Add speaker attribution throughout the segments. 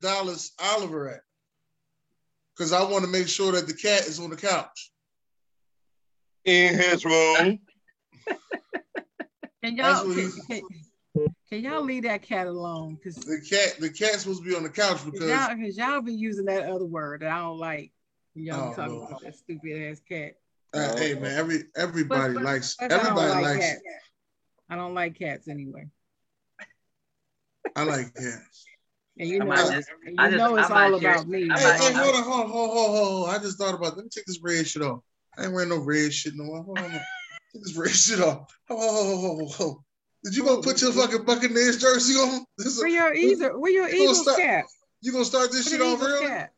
Speaker 1: Dallas Oliver at? Because I want to make sure that the cat is on the couch.
Speaker 2: in his room.
Speaker 3: Can
Speaker 1: That's
Speaker 3: y'all can,
Speaker 1: what he's-
Speaker 3: can, can y'all leave that cat alone? Cause
Speaker 1: The cat, the cat's supposed to be on the couch
Speaker 3: cause
Speaker 1: because
Speaker 3: y'all, cause y'all be using that other word that I don't like. when Y'all be
Speaker 1: Oh,
Speaker 3: talking
Speaker 1: Lord.
Speaker 3: about that stupid ass cat.
Speaker 1: uh, hey man, every everybody
Speaker 3: But- but-
Speaker 1: likes
Speaker 3: Plus, I
Speaker 1: everybody
Speaker 3: don't like
Speaker 1: likes.
Speaker 3: cats. I don't like cats anyway.
Speaker 1: I like cats.
Speaker 3: And you
Speaker 4: I
Speaker 3: know,
Speaker 4: might just-
Speaker 3: you
Speaker 4: I just-
Speaker 3: know it's
Speaker 4: I might
Speaker 3: all
Speaker 4: share-
Speaker 3: about me.
Speaker 4: I
Speaker 1: Hey,
Speaker 4: might-
Speaker 1: hey, hold on, hold on, hold on, hold on, hold on. I just thought about. it. Let me take this red shit off. I ain't wearing no red shit no more. Hold on, hold on. Take this red shit off. Oh, oh, oh, oh, oh. Did you go put your fucking Buccaneers jersey on? This is-
Speaker 3: Where your eagle? Where your
Speaker 1: gonna
Speaker 3: eagles
Speaker 1: stop-
Speaker 3: cat?
Speaker 1: you gonna start this
Speaker 3: Where
Speaker 1: shit
Speaker 3: the
Speaker 1: off
Speaker 3: eagles
Speaker 1: real?
Speaker 3: cat?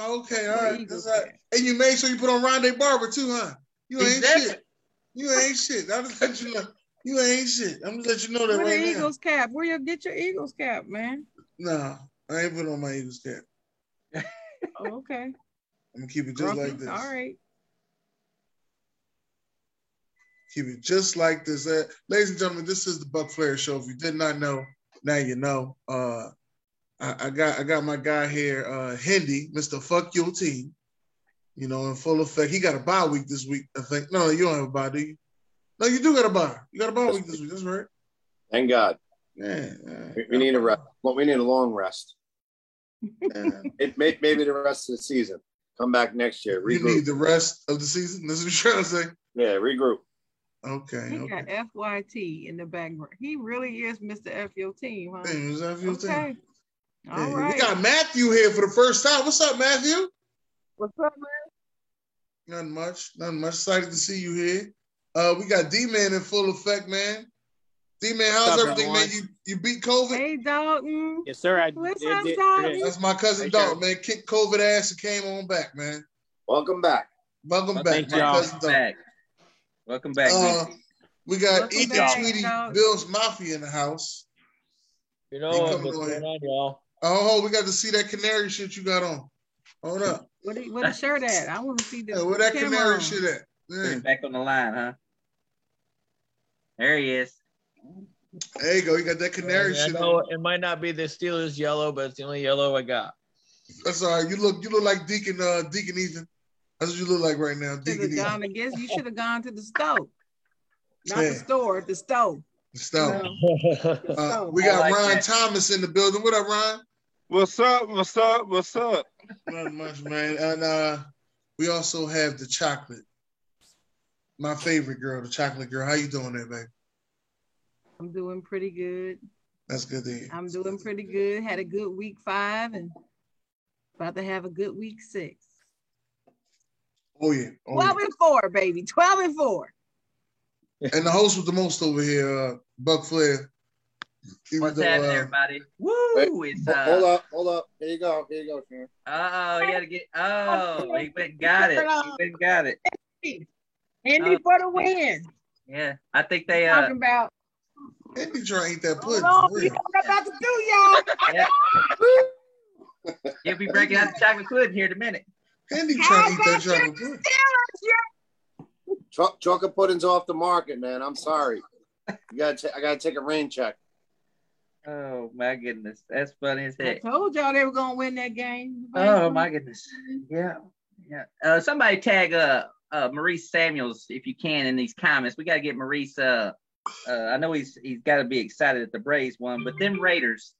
Speaker 1: Okay, all
Speaker 3: Where the
Speaker 1: right.
Speaker 3: eagles
Speaker 1: That's all right.
Speaker 3: cat?
Speaker 1: And you made sure you put on Rondé Barber too, huh? You ain't
Speaker 4: Exactly.
Speaker 1: shit. You ain't shit. I'm just let you know. You ain't shit. I'm just let you know that
Speaker 3: Where the
Speaker 1: right
Speaker 3: eagles cap? Where you get your eagles cap, man?
Speaker 1: now. Nah, I ain't put on my Eagles cap.
Speaker 3: Oh, okay.
Speaker 1: I'm gonna keep it just
Speaker 3: Grumpy.
Speaker 1: like this.
Speaker 3: All right.
Speaker 1: Keep it just like this. Uh, ladies and gentlemen, this is the Buck Flair Show. If you did not know, now you know. Uh, I, I got I got my guy here, uh, Hendy, Mr. Fuck Your Team. You know, in full effect. He got a bye week this week, I think. No, you don't have a bye, do you? No, you do got a bye. You got a bye week this week. That's right.
Speaker 5: Thank God.
Speaker 1: Yeah. uh, yeah.
Speaker 5: We, we need a rest. Well, we need a long rest.
Speaker 1: Yeah.
Speaker 5: It may, maybe the rest of the season. Come back next year.
Speaker 1: You
Speaker 5: Regroup.
Speaker 1: need the rest of the season. That's what you're trying to say.
Speaker 5: yeah, regroup.
Speaker 1: Okay.
Speaker 3: He
Speaker 1: Okay.
Speaker 3: got FYT in the background. He really is Mr. F your team, huh?
Speaker 1: Hey, what's up, Your Team?
Speaker 3: Okay. All
Speaker 1: Hey,
Speaker 3: right.
Speaker 1: We got Matthew here for the first time. What's up, Matthew?
Speaker 3: What's up,
Speaker 1: Nothing much. Nothing much. Excited to see you here. Uh, we got D Man in full effect, man. D Man, how's
Speaker 6: What's up,
Speaker 1: everything, man?
Speaker 6: everyone?
Speaker 1: You you beat COVID.
Speaker 3: man? Hey, Dalton.
Speaker 6: Yes, sir. I
Speaker 3: What's
Speaker 6: did-
Speaker 3: up,
Speaker 6: did-
Speaker 3: Tommy?
Speaker 6: did.
Speaker 1: That's my cousin
Speaker 6: Hey,
Speaker 1: Dalton, man. Kicked COVID ass and came on back, man.
Speaker 5: Welcome back.
Speaker 1: Welcome
Speaker 6: Well,
Speaker 1: back,
Speaker 6: thank
Speaker 1: my
Speaker 6: y'all.
Speaker 1: cousin
Speaker 4: Welcome
Speaker 1: Dalton.
Speaker 4: back. Welcome back.
Speaker 1: Uh,
Speaker 4: Reese.
Speaker 1: we got
Speaker 3: Welcome
Speaker 1: E
Speaker 3: back,
Speaker 1: Tweety
Speaker 3: Dalton.
Speaker 1: Bills Mafia in the house.
Speaker 6: You
Speaker 1: He
Speaker 6: know
Speaker 1: coming
Speaker 6: what's
Speaker 1: on
Speaker 6: going
Speaker 1: here.
Speaker 6: on, y'all.
Speaker 1: Oh, we got to see that canary shit you got on. Hold up.
Speaker 3: Where the, where the shirt at? I want to see the
Speaker 1: Yeah, where that
Speaker 3: camera
Speaker 1: canary
Speaker 3: on.
Speaker 1: shit at?
Speaker 4: Put
Speaker 1: Yeah.
Speaker 4: him back on the line, huh? There he is.
Speaker 1: There you go. You got that canary
Speaker 6: I
Speaker 1: shit.
Speaker 6: know
Speaker 1: On.
Speaker 6: it might not be the Steelers yellow, but it's the only yellow I got.
Speaker 1: That's all right. You look you look like Deacon uh Deacon Ethan. That's what you look like right now.
Speaker 3: Should
Speaker 1: Deacon
Speaker 3: have
Speaker 1: Ethan.
Speaker 3: gone against. You should have gone to the stove, not the
Speaker 1: Yeah.
Speaker 3: store. The stove.
Speaker 1: Stop.
Speaker 6: What's
Speaker 1: Uh,
Speaker 3: Oh,
Speaker 1: we
Speaker 4: I
Speaker 1: got
Speaker 4: like
Speaker 1: Ron
Speaker 4: that.
Speaker 1: Thomas in the building. What up, Ron?
Speaker 2: What's up? What's up? What's up?
Speaker 1: Not much, man. And uh, we also have the chocolate. My favorite girl, the chocolate girl. How you doing there, babe?
Speaker 3: I'm doing pretty good.
Speaker 1: That's good to hear.
Speaker 3: I'm doing pretty good. Had a good week five and about to have a good week six.
Speaker 1: Oh yeah. Oh, yeah.
Speaker 3: Twelve and four, baby. Twelve and four.
Speaker 1: And the host with the most over here, uh, Buck Flair. Even
Speaker 4: What's
Speaker 1: though,
Speaker 4: happening,
Speaker 1: uh,
Speaker 4: everybody? Woo! It's
Speaker 5: Ho- Hold
Speaker 4: uh,
Speaker 5: up. Hold up. Here you go. Here you go, Sharon.
Speaker 4: oh, you gotta get. Oh, he went and got it. He went and got it.
Speaker 3: Andy
Speaker 4: Uh,
Speaker 3: for the win.
Speaker 4: Yeah, I think they. Uh,
Speaker 3: Talking about
Speaker 1: Andy Dry ain't that pudding.
Speaker 3: Hold
Speaker 1: for
Speaker 3: on, you
Speaker 1: real.
Speaker 3: know what I'm about to do, y'all.
Speaker 4: he'll be breaking out the chocolate pudding here in a minute.
Speaker 1: Andy
Speaker 3: How
Speaker 1: trying to eat that
Speaker 3: about
Speaker 1: chocolate pudding.
Speaker 5: Cho- chocolate pudding's off the market, man. I'm sorry. You gotta ta- I gotta take a rain check.
Speaker 4: Oh my goodness, that's funny as heck.
Speaker 3: I told y'all they were gonna win that game.
Speaker 4: Oh my goodness. Yeah. Yeah. Uh, somebody tag uh, uh Maurice Samuels if you can in these comments. We got to get Maurice. Uh, uh, I know he's he's got to be excited that the Braves won, but them Raiders.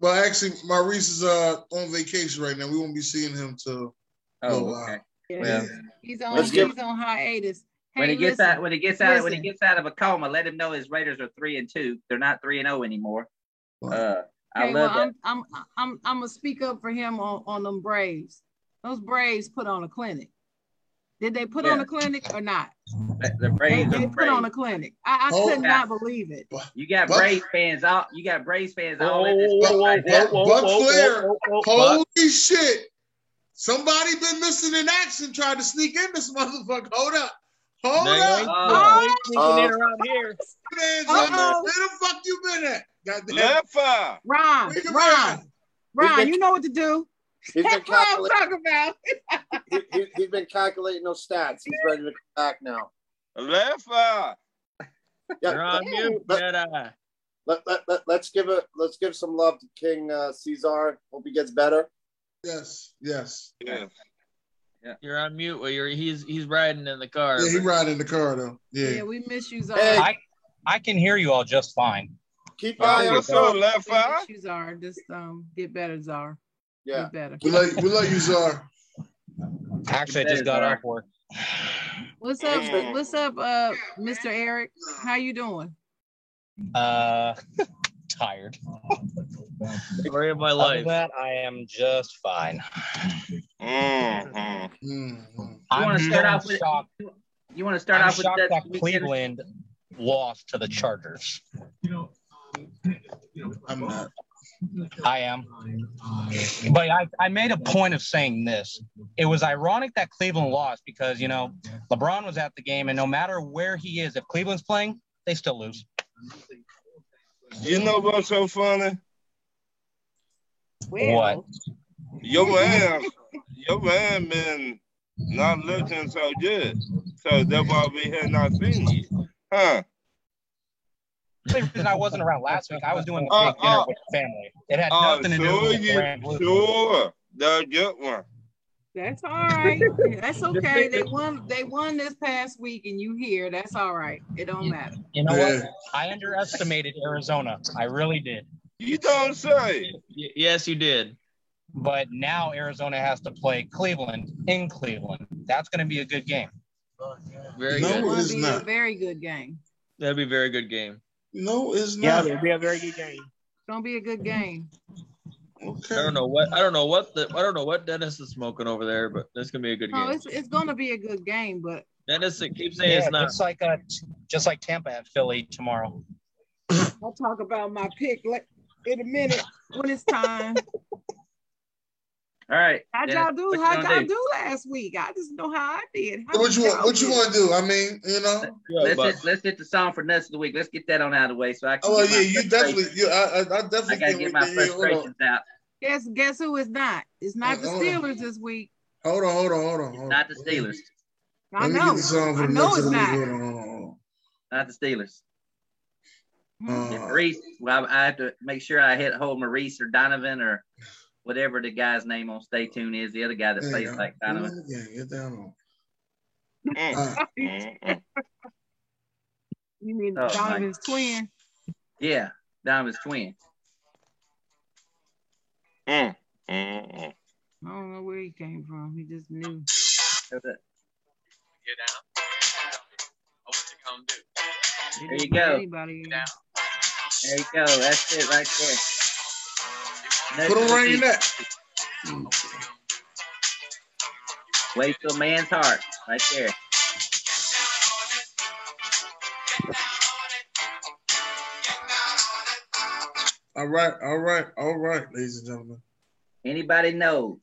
Speaker 1: Well, actually, Maurice is uh, on vacation right now. We won't be seeing him till Oh,
Speaker 4: Oh,
Speaker 1: wow.
Speaker 4: okay.
Speaker 3: Yeah.
Speaker 4: Well,
Speaker 3: He's on
Speaker 5: Let's give-
Speaker 3: he's on hiatus. Hey,
Speaker 4: When he gets
Speaker 3: listen,
Speaker 4: out, when he gets out, when he
Speaker 3: listen.
Speaker 4: gets out of a coma, let him know his Raiders are three and two. They're not three and zero anymore.
Speaker 1: Wow.
Speaker 4: Uh, I
Speaker 3: okay,
Speaker 4: love
Speaker 3: well, I'm I'm I'm I'm gonna speak up for him on, on them Braves. Those Braves put on a clinic. Did they put on
Speaker 4: Yeah.
Speaker 3: a clinic or not?
Speaker 4: that. The
Speaker 3: They,
Speaker 4: Braves
Speaker 3: they
Speaker 4: are
Speaker 3: put on a
Speaker 4: Braves.
Speaker 3: clinic. I, I
Speaker 1: Oh.
Speaker 3: could not believe it.
Speaker 4: You got
Speaker 1: Buck-
Speaker 4: Braves fans all. You got Braves fans all in this.
Speaker 1: Buck-
Speaker 6: Buck
Speaker 1: Buck- Buck Flair.
Speaker 6: Buck.
Speaker 1: Holy shit. Somebody been missing in action, tried to sneak in this motherfucker. Hold up. Hold
Speaker 6: They ain't
Speaker 1: up.
Speaker 4: Oh.
Speaker 6: sneaking- they ain't sneaking in around here.
Speaker 1: Hands up.
Speaker 3: Uh-oh.
Speaker 1: Where the fuck you been at? Goddamn.
Speaker 2: Left eye.
Speaker 3: Ron,
Speaker 1: Where you been
Speaker 3: Ron,
Speaker 1: at?
Speaker 3: Ron,
Speaker 5: been-
Speaker 3: you know what to do.
Speaker 5: He's been,
Speaker 3: That's what I'm
Speaker 5: calculating,
Speaker 3: talking about.
Speaker 5: he, he- he's been calculating those stats. He's ready to come back now.
Speaker 2: Left eye.
Speaker 5: Yeah,
Speaker 6: They're on mute.
Speaker 5: Let,
Speaker 6: Dead eye.
Speaker 5: let, let, let, us give it let's give some love to King uh, Caesar. Hope he gets better.
Speaker 1: Yes, yes.
Speaker 2: Yes.
Speaker 6: You're on mute. Well, you're he's he's riding in the car.
Speaker 1: Yeah, he
Speaker 6: but-
Speaker 1: riding in the car though.
Speaker 3: Yeah,
Speaker 1: Yeah.
Speaker 3: we miss you, Zard.
Speaker 5: Hey,
Speaker 3: We
Speaker 7: I I can hear you all just fine.
Speaker 5: Keep
Speaker 7: Yeah,
Speaker 5: eye
Speaker 7: I'll
Speaker 5: on
Speaker 7: get
Speaker 2: What's up,
Speaker 5: Zara.
Speaker 2: Left Eye?
Speaker 3: miss you, Zard. Just um, get better, Zard.
Speaker 5: Yeah.
Speaker 3: Get better.
Speaker 1: We love, we love you, Czar.
Speaker 7: Actually, I just got
Speaker 4: Sorry.
Speaker 7: off work.
Speaker 3: What's up?
Speaker 2: Mm.
Speaker 3: What's up, uh, Mr. Eric? How you doing?
Speaker 7: Uh, tired.
Speaker 6: Story of my
Speaker 7: Other than
Speaker 6: life.
Speaker 7: that, I am just fine.
Speaker 2: Mm-hmm.
Speaker 1: Mhm.
Speaker 4: You
Speaker 7: I'm
Speaker 4: wanna
Speaker 7: still
Speaker 4: start off with-
Speaker 7: shocked.
Speaker 4: You want to start
Speaker 7: I'm
Speaker 4: off with
Speaker 7: shocked
Speaker 4: that?
Speaker 7: that
Speaker 4: weekend?
Speaker 7: Cleveland lost to the Chargers.
Speaker 1: I'm not.
Speaker 7: I am. But I, I made a point of saying this. It was ironic that Cleveland lost because, you know, LeBron was at the game, and no matter where he is, if Cleveland's playing, they still lose.
Speaker 2: You know what's so funny?
Speaker 7: What?
Speaker 2: Your man, your man been not looking so good. So that's why we have not seen you. Huh?
Speaker 7: The only reason I wasn't around last week, I was doing
Speaker 2: Uh,
Speaker 7: a big dinner
Speaker 2: uh.
Speaker 7: with family. It had
Speaker 2: Oh,
Speaker 7: nothing to do
Speaker 2: sure
Speaker 7: with
Speaker 2: you
Speaker 7: Grand Blue.
Speaker 2: sure. The good one.
Speaker 3: That's all right. That's okay. They won. They won this past week, and you here. That's all right. It don't matter.
Speaker 7: You know what?
Speaker 1: Yeah.
Speaker 7: I underestimated Arizona. I really did.
Speaker 2: You don't say.
Speaker 6: Y- yes, you did.
Speaker 7: But now Arizona has to play Cleveland in Cleveland. That's going to be a good game.
Speaker 6: Very
Speaker 1: No,
Speaker 6: good.
Speaker 1: it
Speaker 3: It'll
Speaker 1: is
Speaker 3: be a
Speaker 1: not.
Speaker 3: very good game.
Speaker 6: That'd be a very good game.
Speaker 1: No, it's
Speaker 8: Yeah,
Speaker 1: not. Mm-hmm.
Speaker 8: it'll be a very good game.
Speaker 3: It's gonna be a good game.
Speaker 1: Okay.
Speaker 6: I don't know what I don't know what the I don't know what Dennis is smoking over there, but that's gonna be a good
Speaker 3: No,
Speaker 6: game.
Speaker 3: Oh, it's it's gonna be a good game, but
Speaker 6: Dennis keeps saying it's not.
Speaker 7: just like uh, just like Tampa at Philly tomorrow.
Speaker 3: I'll talk about my pick like in a minute when it's time.
Speaker 4: All right.
Speaker 3: How'd
Speaker 4: Dennis,
Speaker 3: y'all do?
Speaker 4: what you
Speaker 3: How'd
Speaker 4: gonna
Speaker 3: y'all do last week? I just know how I did. How
Speaker 1: What
Speaker 3: did
Speaker 1: you want?
Speaker 3: y'all
Speaker 1: What you
Speaker 3: do?
Speaker 1: want to do? I mean, you know.
Speaker 6: Yeah,
Speaker 4: Let's
Speaker 6: but-
Speaker 4: hit, let's hit the song for nuts of the week. Let's get that on out of the way. So I can.
Speaker 1: Oh well,
Speaker 4: get my
Speaker 1: yeah, you
Speaker 4: frustration-
Speaker 1: definitely. You, I, I, I definitely think
Speaker 4: I gotta get
Speaker 1: we
Speaker 4: my
Speaker 1: can hear- Hold on,
Speaker 4: frustrations out.
Speaker 3: Guess guess who is not? It's not the
Speaker 1: Hold on.
Speaker 3: Steelers this week.
Speaker 1: hold on, hold on, hold on.
Speaker 4: It's
Speaker 1: hold
Speaker 4: not
Speaker 1: on.
Speaker 4: the Steelers.
Speaker 3: I
Speaker 1: Let me
Speaker 3: know.
Speaker 1: get the song for
Speaker 3: I
Speaker 1: the
Speaker 3: know
Speaker 1: next
Speaker 3: it's
Speaker 1: of the week.
Speaker 3: not.
Speaker 1: Hold on, hold on,
Speaker 4: Not the Steelers.
Speaker 1: hold
Speaker 4: And
Speaker 1: on. Uh,
Speaker 4: Maurice. Well, I have to make sure I hit hold Maurice or Donovan or whatever the guy's name on Stay Tuned is. The other guy that
Speaker 1: there you
Speaker 4: plays
Speaker 1: go.
Speaker 4: like Donovan.
Speaker 1: Yeah, get down
Speaker 4: Eh,
Speaker 2: Mm,
Speaker 1: on. All right.
Speaker 2: mm, mm.
Speaker 3: You mean
Speaker 4: Oh, my-
Speaker 3: Donovan's twin?
Speaker 4: Yeah, Donovan's twin.
Speaker 2: Mm, mm, mm.
Speaker 3: I don't know where he came from. He just knew.
Speaker 4: There
Speaker 3: He
Speaker 4: There
Speaker 3: didn't
Speaker 4: you
Speaker 3: put
Speaker 4: go.
Speaker 3: Anybody in.
Speaker 4: you go. That's it right there. Nuts
Speaker 1: Put
Speaker 4: of
Speaker 1: on
Speaker 4: the
Speaker 1: around your
Speaker 4: week.
Speaker 1: neck.
Speaker 4: Wait till man's heart. Right there.
Speaker 1: All right, all right, all right, ladies and gentlemen.
Speaker 4: Anybody knows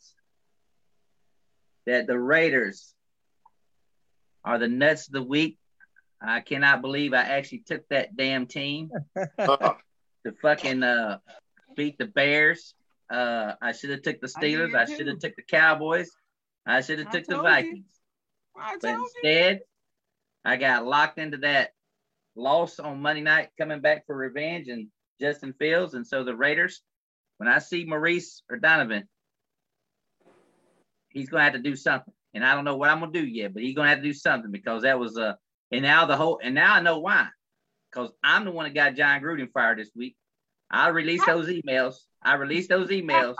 Speaker 4: that the Raiders are the nuts of the week. I cannot believe I actually took that damn team
Speaker 5: Oh,
Speaker 4: to fucking uh, beat the Bears. Uh, I should have took the
Speaker 3: I did
Speaker 4: Steelers. I, should have
Speaker 3: too.
Speaker 4: took the Cowboys. I should have
Speaker 3: I
Speaker 4: took the
Speaker 3: told you.
Speaker 4: Vikings.
Speaker 3: I
Speaker 4: But
Speaker 3: told you.
Speaker 4: instead, I got locked into that loss on Monday night, coming back for revenge and Justin Fields. And so the Raiders, when I see Maurice or Donovan, he's going to have to do something. And I don't know what I'm going to do yet, but he's going to have to do something because that was a. And now the whole, and now I know why, because I'm the one that got John Gruden fired this week. I released those emails. I released those emails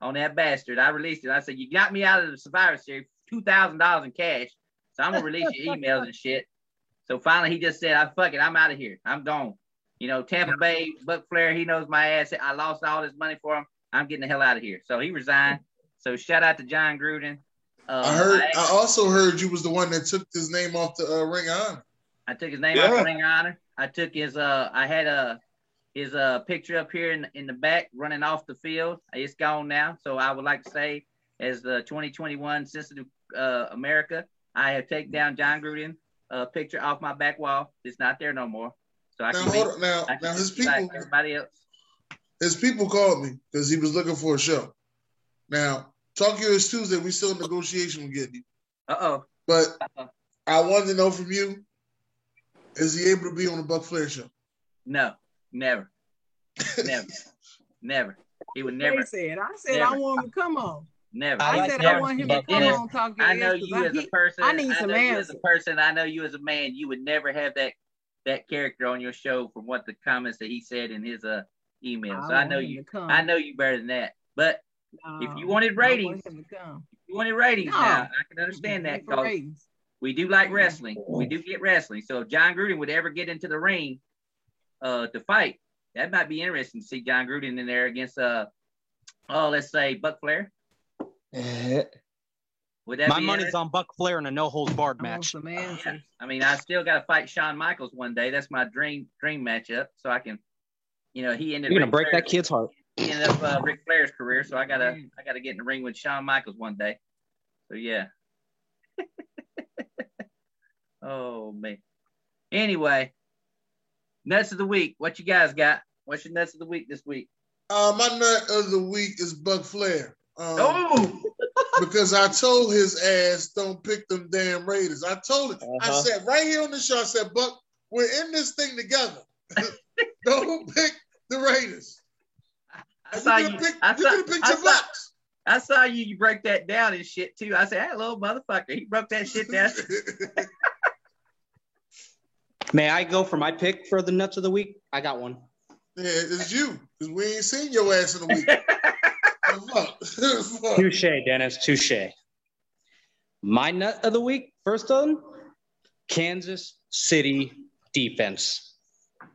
Speaker 4: on that bastard. I released it. I said, You got me out of the Survivor Series, $2,000 in cash. So I'm going to release your emails and shit. So finally, he just said, I fuck it. I'm out of here. I'm gone. You know, Tampa Bay, Buck Flair, he knows my ass. I lost all this money for him. I'm getting the hell out of here. So he resigned. So shout out to John Gruden. Uh,
Speaker 1: I heard.
Speaker 4: I,
Speaker 1: I also heard you was the one that took his name off the uh, ring of honor.
Speaker 4: I took his name
Speaker 2: Yeah.
Speaker 4: off the ring of honor. I took his, uh, I had a, his uh, picture up here in, in the back running off the field. It's gone now. So I would like to say, as the 2021 Sensitive uh, America, I have taken down John Gruden uh, picture off my back wall. It's not there no more. So I
Speaker 1: Now
Speaker 4: can be,
Speaker 1: hold on. Now,
Speaker 4: I can
Speaker 1: now his
Speaker 4: just be like
Speaker 1: people,
Speaker 4: everybody else.
Speaker 1: his people called me because he was looking for a show. Now, Tokyo is Tuesday. We still in negotiation with getting you,
Speaker 4: Uh oh.
Speaker 1: but I wanted to know from you: Is he able to be on the Buck Flair show?
Speaker 4: No. Never. Never. never. He would never.
Speaker 3: They said, I said I
Speaker 4: Never.
Speaker 3: want him to come on.
Speaker 4: Never.
Speaker 3: I,
Speaker 9: I like
Speaker 3: said I
Speaker 9: that.
Speaker 3: want him to
Speaker 9: But
Speaker 3: come
Speaker 4: then
Speaker 3: on and talk to
Speaker 4: I know
Speaker 3: us 'cause
Speaker 4: you as
Speaker 3: he-
Speaker 4: a person.
Speaker 3: I need some
Speaker 4: know you as a
Speaker 3: answers.
Speaker 4: person. I know you as a man. You would never have that that character on your show from what the comments that he said in his uh email. so I
Speaker 3: want
Speaker 4: know
Speaker 3: him
Speaker 4: you.
Speaker 3: to come.
Speaker 4: I know you better than that. But if
Speaker 3: No, I
Speaker 4: you wanted
Speaker 3: want
Speaker 4: ratings,
Speaker 3: him to come.
Speaker 4: if you wanted ratings
Speaker 3: No.
Speaker 4: now, I can understand that
Speaker 3: For
Speaker 4: 'cause
Speaker 3: ratings.
Speaker 4: we do like wrestling. We do get wrestling. So if John Gruden would ever get into the ring uh, to fight, that might be interesting to see John Gruden in there against uh oh let's say Buck Flair.
Speaker 7: Eh.
Speaker 4: Would that
Speaker 9: My
Speaker 4: be
Speaker 9: money's on Buck Flair in a no holds barred
Speaker 3: I want
Speaker 9: match.
Speaker 3: some
Speaker 4: interesting?
Speaker 3: answers.
Speaker 4: Yeah. I mean, I still got to fight Shawn Michaels one day. That's my dream dream matchup. So I can, you know, he ended.
Speaker 7: You're gonna
Speaker 4: Ric
Speaker 7: break
Speaker 4: Flair-
Speaker 7: that kid's heart.
Speaker 4: He ended up uh, Ric Flair's career. So I gotta
Speaker 3: Mm.
Speaker 4: I gotta get in the ring with Shawn Michaels one day. So yeah. oh man. Anyway, nuts of the week. What you guys got? What's your nuts of the week this week?
Speaker 1: Uh, my nut of the week is Buck Flair. Um,
Speaker 4: Oh,
Speaker 1: because I told his ass don't pick them damn Raiders. I told him. I
Speaker 7: Uh-huh.
Speaker 1: said right here on the show. I said, Buck, we're in this thing together. don't pick the Raiders.
Speaker 4: I
Speaker 1: You
Speaker 4: saw
Speaker 1: could
Speaker 4: you.
Speaker 1: have picked,
Speaker 4: I
Speaker 1: you
Speaker 4: saw,
Speaker 1: could have picked
Speaker 4: I
Speaker 1: your
Speaker 4: saw-
Speaker 1: box.
Speaker 4: I saw you. You broke that down and shit too. I said, "Hello, motherfucker." He broke that shit down.
Speaker 7: May I go for my pick for the nuts of the week? I got one.
Speaker 1: yeah, it's you. Because we ain't seen your ass in a week. Fuck. Fuck.
Speaker 7: Touche, Dennis. Touche. My nut of the week, first one, Kansas City defense.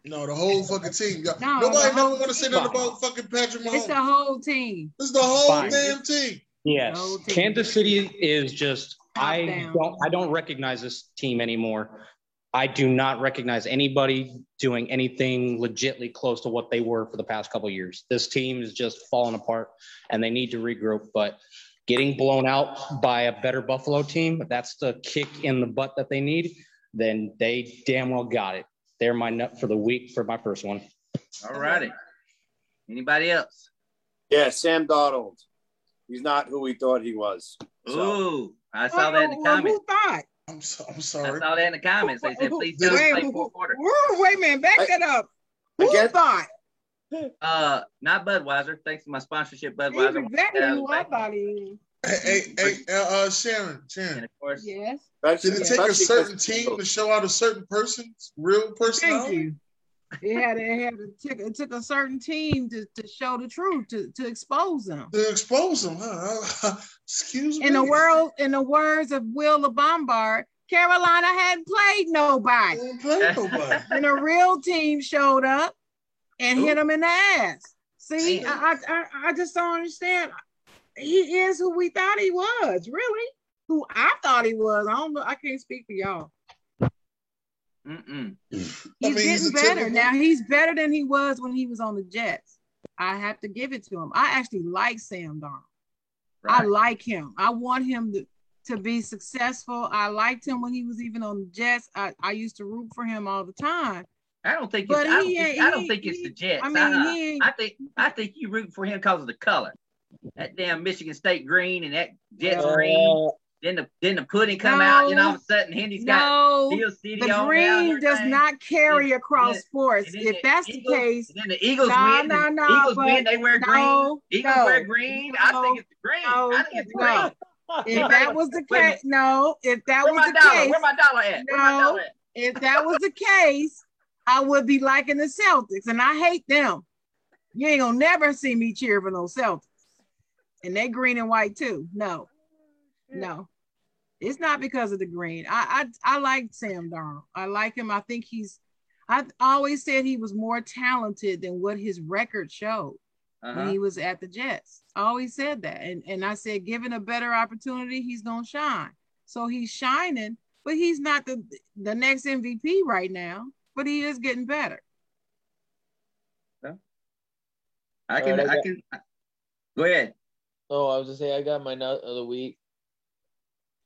Speaker 1: No, the whole fucking team. Y'all-
Speaker 3: No,
Speaker 1: Nobody
Speaker 3: the
Speaker 1: never
Speaker 3: whole
Speaker 1: want to say nothing
Speaker 7: team.
Speaker 1: about fucking Patrick Mahomes.
Speaker 3: It's the whole team.
Speaker 1: this is the whole
Speaker 7: Fine.
Speaker 1: damn team.
Speaker 7: Yes,
Speaker 3: No team.
Speaker 7: Kansas City is just. I
Speaker 3: Oh, Top down.
Speaker 7: don't. I don't recognize this team anymore. I do not recognize anybody doing anything legitly close to what they were for the past couple of years. This team is just falling apart, and they need to regroup. But getting blown out by a better Buffalo team, if that's the kick in the butt that they need. Then they damn well got it. They're my nut for the week for my first one.
Speaker 4: All righty. Anybody else?
Speaker 10: Yeah, Sam Donald. He's not who we thought he was. So,
Speaker 4: Ooh, I saw that in the
Speaker 3: Well,
Speaker 4: comments.
Speaker 3: Who thought?
Speaker 1: I'm so, I'm
Speaker 4: I
Speaker 1: sorry.
Speaker 4: saw that in the comments. They said, "Please
Speaker 1: This-
Speaker 4: tell us
Speaker 3: Wait,
Speaker 4: play
Speaker 3: who-
Speaker 4: fourth quarter."
Speaker 3: whoa, wait a minute, back
Speaker 10: I-
Speaker 3: that up.
Speaker 10: I
Speaker 3: Who
Speaker 10: guess-
Speaker 3: thought?
Speaker 4: Uh, not Budweiser. Thanks to my sponsorship,
Speaker 3: He
Speaker 4: Budweiser.
Speaker 3: exactly who I thought he
Speaker 1: Hey, hey, hey, uh, uh, Sharon,
Speaker 4: And
Speaker 1: Sharon.
Speaker 4: of course,
Speaker 3: was. Yes.
Speaker 10: especially-
Speaker 1: Did it take a
Speaker 10: especially
Speaker 1: certain
Speaker 10: because-
Speaker 1: team to show out a certain person's real
Speaker 3: Thank
Speaker 1: personality?
Speaker 3: you. It had it had it took it took a certain team to, to show the truth to, to expose them.
Speaker 1: To expose them, huh? Excuse me.
Speaker 3: In the world, in the words of Will LeBombard, Carolina hadn't played
Speaker 1: They
Speaker 3: nobody.
Speaker 1: don't play nobody.
Speaker 3: And a real team showed up and hit him in the ass. See, I, I I I just don't understand. He is who we thought he was, really. Who I thought he was. I don't know. I can't speak for y'all.
Speaker 1: I
Speaker 4: mm-mm.
Speaker 3: He's
Speaker 1: mean,
Speaker 3: getting
Speaker 1: he's a
Speaker 3: better
Speaker 1: typical-
Speaker 3: now. He's better than he was when he was on the Jets. I have to give it to him. I actually like Sam Darnold. I
Speaker 4: Right.
Speaker 3: like him. I want him to, to be successful. I liked him when he was even on the Jets. I, I used to root for him all the time.
Speaker 4: I don't think it's.
Speaker 3: But
Speaker 4: I don't,
Speaker 3: he
Speaker 4: think,
Speaker 3: ain't-
Speaker 4: I don't
Speaker 3: he-
Speaker 4: think it's
Speaker 3: he-
Speaker 4: the Jets.
Speaker 3: I
Speaker 4: I,
Speaker 3: mean, he ain't-
Speaker 4: I think I think you root for him because of the color. That damn Michigan State green and that Jets green. Then the then the pudding come out, and all of a sudden Henry's got
Speaker 3: no,
Speaker 4: Steel City
Speaker 3: the
Speaker 4: on down and
Speaker 3: green does
Speaker 4: everything.
Speaker 3: not carry
Speaker 4: And-
Speaker 3: across
Speaker 4: and-
Speaker 3: sports.
Speaker 4: and then
Speaker 3: If that's the
Speaker 4: Eagles-
Speaker 3: case,
Speaker 4: and then the Eagles
Speaker 3: Nah,
Speaker 4: win.
Speaker 3: nah,
Speaker 4: the
Speaker 3: nah,
Speaker 4: Eagles win.
Speaker 3: but
Speaker 4: They wear green.
Speaker 3: no,
Speaker 4: Eagles
Speaker 3: no,
Speaker 4: wear green. I think it's green.
Speaker 3: no,
Speaker 4: I think it's green.
Speaker 3: no. if that was the
Speaker 4: Wait a
Speaker 3: case, no, if that
Speaker 4: Where
Speaker 3: was
Speaker 4: my
Speaker 3: the
Speaker 4: dollar?
Speaker 3: case,
Speaker 4: Where my dollar at? Where my
Speaker 3: No.
Speaker 4: dollar at?
Speaker 3: if that was the case, I would be liking the Celtics, and I hate them. You ain't gonna never see me cheering for no Celtics, and they green and white too. No, no, it's not because of the green. I I, I like Sam Darnold. I like him. I think he's. I always said he was more talented than what his record showed when
Speaker 4: Uh-huh.
Speaker 3: he was at the Jets. I always said that. And and I said, given a better opportunity, he's gonna shine. So he's shining, but he's not the the next MVP right now, but he is getting better.
Speaker 4: I can.
Speaker 11: Alright, I
Speaker 4: I can. Go ahead.
Speaker 11: No, I was just saying I got my nut of the week.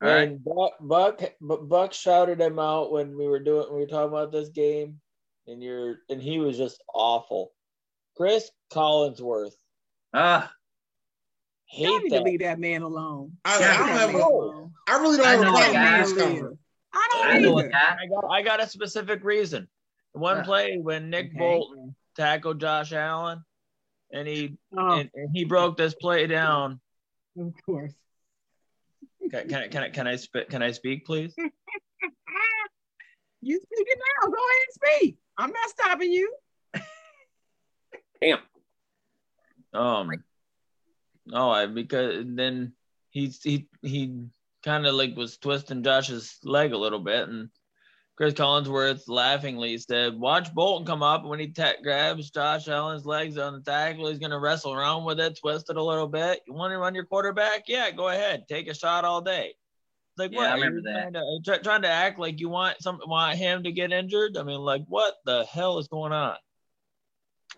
Speaker 4: All right.
Speaker 11: And Buck, Buck, Bu- Buck shouted him out when we were doing we were talking about this game, and you're and he was just awful. Chris Collinsworth,
Speaker 4: Uh,
Speaker 11: hate
Speaker 3: Y'all need to
Speaker 11: that.
Speaker 3: leave that man alone.
Speaker 1: I, I
Speaker 4: Yeah,
Speaker 1: don't have a,
Speaker 11: Oh.
Speaker 1: I really don't
Speaker 4: I
Speaker 1: have a
Speaker 4: know
Speaker 1: problem
Speaker 4: that.
Speaker 1: with this conference.
Speaker 3: I
Speaker 4: I
Speaker 3: don't
Speaker 4: know a
Speaker 3: either.
Speaker 4: guy.
Speaker 11: I got I got a specific reason. One
Speaker 4: Huh.
Speaker 11: play when Nick
Speaker 3: Uh, Okay.
Speaker 11: Bolton
Speaker 6: tackle Josh Allen, and he
Speaker 3: Oh,
Speaker 6: and, and he broke this play down.
Speaker 3: of course.
Speaker 6: Can, can I can I can I sp- can I speak, please?
Speaker 3: You speaking now? Go ahead and speak. I'm not stopping you.
Speaker 6: Um, no, I because then he he he kind of like was twisting Josh's leg a little bit, and Chris Collinsworth laughingly said, "Watch Bolton come up when he ta- grabs Josh Allen's legs on the tackle. He's gonna wrestle around with it, twist it a little bit. You want to run your quarterback? Yeah, go ahead, take a shot all day." It's Like
Speaker 4: Yeah,
Speaker 6: what?
Speaker 4: I
Speaker 6: Are you
Speaker 4: remember that.
Speaker 6: Trying to, try, trying to act like you want some want him to get injured. I mean, like what the hell is going on?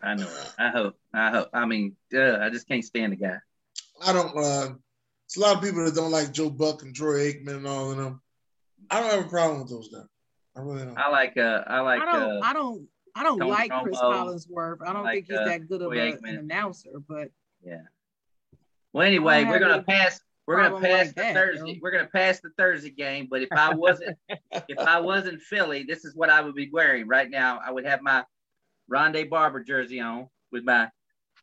Speaker 4: I know. it. I hope. I hope. I mean, uh, I just can't stand the guy.
Speaker 1: I don't. Uh, it's a lot of people that don't like Joe Buck and Troy Aikman and all of them. I don't have a problem with those guys. I really don't.
Speaker 4: I like. Uh, I like.
Speaker 3: I don't.
Speaker 4: uh,
Speaker 3: I don't. I don't
Speaker 4: Tony
Speaker 3: like Chris
Speaker 4: Romo.
Speaker 3: Collinsworth. I don't
Speaker 4: like,
Speaker 3: think he's
Speaker 4: uh,
Speaker 3: that good of
Speaker 4: Troy
Speaker 3: a,
Speaker 4: Aikman.
Speaker 3: an announcer, but
Speaker 4: well, anyway,
Speaker 3: I
Speaker 4: we're gonna
Speaker 3: have a
Speaker 4: pass. We're gonna
Speaker 3: problem
Speaker 4: pass
Speaker 3: like
Speaker 4: the
Speaker 3: that,
Speaker 4: Thursday.
Speaker 3: though.
Speaker 4: We're gonna pass the Thursday game. But if I wasn't, if I wasn't Philly, this is what I would be wearing right now. I would have my Rondé Barber jersey on with my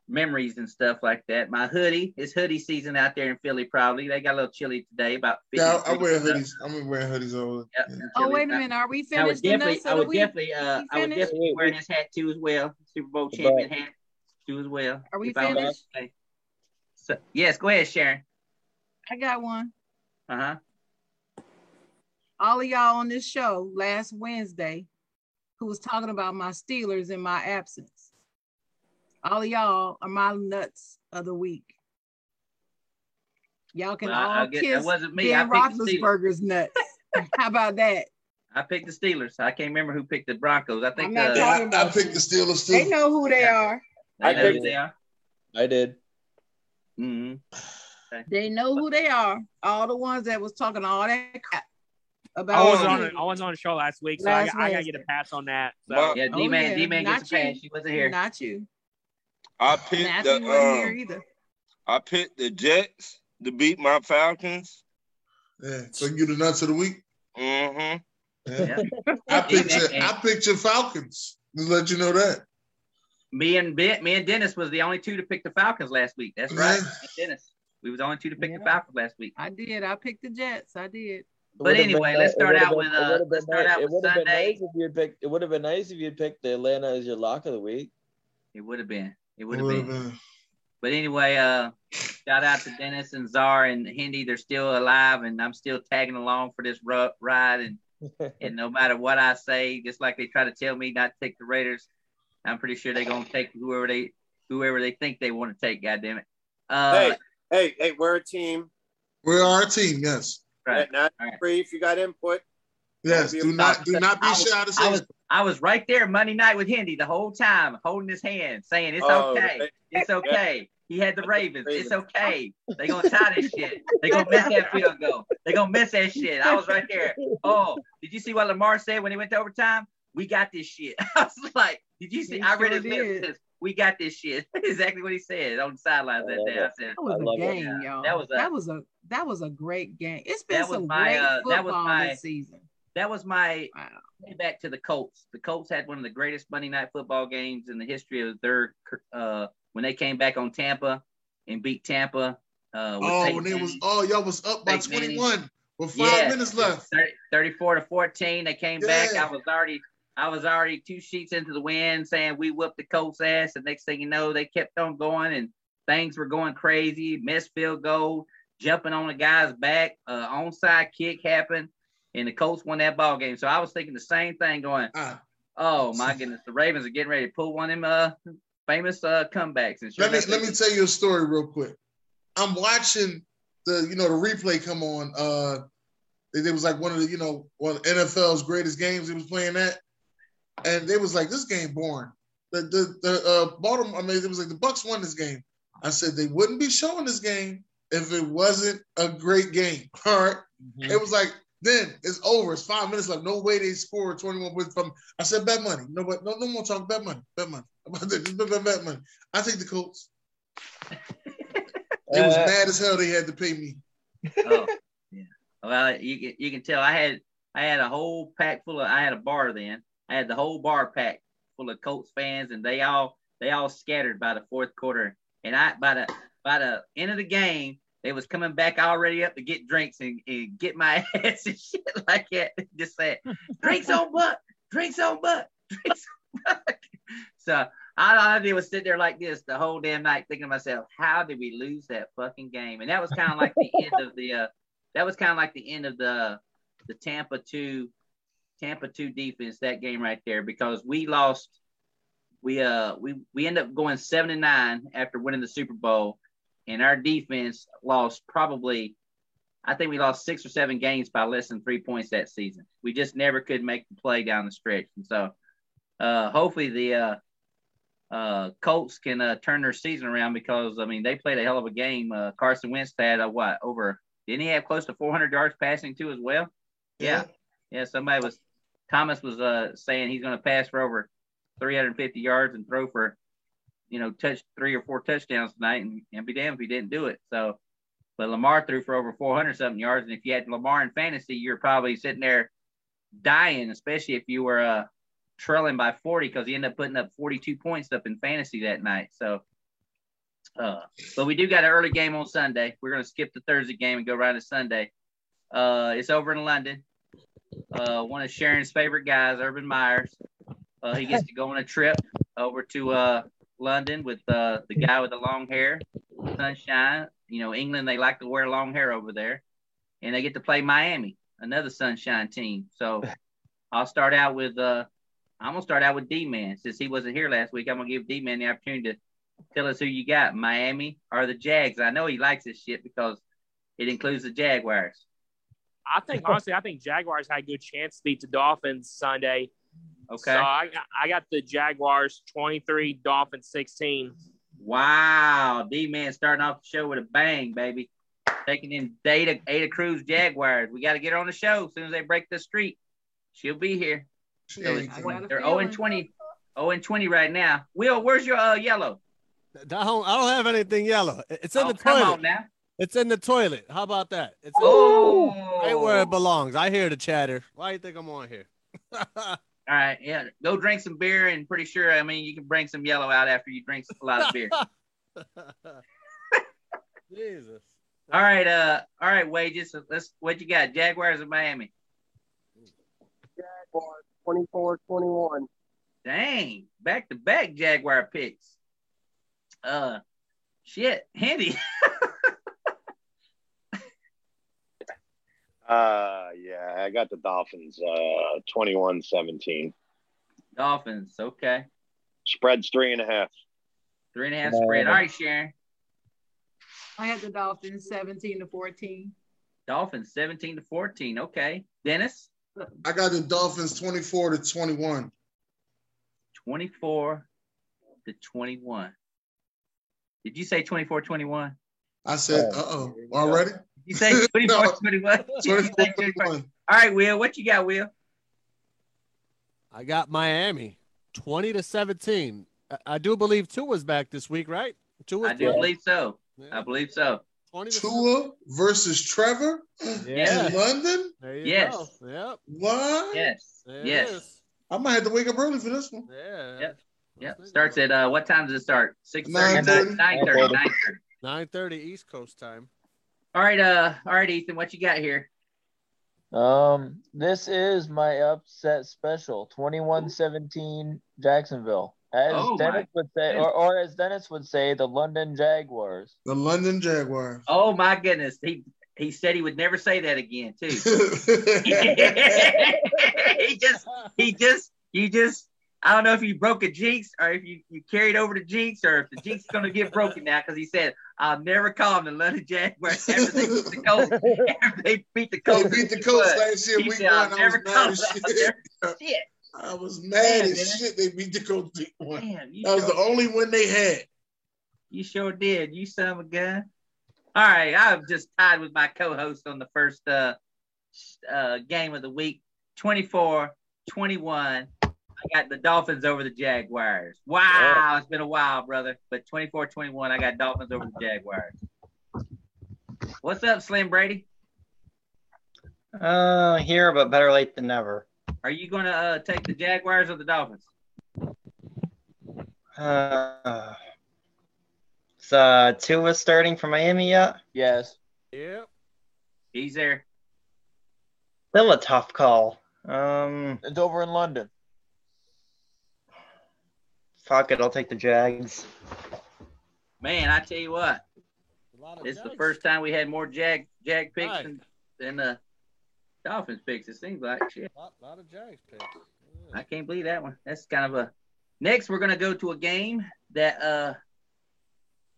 Speaker 4: memories and stuff like that. My hoodie. It's hoodie season out there in Philly. Probably they got a little chilly today. About 50
Speaker 1: yeah, I, I wear
Speaker 4: degrees.
Speaker 1: hoodies. I'm wearing hoodies all.
Speaker 4: Yep,
Speaker 1: Yeah.
Speaker 4: chilly.
Speaker 3: oh wait a minute, are we
Speaker 4: I would
Speaker 3: finished enough?
Speaker 4: definitely,
Speaker 3: So
Speaker 4: I
Speaker 3: do
Speaker 4: would
Speaker 3: we,
Speaker 4: definitely, uh,
Speaker 3: we
Speaker 4: I would
Speaker 3: finished?
Speaker 4: definitely be wearing this hat too as well. Super Bowl
Speaker 6: Goodbye.
Speaker 4: champion hat too as well.
Speaker 3: Are we
Speaker 4: If I was
Speaker 3: finished?
Speaker 4: playing. So, yes, go ahead, Sharon.
Speaker 3: I got one.
Speaker 4: Uh huh.
Speaker 3: All of y'all on this show last Wednesday, who was talking about my Steelers in my absence. All of y'all are my nuts of the week. Y'all can
Speaker 4: Well,
Speaker 3: all
Speaker 4: I, I get, that
Speaker 3: kiss
Speaker 4: wasn't me. I
Speaker 3: Ben
Speaker 4: picked the Steelers.
Speaker 3: Roethlisberger's nuts. How about that?
Speaker 4: I picked the Steelers. I can't remember who picked the Broncos. I think
Speaker 3: I'm not
Speaker 4: uh,
Speaker 3: talking-
Speaker 4: they
Speaker 1: Yeah, I, I picked the Steelers
Speaker 3: They
Speaker 1: too.
Speaker 3: know who they are.
Speaker 6: I
Speaker 4: know who
Speaker 6: picked-
Speaker 4: they are.
Speaker 6: I did.
Speaker 4: hmm
Speaker 3: They know who they are. All the ones that was talking all that crap
Speaker 12: I
Speaker 3: about.
Speaker 12: was
Speaker 3: the
Speaker 12: on
Speaker 3: Steelers.
Speaker 12: I was on a show last week, so
Speaker 3: Oh, Last
Speaker 12: I, I gotta get
Speaker 3: Wednesday.
Speaker 12: a pass on that. So
Speaker 2: Well,
Speaker 4: Yeah,
Speaker 3: Oh,
Speaker 4: D man,
Speaker 3: yeah.
Speaker 4: D man
Speaker 3: Not
Speaker 4: gets a pass.
Speaker 3: you.
Speaker 4: She wasn't here.
Speaker 3: Not you.
Speaker 2: I picked
Speaker 3: Matthew
Speaker 2: the
Speaker 3: wasn't here
Speaker 2: um,
Speaker 3: either.
Speaker 2: I picked the Jets to beat my Falcons.
Speaker 1: Yeah. So you the nuts of the week.
Speaker 2: Mm-hmm.
Speaker 1: Yeah.
Speaker 4: Yeah.
Speaker 1: I picked your, I picked your Falcons. Just let you know that.
Speaker 4: Me and ben, me and Dennis was the only two to pick the Falcons last week. That's right,
Speaker 1: Yeah.
Speaker 4: Me and Dennis. We was the only two to pick the
Speaker 3: Yeah.
Speaker 4: Falcons last week.
Speaker 3: I did. I picked the Jets. I did.
Speaker 4: But
Speaker 6: would've
Speaker 4: anyway,
Speaker 6: been
Speaker 4: let's
Speaker 6: ni- it
Speaker 4: start
Speaker 6: would've
Speaker 4: out with,
Speaker 6: it
Speaker 4: uh,
Speaker 6: would've
Speaker 4: let's
Speaker 6: been
Speaker 4: start
Speaker 6: ni-
Speaker 4: out
Speaker 6: It
Speaker 4: with
Speaker 6: would have been
Speaker 4: Sunday.
Speaker 6: nice if you had picked. It would have been nice if you had picked the Atlanta as your lock of the week.
Speaker 4: It would have been. It would have
Speaker 1: Would've
Speaker 4: been.
Speaker 1: been.
Speaker 4: But anyway, uh, shout out to Dennis and Czar and Hindi. They're still alive, and I'm still tagging along for this ru- ride. And, and no matter what I say, just like they try to tell me not to take the Raiders, I'm pretty sure they're gonna take whoever they whoever they think they want to take. God damn it! Uh,
Speaker 5: hey, hey, hey, we're a team.
Speaker 1: We're our team. Yes.
Speaker 4: right.
Speaker 5: Not
Speaker 4: All right.
Speaker 5: free if you got input.
Speaker 1: Yes. Do not do not be
Speaker 4: I was-
Speaker 1: shy to
Speaker 4: I
Speaker 1: say.
Speaker 4: was I was right there Monday night with Hindi the whole time, holding his hand, saying it's
Speaker 5: Oh,
Speaker 4: okay,
Speaker 5: they-
Speaker 4: it's okay. He had the Ravens. It's
Speaker 5: Ravens.
Speaker 4: okay. They gonna tie this shit. They gonna miss that field goal. They gonna miss that shit. I was right there. Oh, did you see what Lamar said when he went to overtime? We got this shit. I was like, did you see?
Speaker 3: He
Speaker 4: I read
Speaker 3: sure
Speaker 4: his lips.
Speaker 3: did.
Speaker 4: It says, We got this shit. exactly what he said on the sidelines that day. I
Speaker 3: That
Speaker 4: said,
Speaker 6: I
Speaker 3: was
Speaker 6: love
Speaker 3: a
Speaker 6: it.
Speaker 3: game, y'all.
Speaker 4: That was a-
Speaker 3: that was a that was a great game. It's been
Speaker 4: That was
Speaker 3: some
Speaker 4: my,
Speaker 3: great
Speaker 4: uh, that was
Speaker 3: football
Speaker 4: my-
Speaker 3: this season.
Speaker 4: that was my
Speaker 3: Wow.
Speaker 4: way back to the Colts. The Colts had one of the greatest Monday night football games in the history of their uh, when they came back on Tampa and beat Tampa. Uh, with
Speaker 1: Oh,
Speaker 4: Peyton
Speaker 1: when it was
Speaker 4: Manning.
Speaker 1: oh y'all was up by
Speaker 4: Peyton Manning.
Speaker 1: 21 with five
Speaker 4: Yeah.
Speaker 1: minutes left.
Speaker 4: 30 34 to 14. They came back.
Speaker 1: Yeah.
Speaker 4: I was already I was already two sheets into the wind saying we whooped the Colts ass. The next thing you know, they kept on going and things were going crazy. Missed field goal, jumping on the guy's back, uh, onside kick happened, and the Colts won that ball game. So I was thinking the same thing going,
Speaker 1: Ah,
Speaker 4: Oh my goodness, the Ravens are getting ready to pull one of them uh, famous uh, comebacks. And sure
Speaker 1: let me
Speaker 4: enough,
Speaker 1: let
Speaker 4: they-
Speaker 1: me tell you a story real quick. I'm watching the you know the replay come on. Uh, it, it was like one of the you know one of the NFL's greatest games. It was playing that, and they was like this game boring. The the the uh, Baltimore. I mean, it was like the Bucks won this game. I said they wouldn't be showing this game if it wasn't a great game. All right.
Speaker 6: Mhm.
Speaker 1: It was like, then it's over. It's five minutes left. No way they scored 21 points from. I said, bet money. No, but no, no more talk. Bet money. Bet money. About that. Just bet, bet, bet money. I take the Colts. It was
Speaker 6: Uh,
Speaker 1: mad as hell they had to pay me.
Speaker 4: oh, yeah. Well, you can you can tell I had I had a whole pack full of I had a bar then. I had the whole bar packed full of Colts fans, and they all they all scattered by the fourth quarter. And I by the by the end of the game, they was coming back already up to get drinks and, and get my ass and shit like that. Just saying, drinks on butt, drinks on butt, drinks on butt. so all I did was sit there like this the whole damn night, thinking to myself, how did we lose that fucking game? And that was kind of like the end of the. Uh, that was kind of like the end of the the Tampa two Tampa two defense that game right there because we lost we uh we we end up going seven and nine after winning the Super Bowl and our defense lost probably I think we lost six or seven games by less than three points that season. We just never could make the play down the stretch. And so uh hopefully the uh uh, Colts can uh, turn their season around because I mean they played a hell of a game. Uh, Carson Wentz had a what over didn't he have close to 400 yards passing too as well? Yeah. Yeah. somebody was, Thomas was uh, saying he's going to pass for over 350 yards and throw for, you know, touch three or four touchdowns tonight and, and be damned if he didn't do it. So, but Lamar threw for over 400 something yards. And if you had Lamar in fantasy, you're probably sitting there dying, especially if you were uh, trailing by 40 because he ended up putting up 42 points up in fantasy that night. So, uh, but we do got an early game on Sunday. We're going to skip the Thursday game and go right to Sunday. Uh, it's over in London. Uh, one of Sharon's favorite guys, Urban Myers. Uh, he gets to go on a trip over to uh, London with uh, the guy with the long hair, Sunshine. You know, England, they like to wear long hair over there. And they get to play Miami, another Sunshine team. So I'll start out with, uh, I'm going to start out with D Man. Since he wasn't here last week, I'm going to give D Man the opportunity to tell us who you got, Miami or the Jags. I know he likes this shit because it includes the Jaguars.
Speaker 12: I think honestly, I think Jaguars had a good chance to beat the Dolphins Sunday.
Speaker 4: Okay.
Speaker 12: So I, got- I got the Jaguars 23, Dolphins 16.
Speaker 4: Wow, D man starting off the show with a bang, baby. Taking in Data Ada Cruz Jaguars. We got to get her on the show as soon as they break the street. She'll be here.
Speaker 1: She
Speaker 4: So
Speaker 1: ain't
Speaker 4: it's-
Speaker 1: coming.
Speaker 4: they're 0 and 20. 0 and 20 right now. Will, where's your uh, yellow?
Speaker 13: I don't, I don't have anything yellow. It's in
Speaker 4: Oh,
Speaker 13: the
Speaker 4: come
Speaker 13: toilet.
Speaker 4: on now.
Speaker 13: It's in the toilet. How about that? It's in,
Speaker 4: Oh,
Speaker 13: right where it belongs. I hear the chatter. Why do you think I'm on here?
Speaker 4: All right, yeah. Go drink some beer, and pretty sure I mean you can bring some yellow out after you drink a lot of beer.
Speaker 13: Jesus.
Speaker 4: All right, uh, all right, wages. Let's what you got? Jaguars of Miami.
Speaker 5: Jaguars 24 21.
Speaker 4: Dang, back to back Jaguar picks. Uh, shit, Hendy.
Speaker 10: Uh, yeah, I got the Dolphins. Uh, 21-17.
Speaker 4: Dolphins. Okay,
Speaker 10: Spreads three and a half.
Speaker 4: three and a half spread. All right, Sharon.
Speaker 3: I had the Dolphins 17 to 14.
Speaker 4: Dolphins seventeen to fourteen. Okay, Dennis
Speaker 1: I got the Dolphins 24 to 21.
Speaker 4: twenty four to twenty one. Did you say 24-21?
Speaker 1: I said, uh oh, already?
Speaker 4: Did you say 24-21? Did you
Speaker 1: 24
Speaker 4: say 24?
Speaker 1: 21.
Speaker 4: All right, Will, what you got, Will?
Speaker 13: I got Miami 20 to 17. I, I do believe Tua's back this week, right? Tua's
Speaker 4: I do
Speaker 13: back.
Speaker 4: believe so.
Speaker 13: Yeah.
Speaker 4: I believe so.
Speaker 13: 20 to
Speaker 1: Tua versus Trevor in
Speaker 13: Yeah.
Speaker 1: London?
Speaker 13: There you
Speaker 4: Yes.
Speaker 13: go. Yep.
Speaker 1: What?
Speaker 4: Yes.
Speaker 13: There it
Speaker 4: yes.
Speaker 13: is.
Speaker 1: I might have to wake up early for this one.
Speaker 13: Yeah.
Speaker 4: Yep. Yeah, starts at uh, what time does it start? 6:30,
Speaker 1: 9:30.
Speaker 4: 9:30, 9:30.
Speaker 13: 9:30 East Coast time.
Speaker 4: All right, uh, all right, Ethan, what you got here?
Speaker 6: Um, this is my upset special, 21-17 Jacksonville. As
Speaker 4: Oh, my
Speaker 6: Dennis would say, or, or as Dennis would say, the London Jaguars.
Speaker 1: The London Jaguars.
Speaker 4: Oh my goodness, he he said he would never say that again, too. he just he just you just I don't know if you broke a jinx or if you, you carried over the jinx or if the jinx is gonna get broken now because he said I'll never call him the London Jaguars after they beat the Colts. After they beat the
Speaker 1: They
Speaker 4: Colts.
Speaker 1: beat the Colts last year,
Speaker 4: He
Speaker 1: week
Speaker 4: said,
Speaker 1: one.
Speaker 4: I'll
Speaker 1: I was
Speaker 4: never
Speaker 1: mad
Speaker 4: call him.
Speaker 1: as
Speaker 4: I'll
Speaker 1: shit.
Speaker 4: never- Shit.
Speaker 1: I was mad
Speaker 4: Man,
Speaker 1: as
Speaker 4: man.
Speaker 1: shit. They beat the Colts week one.
Speaker 4: Damn, you
Speaker 1: That was
Speaker 4: sure
Speaker 1: the only win they had.
Speaker 4: You sure did. You son of a gun. All right, I'm just tied with my co-host on the first uh, uh, game of the week, 24-21. I got the Dolphins over the Jaguars. Wow, it's been a while, brother. But 24-21, I got Dolphins over the Jaguars. What's up, Slim Brady?
Speaker 14: Uh, here, but better late than never.
Speaker 4: Are you gonna uh, take the Jaguars or the Dolphins?
Speaker 14: Uh, is uh, Tua starting for Miami yet?
Speaker 6: Yes.
Speaker 13: Yep.
Speaker 4: He's there.
Speaker 14: Still a tough call. Um,
Speaker 6: it's over in London.
Speaker 14: Fuck it, I'll take the Jags.
Speaker 4: Man, I tell you what, it's the first time we had more jag jag picks than, than the Dolphins picks. It seems like shit.
Speaker 13: A lot, lot of Jags picks.
Speaker 4: I can't believe that one. That's kind of a. Next, we're gonna go to a game that uh,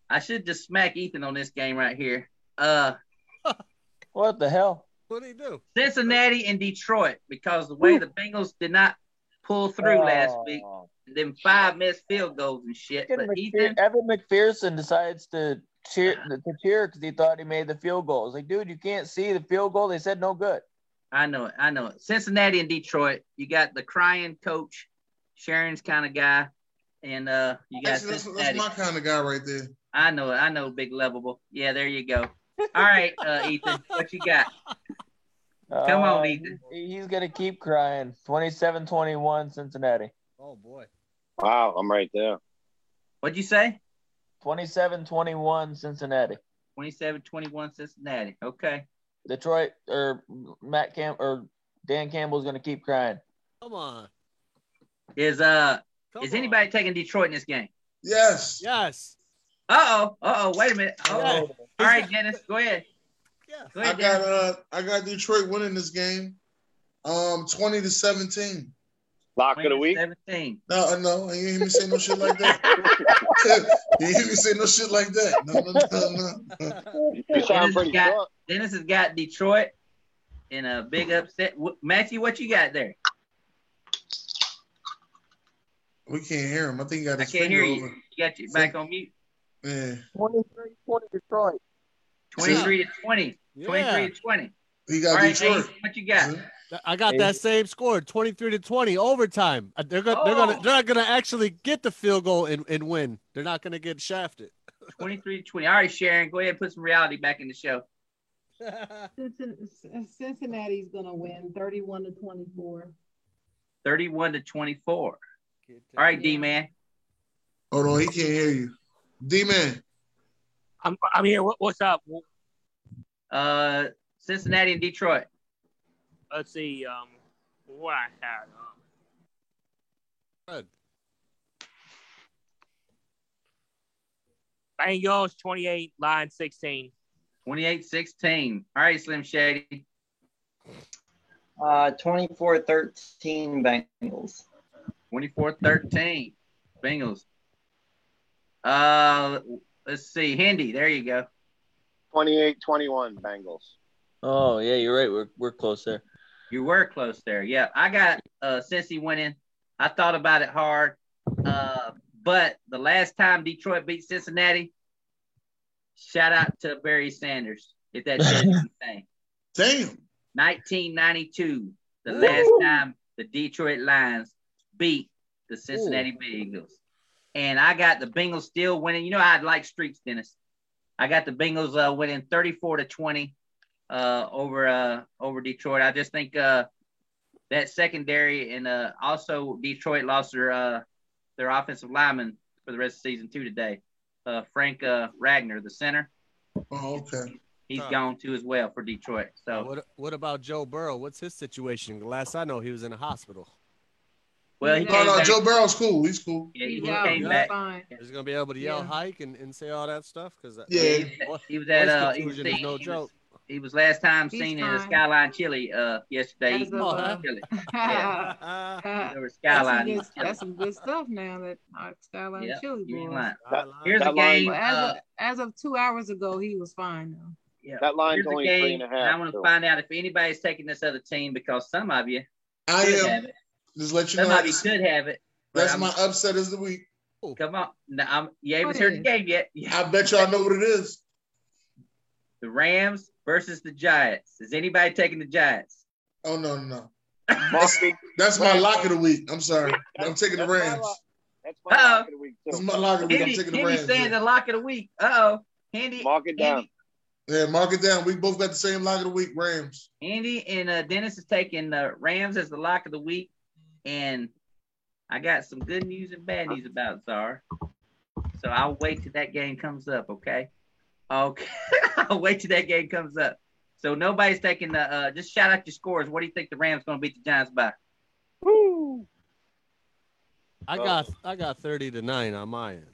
Speaker 4: I should just smack Ethan on this game right here. Uh,
Speaker 6: what the hell?
Speaker 13: What do you do?
Speaker 4: Cincinnati and Detroit because the way the Bengals did not pull through last
Speaker 6: Oh,
Speaker 4: week, them five missed field goals and shit.
Speaker 6: Evan,
Speaker 4: But
Speaker 6: McPher-
Speaker 4: Ethan,
Speaker 6: Evan McPherson decides to cheer to cheer because he thought he made the field goal. It's like, dude, you can't see the field goal. They said no good.
Speaker 4: I know it. I know it. Cincinnati and Detroit. You got the crying coach, Sharon's kind of guy, and uh, you got
Speaker 1: Actually, that's, that's
Speaker 4: Cincinnati.
Speaker 1: my kind of guy right there.
Speaker 4: I know it. I know big lovable. Yeah, there you go. All right, uh, Ethan, what you got? Come on, Ethan.
Speaker 6: Uh, He's gonna keep crying. 27-21 Cincinnati.
Speaker 13: Oh boy.
Speaker 10: Wow, I'm right there.
Speaker 4: What'd you say?
Speaker 6: 27-21 Cincinnati.
Speaker 4: 27-21 Cincinnati. Okay.
Speaker 6: Detroit or Matt Cam or Dan Campbell's gonna keep crying.
Speaker 13: Come on.
Speaker 4: Is uh is anybody taking Detroit in this game?
Speaker 1: Yes.
Speaker 13: Yes.
Speaker 4: Uh oh. Uh oh. Wait a minute. Oh.
Speaker 1: Yeah.
Speaker 4: All right, Dennis, go ahead. Go
Speaker 1: I
Speaker 4: ahead,
Speaker 1: got
Speaker 4: Dennis.
Speaker 1: uh, I got Detroit winning this game, um, twenty to seventeen.
Speaker 10: Lock of the week.
Speaker 4: Seventeen.
Speaker 1: No, uh, no, you ain't hear me say no shit like that. you ain't hear me say no shit like that. No, no, no, no.
Speaker 10: You sound
Speaker 4: Dennis, has
Speaker 10: pretty
Speaker 4: got, Dennis has got Detroit in a big upset. Wh- Matthew, what you got there?
Speaker 1: We can't hear him. I think he got
Speaker 4: I
Speaker 1: his
Speaker 4: can't
Speaker 1: finger
Speaker 4: hear you.
Speaker 1: over.
Speaker 4: You got you back on mute.
Speaker 1: Yeah.
Speaker 6: 23 20 Detroit.
Speaker 4: 23 to 20.
Speaker 13: Yeah.
Speaker 4: 23 to 20.
Speaker 1: He
Speaker 4: All
Speaker 1: got
Speaker 4: right,
Speaker 1: Detroit.
Speaker 4: Ace, what you got?
Speaker 13: I got that same score, 23 to 20, overtime. Uh, They're gonna, they're gonna,
Speaker 4: Oh.
Speaker 13: they're not gonna actually get the field goal and, and win. They're not gonna get shafted.
Speaker 4: 23 to 20. All right, Sharon, go ahead and put some reality back in the show.
Speaker 3: Cincin- Cincinnati's gonna win 31 to 24.
Speaker 4: 31 to 24. All right, D man.
Speaker 1: Hold on, he can't hear you. D man.
Speaker 12: I'm I'm here. What, what's up?
Speaker 4: Uh, Cincinnati and Detroit.
Speaker 12: Let's see. Um, what I had. Um,
Speaker 13: Good.
Speaker 12: Bengals 28, line 16.
Speaker 4: 28 16. All right, Slim Shady.
Speaker 14: Uh, 24-13 Bengals.
Speaker 4: 24 13. Bengals. Uh, let's see. Hindi, there you go.
Speaker 10: 28-21 Bengals.
Speaker 6: Oh yeah, you're right. We're we're close there.
Speaker 4: You were close there. Yeah, I got uh Cincy winning. I thought about it hard. Uh, but the last time Detroit beat Cincinnati, shout out to Barry Sanders. If that says anything.
Speaker 1: Damn.
Speaker 4: 1992, the last time the Detroit Lions beat the Cincinnati Bengals. And I got the Bengals still winning. You know, I like streaks, Dennis. I got the Bengals uh, winning 34 to 20 uh, over uh, over Detroit. I just think uh, that secondary and uh, also Detroit lost their uh, their offensive lineman for the rest of season two today. Uh, Frank uh, Ragnar, the center,
Speaker 1: Oh, okay.
Speaker 4: he's
Speaker 13: Huh.
Speaker 4: gone too as well for Detroit. So
Speaker 13: What, what about Joe Burrow? What's his situation? Last I know, he was in a hospital.
Speaker 4: well, he
Speaker 1: No,
Speaker 4: came
Speaker 1: no,
Speaker 4: back-
Speaker 1: Joe Burrow's cool. He's cool.
Speaker 4: Yeah, he,
Speaker 3: He's
Speaker 4: he
Speaker 3: out.
Speaker 4: came
Speaker 3: He's
Speaker 4: back.
Speaker 3: fine.
Speaker 13: He's gonna be able to yell
Speaker 3: Yeah.
Speaker 13: hike and, and say all that stuff because
Speaker 1: Yeah.
Speaker 4: He, was- he was at uh, he was,
Speaker 13: conclusion is
Speaker 4: seen-
Speaker 13: no
Speaker 4: he, was,
Speaker 13: joke.
Speaker 4: he was last time
Speaker 3: He's
Speaker 4: seen in a
Speaker 3: fine.
Speaker 4: Skyline Chili uh yesterday.
Speaker 3: As
Speaker 4: eating
Speaker 3: of,
Speaker 4: some
Speaker 3: uh,
Speaker 4: chili. Yeah.
Speaker 3: Uh,
Speaker 4: There was
Speaker 3: that's, some
Speaker 4: Skyline.
Speaker 3: good,
Speaker 4: eating chili.
Speaker 3: that's some good stuff now that uh, Skyline
Speaker 4: Yeah,
Speaker 3: Chili
Speaker 4: you ain't
Speaker 3: Boys.
Speaker 4: lying.
Speaker 10: That,
Speaker 4: Here's
Speaker 10: that
Speaker 4: a
Speaker 10: line-
Speaker 4: game.
Speaker 3: But as,
Speaker 4: Uh,
Speaker 3: of, as of two hours ago, he was fine though.
Speaker 4: yeah.
Speaker 10: that line's
Speaker 4: Here's a
Speaker 10: only
Speaker 4: game.
Speaker 10: three and a half.
Speaker 4: I want to
Speaker 10: so-
Speaker 4: find out if anybody's taking this other team because some of you
Speaker 1: I
Speaker 4: could have
Speaker 1: am.
Speaker 4: it.
Speaker 1: Just let you
Speaker 4: Some
Speaker 1: know.
Speaker 4: of you could have it. but
Speaker 1: That's
Speaker 4: I'm-
Speaker 1: my upset of the week.
Speaker 4: Come on. No, I'm, you haven't
Speaker 3: What
Speaker 4: heard the
Speaker 3: is?
Speaker 4: game yet. Yeah.
Speaker 1: I bet y'all know what it is.
Speaker 4: The Rams versus the Giants. Is anybody taking the Giants?
Speaker 1: Oh no, no, no.
Speaker 10: Must be-
Speaker 1: That's my lock of the week. I'm sorry. I'm taking the
Speaker 10: That's my
Speaker 1: Rams.
Speaker 10: lock- That's my
Speaker 4: Uh-oh.
Speaker 10: lock of the week
Speaker 1: That's
Speaker 10: too.
Speaker 1: my lock of the week. I'm
Speaker 4: Handy,
Speaker 1: taking the
Speaker 4: Handy
Speaker 1: Rams.
Speaker 4: saying
Speaker 1: Yeah.
Speaker 4: the lock of the week. Uh oh. Handy,
Speaker 10: Mark it down.
Speaker 4: Handy,
Speaker 1: Yeah, mark it down. We both got the same lock of the week. Rams.
Speaker 4: Andy and uh, Dennis is taking uh, Rams as the lock of the week, and I got some good news and bad news about Czar. So I'll wait till that game comes up, okay? Okay. I'll wait till that game comes up. So nobody's taking the uh, just shout out your scores. What do you think the Rams gonna beat the Giants by?
Speaker 13: Woo. I got I got thirty to nine on my end.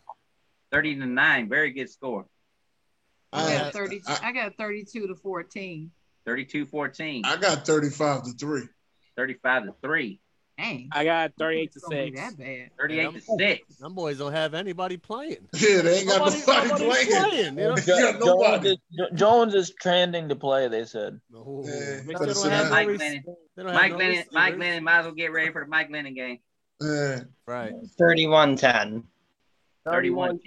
Speaker 4: Thirty to nine, very good score.
Speaker 3: I
Speaker 1: Uh,
Speaker 3: got 30, I got 32 to 14.
Speaker 4: 32-14.
Speaker 1: I got 35 to 3.
Speaker 4: 35 to 3.
Speaker 3: Dang.
Speaker 12: I got 38 to
Speaker 13: It's gonna be
Speaker 12: 6.
Speaker 13: that bad.
Speaker 4: 38
Speaker 13: to
Speaker 4: 6.
Speaker 13: Them boys don't have anybody playing.
Speaker 1: Yeah, they
Speaker 6: ain't got nobody playing.
Speaker 13: you know?
Speaker 6: Jo- Jones, is, Jones is trending to play. They said.
Speaker 13: They
Speaker 6: could've
Speaker 13: don't
Speaker 6: said that.
Speaker 13: have no
Speaker 4: Mike
Speaker 13: rec-
Speaker 4: Lennon.
Speaker 13: they don't have
Speaker 4: Mike
Speaker 13: no
Speaker 4: Lennon, Mike
Speaker 13: receivers.
Speaker 4: Lennon might as well get ready for the Mike Lennon game.
Speaker 13: Right.
Speaker 14: 31 10.
Speaker 4: 31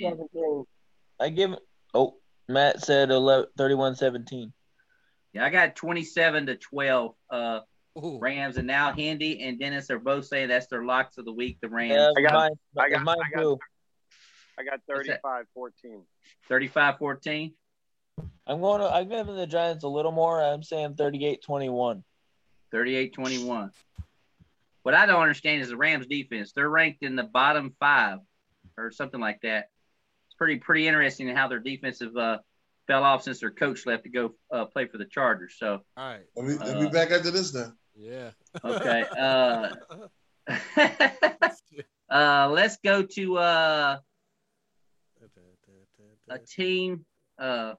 Speaker 6: I give. Oh, Matt said 11, 31
Speaker 4: Yeah, I got 27 to 12 uh, Rams, and now Handy and Dennis are both saying that's their locks of the week, the Rams.
Speaker 6: Yeah, I got- mine- I got- mine I got- too.
Speaker 10: I got
Speaker 4: What's that?
Speaker 10: 35 14.
Speaker 4: 35 14.
Speaker 6: I'm going to. I'm giving the Giants a little more. I'm saying 38-21.
Speaker 4: 38 21. What I don't understand is the Rams defense. They're ranked in the bottom five or something like that. It's pretty pretty interesting how their defensive uh, fell off since their coach left to go uh, play for the Chargers. So,
Speaker 13: All right.
Speaker 1: Let me,
Speaker 4: Uh,
Speaker 1: let me back after this now.
Speaker 13: Yeah.
Speaker 4: okay. Uh, uh, let's go to uh, a team. Uh,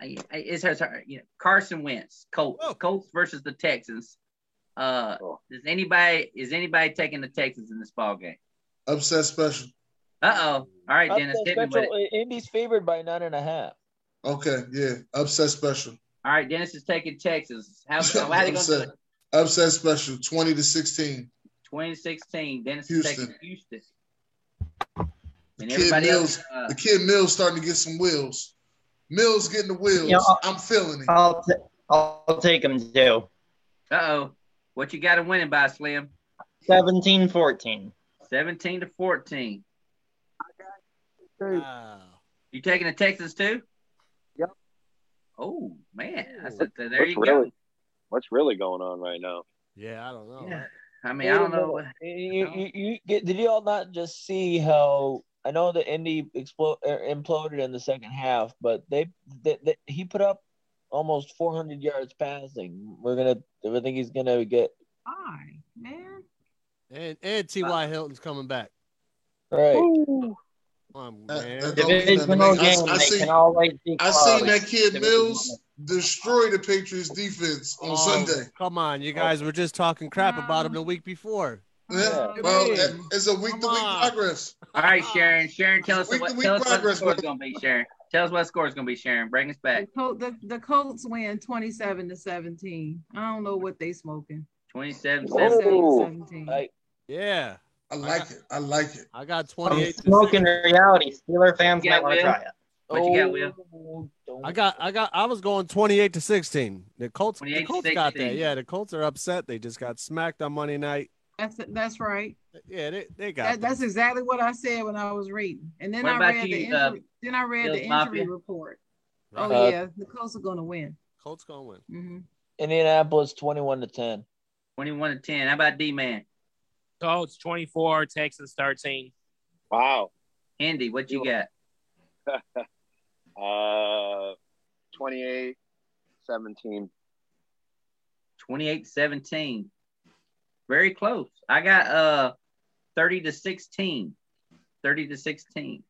Speaker 4: I, I, it's hard, it's hard, you know, Carson Wentz, Colts, Colts versus the Texans. Uh,
Speaker 6: Oh.
Speaker 4: does anybody is anybody taking the Texans in this ball game?
Speaker 1: Upset special.
Speaker 4: Uh oh. All right,
Speaker 6: Up
Speaker 4: Dennis,
Speaker 6: the
Speaker 4: hit me with it.
Speaker 6: special, Indy's favored by nine and a half.
Speaker 1: Okay, yeah. Upset special.
Speaker 4: All right, Dennis is taking Texas. How, how are they going to do
Speaker 1: upset.
Speaker 4: it?
Speaker 1: upset special. Twenty to sixteen.
Speaker 4: 2016, Dennis is taking
Speaker 1: Houston.
Speaker 4: Houston.
Speaker 1: The
Speaker 4: And
Speaker 1: kid
Speaker 4: everybody
Speaker 1: Mills.
Speaker 4: else, uh,
Speaker 1: the kid Mills starting to get some wheels. Mills getting the wheels.
Speaker 14: Yeah, I'll-
Speaker 1: I'm feeling it.
Speaker 14: I'll, t- I'll take them too.
Speaker 4: Uh oh. What you got to winning by, Slim?
Speaker 14: 17 14.
Speaker 4: 17 to 14.
Speaker 13: Wow.
Speaker 4: You taking the Texans too?
Speaker 10: Yep.
Speaker 4: Oh, man. That's a, there you
Speaker 10: what's
Speaker 4: go.
Speaker 10: Really, what's really going on right now?
Speaker 13: Yeah, I don't know.
Speaker 4: Yeah. I mean, I don't know.
Speaker 6: You, you, you, did you all not just see how? I know the Indy explo- er, imploded in the second half, but they, they, they he put up almost 400 yards passing. We're gonna. I think he's gonna get
Speaker 3: Fine, man.
Speaker 13: And and T. Y. Hilton's coming back.
Speaker 6: right.
Speaker 13: Um,
Speaker 1: That-
Speaker 13: man.
Speaker 1: that don't mean nothing.
Speaker 14: Divisional
Speaker 1: I- I
Speaker 14: game, they
Speaker 1: seen-
Speaker 14: can always be
Speaker 1: I seen
Speaker 14: close.
Speaker 1: that kid Mills destroy the Patriots defense on
Speaker 13: Oh,
Speaker 1: Sunday.
Speaker 13: Come on, you guys were just talking crap about him the week before.
Speaker 1: Yeah.
Speaker 13: Yeah.
Speaker 1: Well,
Speaker 13: Yeah.
Speaker 1: that- it's a week to week progress.
Speaker 4: All right, Sharon. Sharon, tell us
Speaker 1: Week
Speaker 4: what,
Speaker 1: to week
Speaker 4: tell us what the
Speaker 1: progress,
Speaker 4: score is going to be, Sharon. Tell us what the score is going to be, Sharon. Bring us back.
Speaker 3: The, Col- the, the Colts win 27 to 17. I don't know what they smoking.
Speaker 4: 27
Speaker 3: 27
Speaker 6: I,
Speaker 13: Yeah.
Speaker 1: I like it. I like it.
Speaker 13: I got
Speaker 14: I'm
Speaker 13: 28 to
Speaker 14: smoking reality. Steeler fans
Speaker 4: Yeah,
Speaker 14: might want to
Speaker 4: Will.
Speaker 14: try it.
Speaker 4: What you got, Will?
Speaker 13: I got, I got, I was going twenty-eight to sixteen. The Colts, the
Speaker 4: 28 to
Speaker 13: Colts got that.
Speaker 4: 16.
Speaker 13: Yeah, the Colts are upset. They just got smacked on Monday night.
Speaker 3: That's that's right.
Speaker 13: Yeah, they, they got.
Speaker 3: That,
Speaker 13: them.
Speaker 3: that's exactly what I said when I was reading. And then
Speaker 4: What
Speaker 3: I
Speaker 4: about
Speaker 3: read the
Speaker 4: you,
Speaker 3: injury,
Speaker 4: uh,
Speaker 3: then I read the
Speaker 4: Bills
Speaker 3: injury
Speaker 4: Mafia?
Speaker 3: report.
Speaker 13: Right.
Speaker 3: Oh
Speaker 6: Uh,
Speaker 3: yeah, the Colts are gonna win.
Speaker 13: Colts gonna win.
Speaker 3: hmm
Speaker 6: Indianapolis 21 to 10.
Speaker 4: 21 to 10. How about D Man?
Speaker 12: Colts 24, Texans 13.
Speaker 10: Wow.
Speaker 4: Andy, what you got?
Speaker 10: Uh, 28 17.
Speaker 4: 28 17. Very close. I got uh 30 to 16. 30 to 16.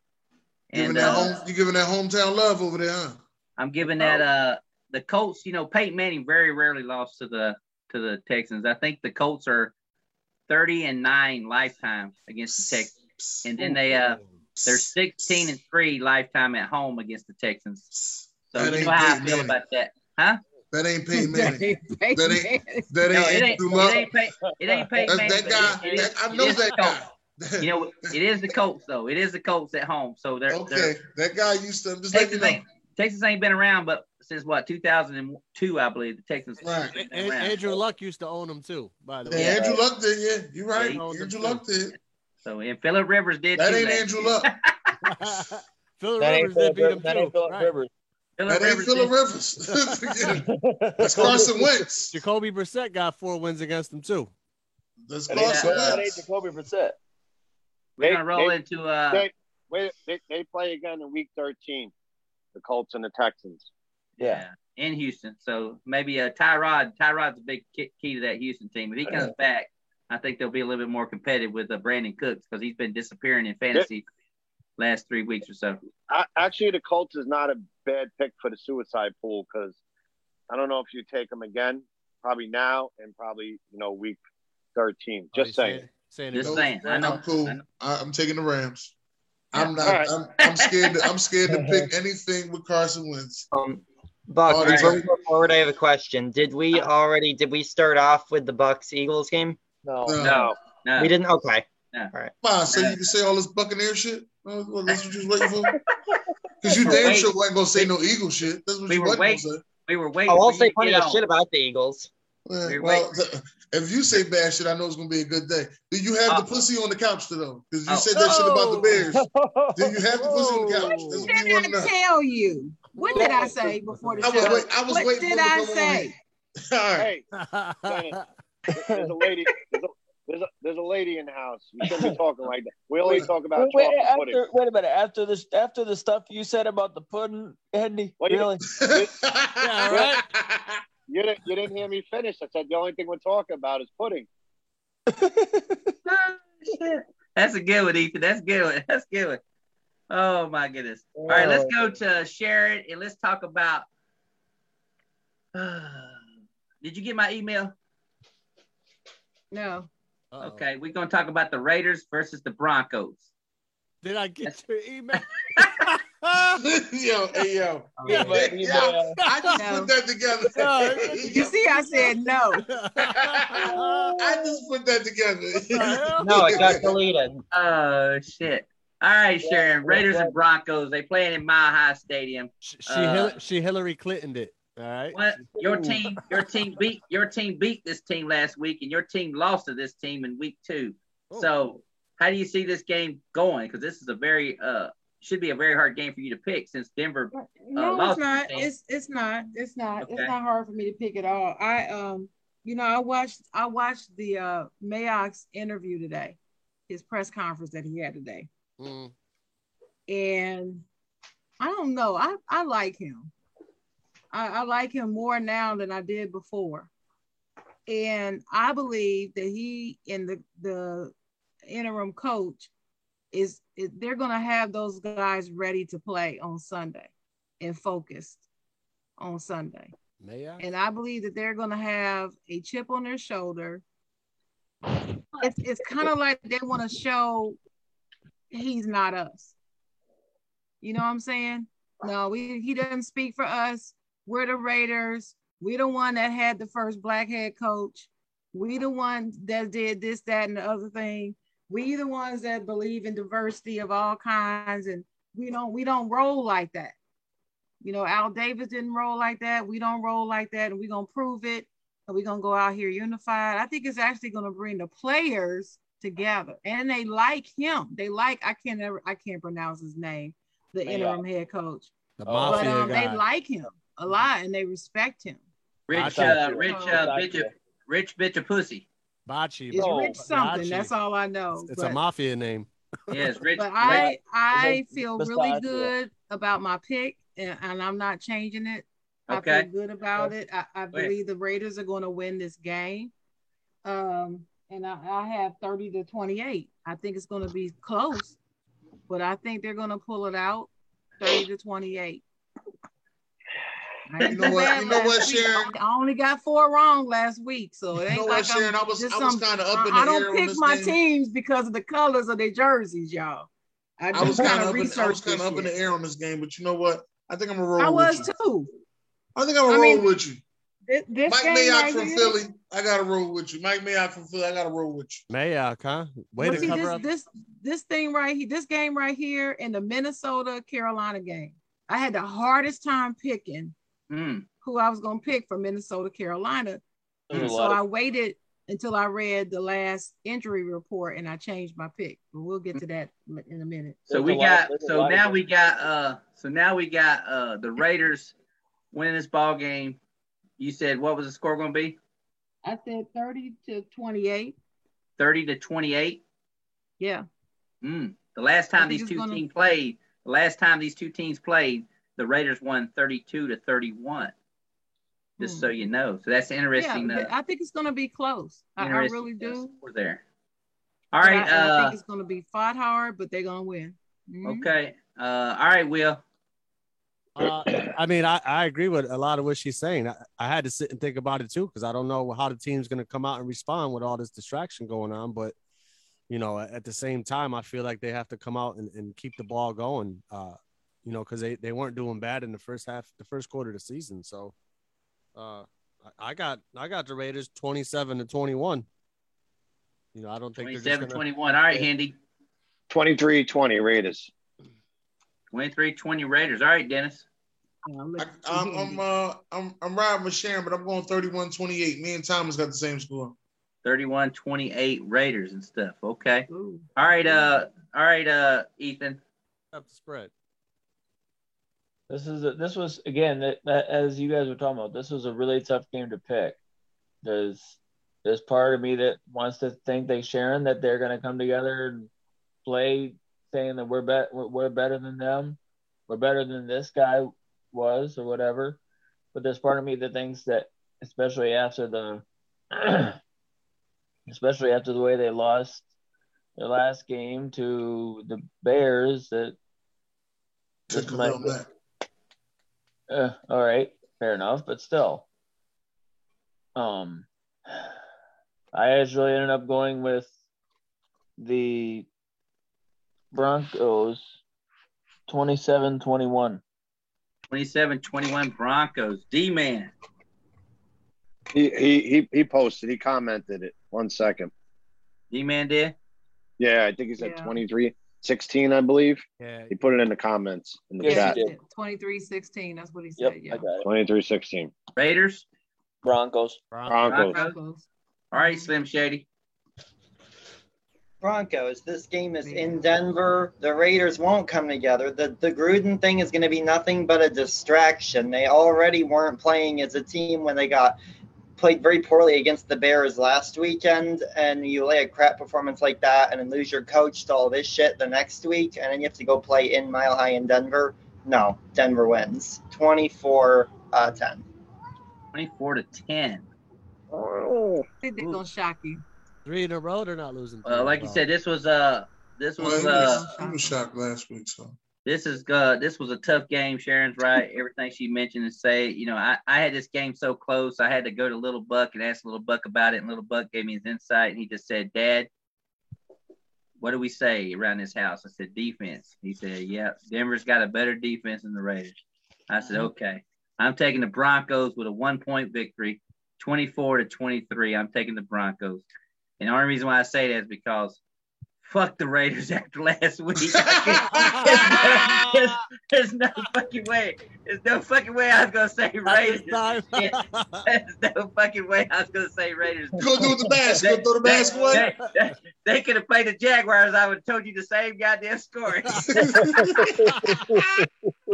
Speaker 1: Giving
Speaker 4: And
Speaker 1: that
Speaker 4: uh,
Speaker 1: home, you giving that hometown love over there, huh?
Speaker 4: I'm giving
Speaker 1: Oh.
Speaker 4: that uh the Colts, you know, Peyton Manning very rarely lost to the to the Texans. I think the Colts are 30 and 9 lifetime against the Texans. And then they uh they're 16 and 3 lifetime at home against the Texans. So
Speaker 1: That
Speaker 4: you
Speaker 1: ain't
Speaker 4: know how I
Speaker 1: Peyton
Speaker 4: feel
Speaker 1: Manning.
Speaker 4: about that. Huh?
Speaker 1: That ain't Peyton Manning.
Speaker 3: Peyton
Speaker 1: that ain't that
Speaker 4: No, it
Speaker 1: ain't,
Speaker 4: ain't,
Speaker 1: Andrew
Speaker 4: it
Speaker 1: Luck.
Speaker 4: ain't, Pey- it ain't Peyton
Speaker 1: That's-
Speaker 4: Manning.
Speaker 1: that
Speaker 4: but it-
Speaker 1: guy-
Speaker 4: it is-
Speaker 1: that- I
Speaker 4: it
Speaker 1: know
Speaker 4: is
Speaker 1: that
Speaker 4: the Colts. You know, it is the Colts though. It is the Colts at home. So they're
Speaker 1: Okay,
Speaker 4: they're
Speaker 1: that guy used to. I'm just letting you
Speaker 4: Texas
Speaker 1: know.
Speaker 4: ain't, Texas ain't been around, but since what 2002, I believe the Texans.
Speaker 1: Right.
Speaker 4: ain't
Speaker 13: An-
Speaker 4: been around.
Speaker 13: Andrew Luck used to own them too. By the
Speaker 1: Yeah,
Speaker 13: way,
Speaker 1: Andrew Luck did. Yeah, you're right.
Speaker 4: Yeah,
Speaker 13: he-
Speaker 1: Andrew Luck did.
Speaker 4: So and Philip Rivers did.
Speaker 1: That
Speaker 4: too
Speaker 1: ain't
Speaker 4: last
Speaker 1: Andrew
Speaker 4: year.
Speaker 1: Luck.
Speaker 13: Phillip
Speaker 6: That ain't
Speaker 13: Rivers did
Speaker 6: Phillip
Speaker 13: beat
Speaker 6: Rivers.
Speaker 13: him
Speaker 6: That
Speaker 13: too.
Speaker 6: ain't Phillip
Speaker 13: Right.
Speaker 6: Rivers.
Speaker 4: Phillip
Speaker 1: That ain't
Speaker 4: Rivers.
Speaker 1: Phillip
Speaker 4: did.
Speaker 1: Rivers. Forget it. That's Carson Wentz.
Speaker 13: Jacoby Brissett got four wins against them too.
Speaker 1: That's
Speaker 11: and they
Speaker 1: close
Speaker 6: uh,
Speaker 11: still
Speaker 1: enough.
Speaker 11: played Jacoby Brissett.
Speaker 4: We're gonna roll into uh
Speaker 10: They, wait, they, they play again in week 13, the Colts and the Texans.
Speaker 4: yeah. uh, in Houston. So maybe uh, Tyrod. Tyrod's a big ki- key to that Houston team. If he comes back, I think they'll be a little bit more competitive with uh, Brandon Cooks because he's been disappearing in fantasy last three weeks or so.
Speaker 10: I, actually, the Colts is not a bad pick for the suicide pool because I don't know if you take them again, probably now and probably you know week
Speaker 13: Oh,
Speaker 10: 13. Just saying.
Speaker 13: saying
Speaker 4: Just saying. I know.
Speaker 1: I'm cool.
Speaker 4: I
Speaker 1: I am taking the Rams. I'm
Speaker 4: Yeah.
Speaker 1: not.
Speaker 4: Alright.
Speaker 1: I'm, I'm scared. To, I'm scared to pick anything with Carson Wentz.
Speaker 14: Um, Buck,
Speaker 1: Oh,
Speaker 14: before
Speaker 1: yeah.
Speaker 14: we go forward, I have a question. Did we already did we start off with the Bucks Eagles game?
Speaker 11: No.
Speaker 1: No.
Speaker 4: No.
Speaker 14: We didn't. Okay.
Speaker 4: No.
Speaker 14: All right.
Speaker 1: Fine. So you can say all this Buccaneer shit. That's what that's what you was waiting for. Because you damn sure wasn't gonna say no Eagle shit. That's what
Speaker 4: We
Speaker 1: you
Speaker 4: were
Speaker 1: wasn't gonna
Speaker 4: waiting.
Speaker 1: say.
Speaker 4: We were waiting.
Speaker 14: Oh, I'll
Speaker 4: for you
Speaker 14: say
Speaker 4: to
Speaker 14: plenty
Speaker 4: get
Speaker 14: of
Speaker 4: on.
Speaker 14: shit about the Eagles.
Speaker 1: Well,
Speaker 4: We're
Speaker 1: well, th- if you say bad shit, I know it's gonna be a good day. Do you have the pussy on the couch though? Because you
Speaker 4: Uh, Oh.
Speaker 1: said that shit about the Bears. Do you have the pussy on the couch? That's
Speaker 3: What
Speaker 1: what we want to
Speaker 3: did I
Speaker 1: know.
Speaker 3: tell you? What did I say before the
Speaker 1: I
Speaker 3: show?
Speaker 1: was wait- I was
Speaker 3: what
Speaker 1: waiting
Speaker 3: did
Speaker 1: for it to
Speaker 3: I
Speaker 1: come on
Speaker 3: say?
Speaker 1: All right.
Speaker 10: Hey, Dennis, there's a lady. There's a, there's a, there's a lady in the house. You shouldn't be talking like that. We only talk about
Speaker 11: wait,
Speaker 10: chalk and pudding.
Speaker 11: after, wait a minute. After this, after the stuff you said about the pudding, Andy,
Speaker 10: Well, you-
Speaker 11: really?
Speaker 13: Yeah, right.
Speaker 10: You didn't, you didn't hear me finish. I said the only thing we're talking about is pudding.
Speaker 4: That's a good one, Ethan. That's a good one. That's a good one. Oh my goodness. All right, let's go to Sharon and let's talk about. Did you get my email?
Speaker 3: No.
Speaker 4: Okay, we're gonna talk about the Raiders versus the Broncos.
Speaker 13: Did I get your email?
Speaker 1: yo, hey, yo.
Speaker 4: Oh,
Speaker 11: Get my
Speaker 1: Yeah,
Speaker 11: email.
Speaker 1: I just
Speaker 3: No.
Speaker 1: put that together.
Speaker 13: No.
Speaker 3: You see, I said no.
Speaker 1: I just put that together.
Speaker 14: No, it got deleted.
Speaker 4: Oh shit. All right, Sharon. Raiders and Broncos. They playing in Mile High Stadium.
Speaker 13: She
Speaker 4: Uh,
Speaker 13: Hil- she Hillary Clinton it. All right.
Speaker 4: What your team your team beat your team beat this team last week and your team lost to this team in week two.
Speaker 13: Oh.
Speaker 4: So uh, how do you see this game going? Because this is a very uh should be a very hard game for you to pick since Denver uh,
Speaker 3: No, it's
Speaker 4: lost
Speaker 3: not.
Speaker 4: to them.
Speaker 3: It's it's not. It's not. It's
Speaker 4: Okay.
Speaker 3: not hard for me to pick at all. I um, you know, I watched I watched the uh Mayock's interview today, his press conference that he had today, and I don't know. I I like him. I, I like him more now than I did before, and I believe that he and the the interim coach is is- they're gonna have those guys ready to play on Sunday and focused on Sunday.
Speaker 13: May I?
Speaker 3: And I believe that they're going to have a chip on their shoulder. It's, it's kind of like they want to show he's not us. You know what I'm saying? No, we he doesn't speak for us. We're the Raiders. We the one that had the first black head coach. We the one that did this, that, and the other thing. We the ones that believe in diversity of all kinds, and we don't we don't roll like that. You know, Al Davis didn't roll like that. We don't roll like that, and we're gonna prove it. And we're gonna go out here unified. I think it's actually gonna bring the players together, and they like him. They like I can't ever I can't pronounce his name, the
Speaker 11: Mayock.
Speaker 3: interim head coach.
Speaker 13: The
Speaker 3: But
Speaker 13: mafia
Speaker 3: um,
Speaker 13: guy.
Speaker 3: they like him a lot, and they respect him.
Speaker 4: Rich
Speaker 13: I
Speaker 4: uh,
Speaker 13: thought-
Speaker 4: rich uh, bitch of, rich bitch of pussy.
Speaker 13: Bocce.
Speaker 3: It's
Speaker 13: bro.
Speaker 3: Rich something.
Speaker 13: Bocce.
Speaker 3: That's all I know.
Speaker 13: It's, it's
Speaker 3: but,
Speaker 13: a mafia name.
Speaker 4: Yes, rich
Speaker 3: but I I
Speaker 11: Rich-
Speaker 3: feel
Speaker 11: Rich
Speaker 3: really
Speaker 11: Boccia.
Speaker 3: good about my pick, and, and I'm not changing it. I
Speaker 4: Okay.
Speaker 3: feel good about it. I, I
Speaker 4: Go ahead.
Speaker 3: believe the Raiders are going to win this game. Um, and I, I have 30 to 28. I think it's going to be close, but I think they're going to pull it out 30 to 28. I
Speaker 1: You
Speaker 3: didn't
Speaker 1: know
Speaker 3: do
Speaker 1: what-
Speaker 3: bad
Speaker 1: you know
Speaker 3: last
Speaker 1: what,
Speaker 3: week.
Speaker 1: Sharon?
Speaker 3: I only got four wrong last week, so it
Speaker 1: You
Speaker 3: ain't
Speaker 1: know
Speaker 3: like
Speaker 1: what, Sharon?
Speaker 3: I'm
Speaker 1: I was
Speaker 3: just
Speaker 1: I was
Speaker 3: some-
Speaker 1: kind of up in
Speaker 3: I, I
Speaker 1: the air
Speaker 3: don't
Speaker 1: on
Speaker 3: pick
Speaker 1: this
Speaker 3: my
Speaker 1: game.
Speaker 3: teams because of the colors of their jerseys, y'all. I
Speaker 1: I was
Speaker 3: just
Speaker 1: kind
Speaker 3: kind of
Speaker 1: of up in I was
Speaker 3: researched
Speaker 1: kind
Speaker 3: this
Speaker 1: of up in the
Speaker 3: shit.
Speaker 1: air on this game, but you know what? I think I'm gonna roll
Speaker 3: I
Speaker 1: with
Speaker 3: was
Speaker 1: you.
Speaker 3: too.
Speaker 1: I think I'm
Speaker 3: I
Speaker 1: gonna roll
Speaker 3: mean,
Speaker 1: with you.
Speaker 3: This, this
Speaker 1: Mike
Speaker 3: game
Speaker 1: Mayock
Speaker 3: right
Speaker 1: from
Speaker 3: here-
Speaker 1: Philly, I gotta roll with you. Mike Mayock from Philly, I gotta roll with you.
Speaker 13: Mayock, huh? Way
Speaker 3: but
Speaker 13: to
Speaker 3: see,
Speaker 13: cover
Speaker 3: this,
Speaker 13: up.
Speaker 3: This this thing right here, this game right here, in the Minnesota Carolina game, I had the hardest time picking
Speaker 4: Mm.
Speaker 3: who I was gonna pick for Minnesota Carolina.
Speaker 11: There's a
Speaker 3: So
Speaker 11: lot of-
Speaker 3: I waited until I read the last injury report and I changed my pick. But we'll get to that in a minute.
Speaker 4: So
Speaker 11: There's
Speaker 4: we
Speaker 11: a lot of-
Speaker 4: got
Speaker 11: there's a
Speaker 4: so
Speaker 11: lot of
Speaker 4: now
Speaker 11: them.
Speaker 4: we got uh so now we got uh the Raiders winning this ball game. You said what was the score going to be?
Speaker 3: I said 30 to 28.
Speaker 4: thirty to twenty-eight.
Speaker 3: Yeah.
Speaker 4: Mm. The last time these
Speaker 3: it's
Speaker 4: two
Speaker 3: gonna-
Speaker 4: teams played, the last time these two teams played, the Raiders won thirty-two to thirty-one. Just so you know, so that's interesting.
Speaker 3: Hmm. Yeah,
Speaker 4: uh,
Speaker 3: I think it's gonna be close. I, I
Speaker 4: Interesting,
Speaker 3: really do.
Speaker 4: we're there. All
Speaker 3: But
Speaker 4: right.
Speaker 3: I, I
Speaker 4: uh,
Speaker 3: think it's gonna be fought hard, but they're gonna win. Mhm.
Speaker 4: okay. Uh, all right, Will.
Speaker 13: Uh, I mean, I, I agree with a lot of what she's saying. I, I had to sit and think about it too because I don't know how the team's going to come out and respond with all this distraction going on. But, you know, at the same time, I feel like they have to come out and, and keep the ball going, uh, you know, because they, they weren't doing bad in the first half, the first quarter of the season. So uh, I- I got I got the Raiders 27 to 21. You know, I don't think they're just
Speaker 4: 27
Speaker 13: gonna-
Speaker 4: 21. All right, Handy.
Speaker 10: 23 20 Raiders.
Speaker 4: 23 20 Raiders. All right, Dennis.
Speaker 1: I, I'm I'm uh I'm I'm riding with Sharon, but I'm going 31-28. Me and Thomas got the same score.
Speaker 4: 31 28 Raiders and stuff. Okay. All right, uh, all right, uh, Ethan.
Speaker 13: Up the spread.
Speaker 6: This is a, this was again that, that as you guys were talking about, this was a really tough game to pick. There's there's part of me that wants to think they Sharon that they're gonna come together and play, saying that we're bet we're, we're better than them, we're better than this guy was or whatever. But there's part of me that thinks that especially after the especially after the way they lost their last game to the Bears that this might be, uh, all right, fair enough, but still. Um I actually ended up going with the Broncos 27-21.
Speaker 4: 27 21 Broncos. D man.
Speaker 10: He, he he he posted. He commented it. One second.
Speaker 4: D man did.
Speaker 10: Yeah, I think he said
Speaker 3: Yeah.
Speaker 10: 23 16, I believe.
Speaker 13: Yeah.
Speaker 10: He put it in the comments in the
Speaker 3: Yeah,
Speaker 10: chat.
Speaker 3: he did. 23-16. That's what he said. yeah.
Speaker 10: 23 16.
Speaker 4: Raiders.
Speaker 6: Broncos.
Speaker 13: Uh,
Speaker 10: Broncos.
Speaker 4: All right,
Speaker 1: Mm-hmm.
Speaker 4: Slim Shady.
Speaker 15: Broncos. This game is in Denver. The Raiders won't come together. The the Gruden thing is going to be nothing but a distraction. They already weren't playing as a team when they got played very poorly against the Bears last weekend, and you lay a crap performance like that, and then lose your coach to all this shit the next week, and then you have to go play in Mile High in Denver. No, Denver wins 24 uh, 10.
Speaker 4: 24 to 10.
Speaker 10: Oh.
Speaker 3: I think they're gonna shock you.
Speaker 13: Three in a row, they're not losing.
Speaker 4: Well, like you said, this was uh this
Speaker 1: Well,
Speaker 4: was
Speaker 1: he
Speaker 4: uh
Speaker 1: was, he was shocked last week, so
Speaker 4: this is uh this was a tough game. Sharon's right. Everything she mentioned and say, you know, I, I had this game so close. I had to go to Little Buck and ask Little Buck about it, and Little Buck gave me his insight, and he just said, "Dad, what do we say around this house?" I said, "Defense." He said, "Yep, Denver's got a better defense than the Raiders." I said, "Okay, I'm taking the Broncos with a one point victory, 24 to 23. I'm taking the Broncos." And the only reason why I say that is because fuck the Raiders after last week. there's, there's no fucking way. There's no fucking way I was gonna say Raiders. Shit. There's no fucking way I was gonna say Raiders.
Speaker 1: You gonna do with the mask? You gonna throw the mask away?
Speaker 4: They, they- they could have played the Jaguars. I would have told you the same goddamn story.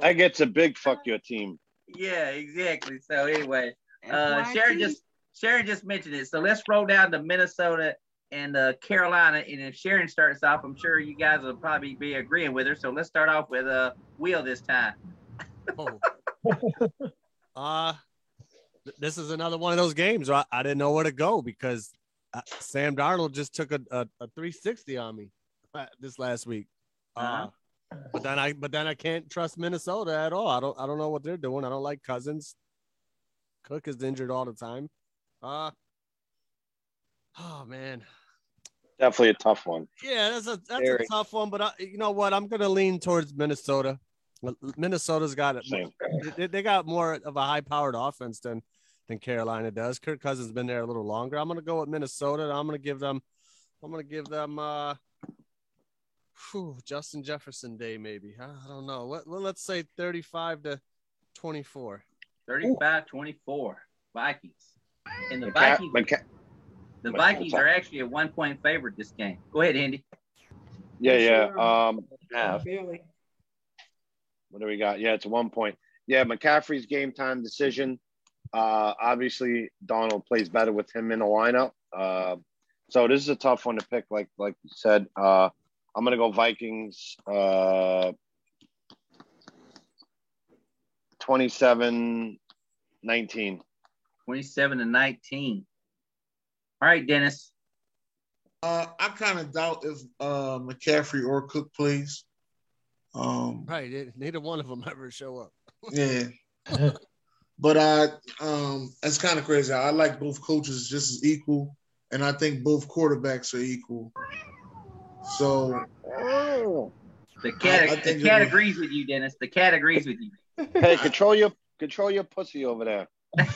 Speaker 10: That gets a big fuck your team.
Speaker 4: yeah, exactly. So anyway, uh, Sharon just Sharon just mentioned it. So let's roll down to Minnesota and uh, Carolina. And if Sharon starts off, I'm sure you guys will probably be agreeing with her. So let's start off with uh, Will this time.
Speaker 1: Oh.
Speaker 13: Uh, th- this is another one of those games where I, I didn't know where to go because uh Sam Darnold just took a, a, a 360 on me la- this last week. Uh, But then I but then I can't trust Minnesota at all. I don't I don't know what they're doing. I don't like Cousins. Cook is injured all the time. Uh, oh man,
Speaker 10: Definitely a tough one.
Speaker 13: yeah, that's a that's
Speaker 10: Very.
Speaker 13: a tough one, but I, you know what? I'm gonna lean towards Minnesota. Minnesota's got it.
Speaker 10: Same.
Speaker 13: They, they got more of a high-powered offense than than Carolina does. Kirk Cousins has been there a little longer. I'm gonna go with Minnesota. and I'm gonna give them. I'm gonna give them. uh whew, Justin Jefferson day, maybe. I I don't know. Let, well, let's say 35 to 24.
Speaker 4: 35 24 Vikings. And the
Speaker 13: Maca-
Speaker 4: Vikings
Speaker 10: Maca-
Speaker 4: the
Speaker 10: Maca-
Speaker 4: Vikings are actually a one point favorite this game. Go ahead, Andy.
Speaker 10: Yeah,
Speaker 4: Yes, you
Speaker 10: yeah. Um,
Speaker 3: Barely.
Speaker 10: What do we got? Yeah, it's one point. Yeah, McCaffrey's game time decision. Uh, obviously, Donald plays better with him in the lineup. Uh, So this is a tough one to pick. Like like you said, uh, I'm gonna go Vikings. Uh, 27 19.
Speaker 4: 27 to 19. All right, Dennis.
Speaker 1: Uh, I kind of doubt if uh, McCaffrey or Cook plays. Um,
Speaker 13: Right. it- Neither one of them ever show up.
Speaker 1: yeah, but I um, it's kind of crazy. I like both coaches just as equal, and I think both quarterbacks are equal. So
Speaker 4: The cat,
Speaker 1: I- I
Speaker 4: the
Speaker 1: think it
Speaker 4: cat
Speaker 1: was-
Speaker 4: agrees with you, Dennis. The cat agrees with you.
Speaker 10: Hey, control your control your pussy over there.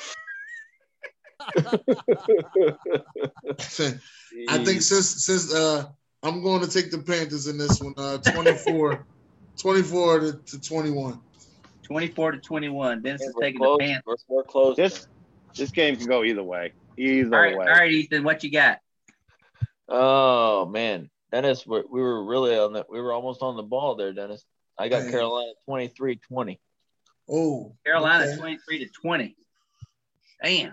Speaker 1: I think since since uh, I'm going to take the Panthers in this one, uh, 24, 24 to, to 21.
Speaker 4: 24 to 21. Dennis is
Speaker 10: We're
Speaker 4: taking
Speaker 10: close.
Speaker 4: the Panthers.
Speaker 10: We're close. This this game can go either way. Either
Speaker 4: All right,
Speaker 10: way.
Speaker 4: all right, Ethan, what you got?
Speaker 6: Oh man, Dennis, we we were really on that. We were almost on the ball there, Dennis. I got
Speaker 4: Yeah.
Speaker 6: Carolina 23-20.
Speaker 1: Oh,
Speaker 4: Carolina
Speaker 6: okay.
Speaker 4: 23 to 20. Damn.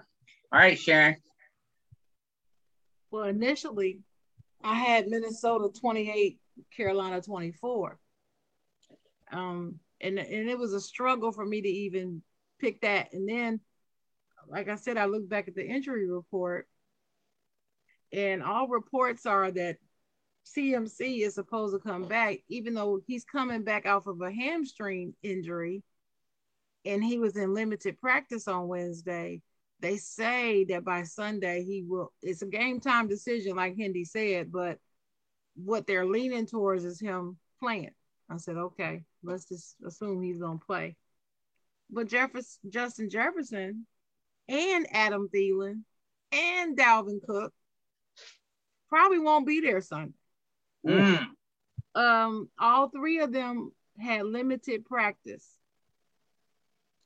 Speaker 4: All right, Sharon.
Speaker 3: Well, initially, I had Minnesota 28, Carolina 24. Um, and, and it was a struggle for me to even pick that. And then, like I said, I looked back at the injury report, and all reports are that CMC is supposed to come back, even though he's coming back off of a hamstring injury and he was in limited practice on Wednesday. They say that by Sunday he will. It's a game time decision, like Hendy said, but what they're leaning towards is him playing. I said, okay, let's just assume he's gonna play. But Jefferson, Justin Jefferson, and Adam Thielen, and Dalvin Cook probably won't be there Sunday.
Speaker 4: Mm.
Speaker 3: Um, all three of them had limited practice.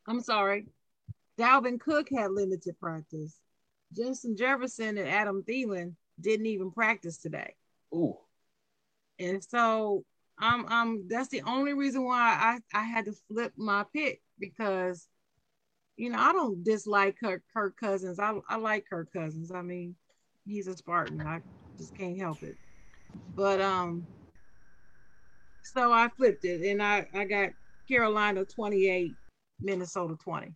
Speaker 3: I'm sorry. Dalvin Cook had limited practice. Justin Jefferson and Adam Thielen didn't even practice today.
Speaker 8: Ooh.
Speaker 3: And so I'm I'm that's the only reason why I, I had to flip my pick because you know I don't dislike Kirk, Kirk Cousins. I, I like Kirk Cousins. I mean, he's a Spartan. I just can't help it. But um so I flipped it and I, I got Carolina 28, Minnesota 20.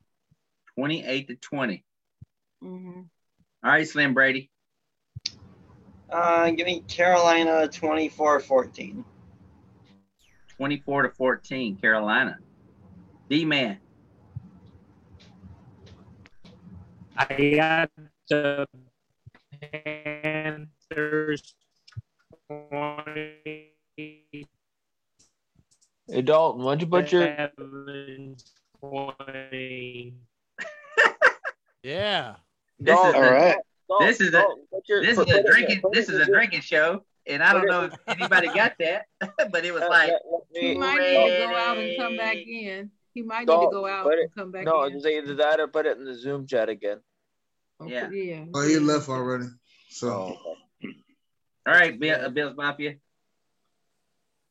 Speaker 4: 28 to 20.
Speaker 3: hmm
Speaker 4: All right, Slim Brady.
Speaker 15: Uh, give me Carolina 24 14.
Speaker 4: 24 to 14, Carolina. D man.
Speaker 12: I got the Panthers 20.
Speaker 6: Hey Dalton, why'd you put your
Speaker 12: 20.
Speaker 13: Yeah.
Speaker 4: This is
Speaker 6: Dalton,
Speaker 4: a-
Speaker 6: Dalton, Dalton,
Speaker 4: This is a
Speaker 6: Dalton, put your-
Speaker 4: this is
Speaker 6: put
Speaker 4: a
Speaker 6: it in-
Speaker 4: drinking
Speaker 6: put it
Speaker 4: this
Speaker 6: in
Speaker 4: is a
Speaker 6: your-
Speaker 4: drinking show, and I don't know if anybody got that, but it was
Speaker 6: Uh,
Speaker 4: like
Speaker 3: He might need to go out and come back in. He might need to
Speaker 6: Dalton,
Speaker 3: go out
Speaker 6: put it-
Speaker 3: and come back
Speaker 6: No,
Speaker 3: in.
Speaker 6: it's either that or put it in the Zoom chat again.
Speaker 4: Yeah.
Speaker 3: Yeah.
Speaker 1: Oh, he left already. So
Speaker 4: All right, Bill, uh, Bills Mafia.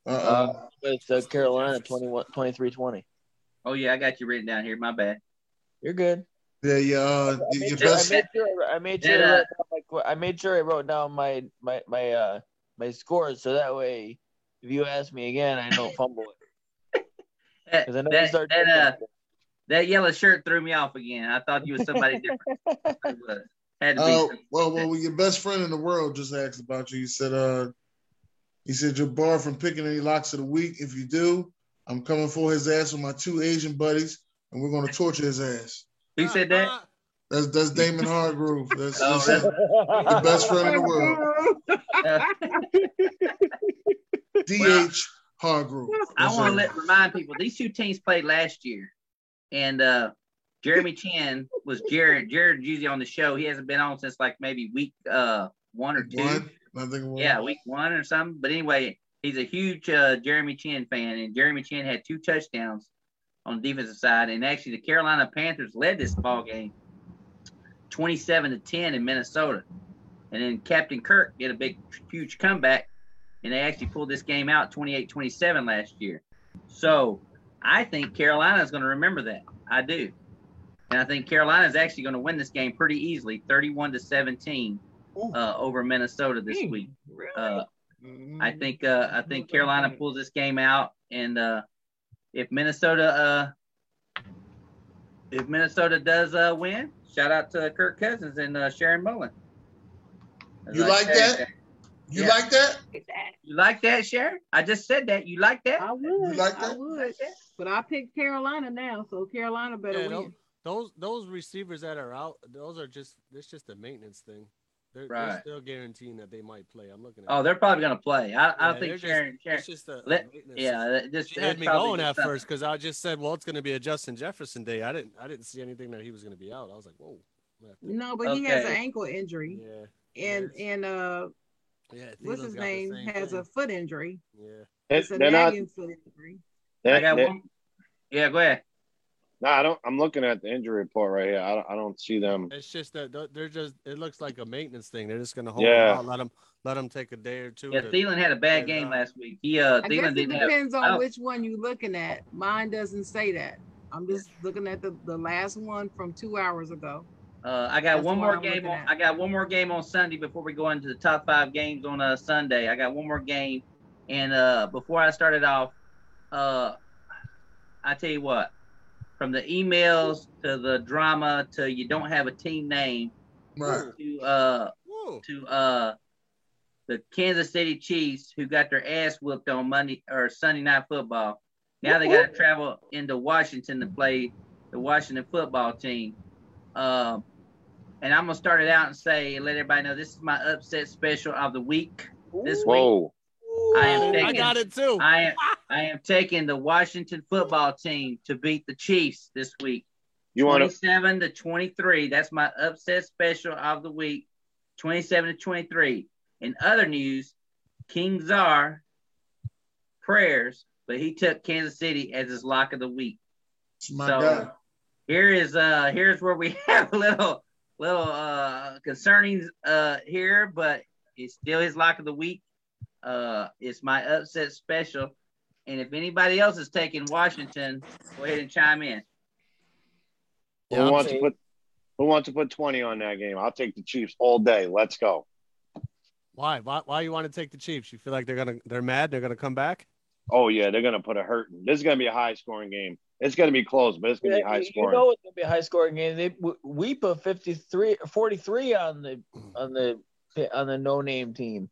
Speaker 6: Uh, it's uh, Carolina 21, 23-20.
Speaker 4: Oh yeah, I got you written down here. My bad.
Speaker 6: You're good.
Speaker 1: yeah, yeah, uh,
Speaker 6: I
Speaker 1: your
Speaker 6: made, sure, I
Speaker 1: best.
Speaker 6: made sure. I made sure. I, wrote down my, qu- I made sure I wrote down my my my uh my scores so that way, if you ask me again, I don't fumble it.
Speaker 4: That
Speaker 6: 'Cause I know
Speaker 4: that,
Speaker 6: these are
Speaker 4: that, uh, that yellow shirt threw me off again. I thought you was somebody different. It was. Had to be.
Speaker 1: Oh well, well, your best friend in the world just asked about you. He said, "Uh, he said you're barred from picking any locks of the week. If you do, I'm coming for his ass with my two Asian buddies, and we're gonna torture his ass."
Speaker 4: Who said that?
Speaker 1: That's that's Damon Hargrove. That's,
Speaker 4: Oh,
Speaker 1: that's your best friend in the world, DH Hargrove.
Speaker 4: I want to
Speaker 1: That's
Speaker 4: let remind people these two teams played last year, and uh, Jeremy Chan was Jared. Jared's usually on the show. He hasn't been on since like maybe week uh one or two.
Speaker 1: One, I think it was.
Speaker 4: Yeah, week one or something. But anyway, he's a huge uh, Jeremy Chin fan, and Jeremy Chin had two touchdowns on the defensive side, and actually the Carolina Panthers led this ball game, twenty-seven to ten in Minnesota, and then Captain Kirk did a big, huge comeback, and they actually pulled this game out 28-27 last year. So I think Carolina is going to remember that. I do, and I think Carolina is actually going to win this game pretty easily, thirty-one to seventeen uh, over Minnesota this week. Uh,
Speaker 1: Mm-hmm.
Speaker 4: I think uh, I think Carolina pulls this game out, and uh, if Minnesota uh, if Minnesota does uh, win, shout out to Kirk Cousins and uh, Sharon Mullen. As
Speaker 1: You
Speaker 4: I
Speaker 1: like
Speaker 4: said,
Speaker 1: that? You
Speaker 4: Yeah.
Speaker 1: like that?
Speaker 4: You like that, Sharon? I just said that. You like that?
Speaker 3: I would.
Speaker 1: like
Speaker 3: I would. But I picked Carolina now, so Carolina better
Speaker 13: Yeah,
Speaker 3: win.
Speaker 13: Those those receivers that are out, those are just it's just a maintenance thing. They're, they're
Speaker 4: Right.
Speaker 13: still guaranteeing that they might play. I'm looking at.
Speaker 4: Oh, they're probably gonna play.
Speaker 13: Yeah,
Speaker 4: I, I don't think
Speaker 13: they're just-
Speaker 4: Sharon. Sharon
Speaker 13: it's just a- a
Speaker 4: let-
Speaker 13: maintenance
Speaker 4: yeah,
Speaker 13: system.
Speaker 4: that- just
Speaker 13: She had
Speaker 4: it's
Speaker 13: me
Speaker 4: probably
Speaker 13: going
Speaker 4: just
Speaker 13: at
Speaker 4: something.
Speaker 13: first because I just said, well, it's going to be a Justin Jefferson day. I didn't I didn't see anything that he was going to be out. I was like, whoa.
Speaker 3: No, but he has an
Speaker 13: Okay.
Speaker 3: ankle injury.
Speaker 13: Yeah.
Speaker 3: And and uh
Speaker 13: Yeah,
Speaker 3: what's
Speaker 13: Thielen's
Speaker 3: his
Speaker 13: got the
Speaker 3: name
Speaker 13: same
Speaker 3: has a foot injury.
Speaker 13: Yeah.
Speaker 3: It's a
Speaker 10: They're not-
Speaker 3: nagging foot injury.
Speaker 4: I got one. Yeah, go ahead.
Speaker 10: No, I don't. I'm looking at the injury report right here. I don't, I don't see them.
Speaker 13: It's just that th- they're just. It looks like a maintenance thing. They're just gonna hold
Speaker 10: Yeah.
Speaker 13: him out, let him let him take a day or two.
Speaker 4: Yeah,
Speaker 13: to-
Speaker 4: Thielen had a bad game last week. He uh,
Speaker 3: I
Speaker 4: Thielen
Speaker 3: guess it
Speaker 4: didn't have. Oh.
Speaker 3: depends
Speaker 4: I
Speaker 3: on
Speaker 4: don't-
Speaker 3: which one you're looking at. Mine doesn't say that. I'm just looking at the, the last one from two hours ago.
Speaker 4: Uh, I got
Speaker 3: That's
Speaker 4: one
Speaker 3: what
Speaker 4: more
Speaker 3: I'm
Speaker 4: game
Speaker 3: looking
Speaker 4: on.
Speaker 3: at.
Speaker 4: I got one more game on Sunday before we go into the top five games on uh, Sunday. I got one more game, and uh, before I started off, uh, I tell you what, from the emails to the drama to you don't have a team name
Speaker 1: Right.
Speaker 4: to uh, to uh, the Kansas City Chiefs who got their ass whooped on Monday or Sunday night football. Now they got to travel into Washington to play the Washington football team. Um, and I'm gonna start it out and say and let everybody know this is my upset special of the week. This week,
Speaker 10: Whoa.
Speaker 4: I
Speaker 13: I
Speaker 4: am taking,
Speaker 13: got it too.
Speaker 4: I am I am taking the Washington football team to beat the Chiefs this week.
Speaker 10: You want to?
Speaker 4: 27 to 23. That's my upset special of the week. 27 to 23. In other news, King Czar prayers, but he took Kansas City as his lock of the week.
Speaker 1: My
Speaker 4: so
Speaker 1: God.
Speaker 4: here is uh here's where we have a little little uh concerning uh here, but it's still his lock of the week. Uh it's my upset special. And if anybody else is taking Washington, go ahead and chime in.
Speaker 10: Who wants to put? Who wants to put 20 on that game? I'll take the Chiefs all day. Let's go.
Speaker 13: Why? Why? Why you want to take the Chiefs? You feel like they're gonna they're mad. They're gonna come back.
Speaker 10: Oh yeah, they're gonna put a hurting. This is gonna be a high scoring game. It's gonna be close, but it's gonna
Speaker 11: Yeah,
Speaker 10: be high
Speaker 11: you-
Speaker 10: scoring.
Speaker 11: You know it's gonna be a high scoring game. They, w- we put 53, 43 on the on the on the no name team.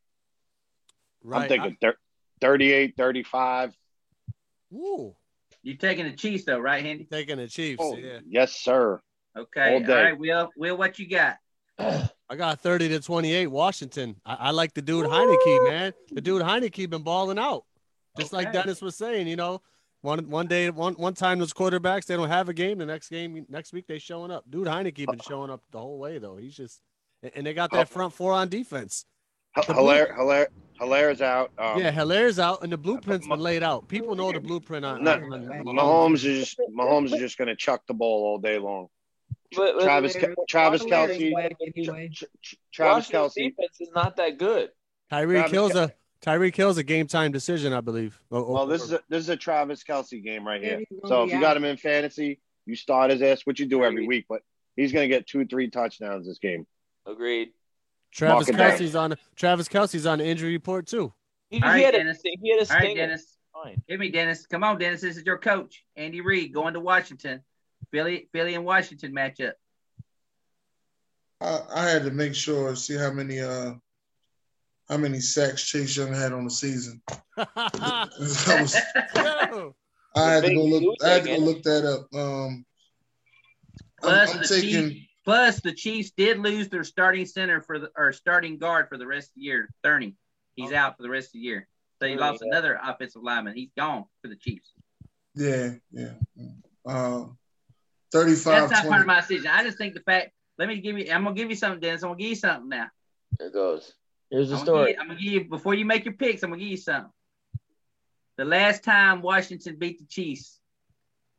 Speaker 10: I'm thinking thir- 38, 35.
Speaker 13: Woo.
Speaker 4: You taking the Chiefs though, right, Handy?
Speaker 13: Taking the Chiefs.
Speaker 10: Oh,
Speaker 13: yeah.
Speaker 10: Yes, sir.
Speaker 4: Okay.
Speaker 10: All
Speaker 4: All,
Speaker 10: day.
Speaker 4: all right, Will. Will, what you got?
Speaker 13: I got thirty to twenty eight. Washington. I, I like the dude Heineke, man. The dude Heineke been balling out, just like
Speaker 4: Okay.
Speaker 13: Dennis was saying. You know, one one day, one one time those quarterbacks they don't have a game. The next game, next week they showing up. Dude Heineke been showing up the whole way though. He's just and- and they got that front four on defense. The blue-
Speaker 10: Oh. Hilaire, Hilaire, Hilaire's out. Um,
Speaker 13: yeah, Hilaire's out and the blueprint's been laid out. People know the blueprint on,
Speaker 10: No,
Speaker 13: on- on
Speaker 10: Mahomes is just, Mahomes is just going to chuck the ball all day long. Travis, Ke- Travis Kelsey,
Speaker 3: anyway.
Speaker 10: Travis
Speaker 11: Washington's
Speaker 10: Kelce.
Speaker 11: defense is not that good.
Speaker 13: Tyreek
Speaker 10: Travis
Speaker 13: kills a Tyreek kills a game time decision, I believe. Oh, oh,
Speaker 10: Well, this is a, this is a Travis Kelsey game right
Speaker 13: Yeah,
Speaker 10: here.
Speaker 13: he's gonna
Speaker 10: So
Speaker 13: be
Speaker 10: if you got
Speaker 13: out.
Speaker 10: him in fantasy, you start his ass, which you do every week, but he's going to get two, three touchdowns this game.
Speaker 11: Agreed.
Speaker 13: Travis
Speaker 10: Mark it down.
Speaker 13: Kelsey's on Travis Kelsey's on the injury report too.
Speaker 11: He,
Speaker 4: All right,
Speaker 11: he had
Speaker 4: Dennis.
Speaker 11: a he had a
Speaker 4: All right,
Speaker 11: stinger.
Speaker 4: Dennis.
Speaker 11: Fine.
Speaker 4: Hit me, Dennis. Come on, Dennis. This is your coach, Andy Reid, going to Washington. Philly, Philly and Washington matchup.
Speaker 1: I, I had to make sure see how many uh how many sacks Chase Young had on the season. I, was- I had to go look. I had to go look that up. Um, I'm,
Speaker 4: Plus
Speaker 1: I'm
Speaker 4: the
Speaker 1: taking.
Speaker 4: Chiefs. Plus the Chiefs did lose their starting center for the or starting guard for the rest of the year. Thurney,
Speaker 11: Oh.
Speaker 4: he's out for the rest of the year. So he
Speaker 11: Thurney,
Speaker 4: lost
Speaker 11: yeah.
Speaker 4: another offensive lineman. He's gone for the Chiefs.
Speaker 1: Yeah, yeah. yeah. Um,
Speaker 4: That's
Speaker 1: 35
Speaker 4: not
Speaker 1: 20.
Speaker 4: part of my decision. I just think the fact. Let me give you. I'm gonna give you something, Dennis. I'm gonna give you something now.
Speaker 11: There goes. Here's the
Speaker 4: I'm gonna, give
Speaker 11: story.
Speaker 4: you, I'm gonna give you before you make your picks. I'm gonna give you something. The last time Washington beat the Chiefs,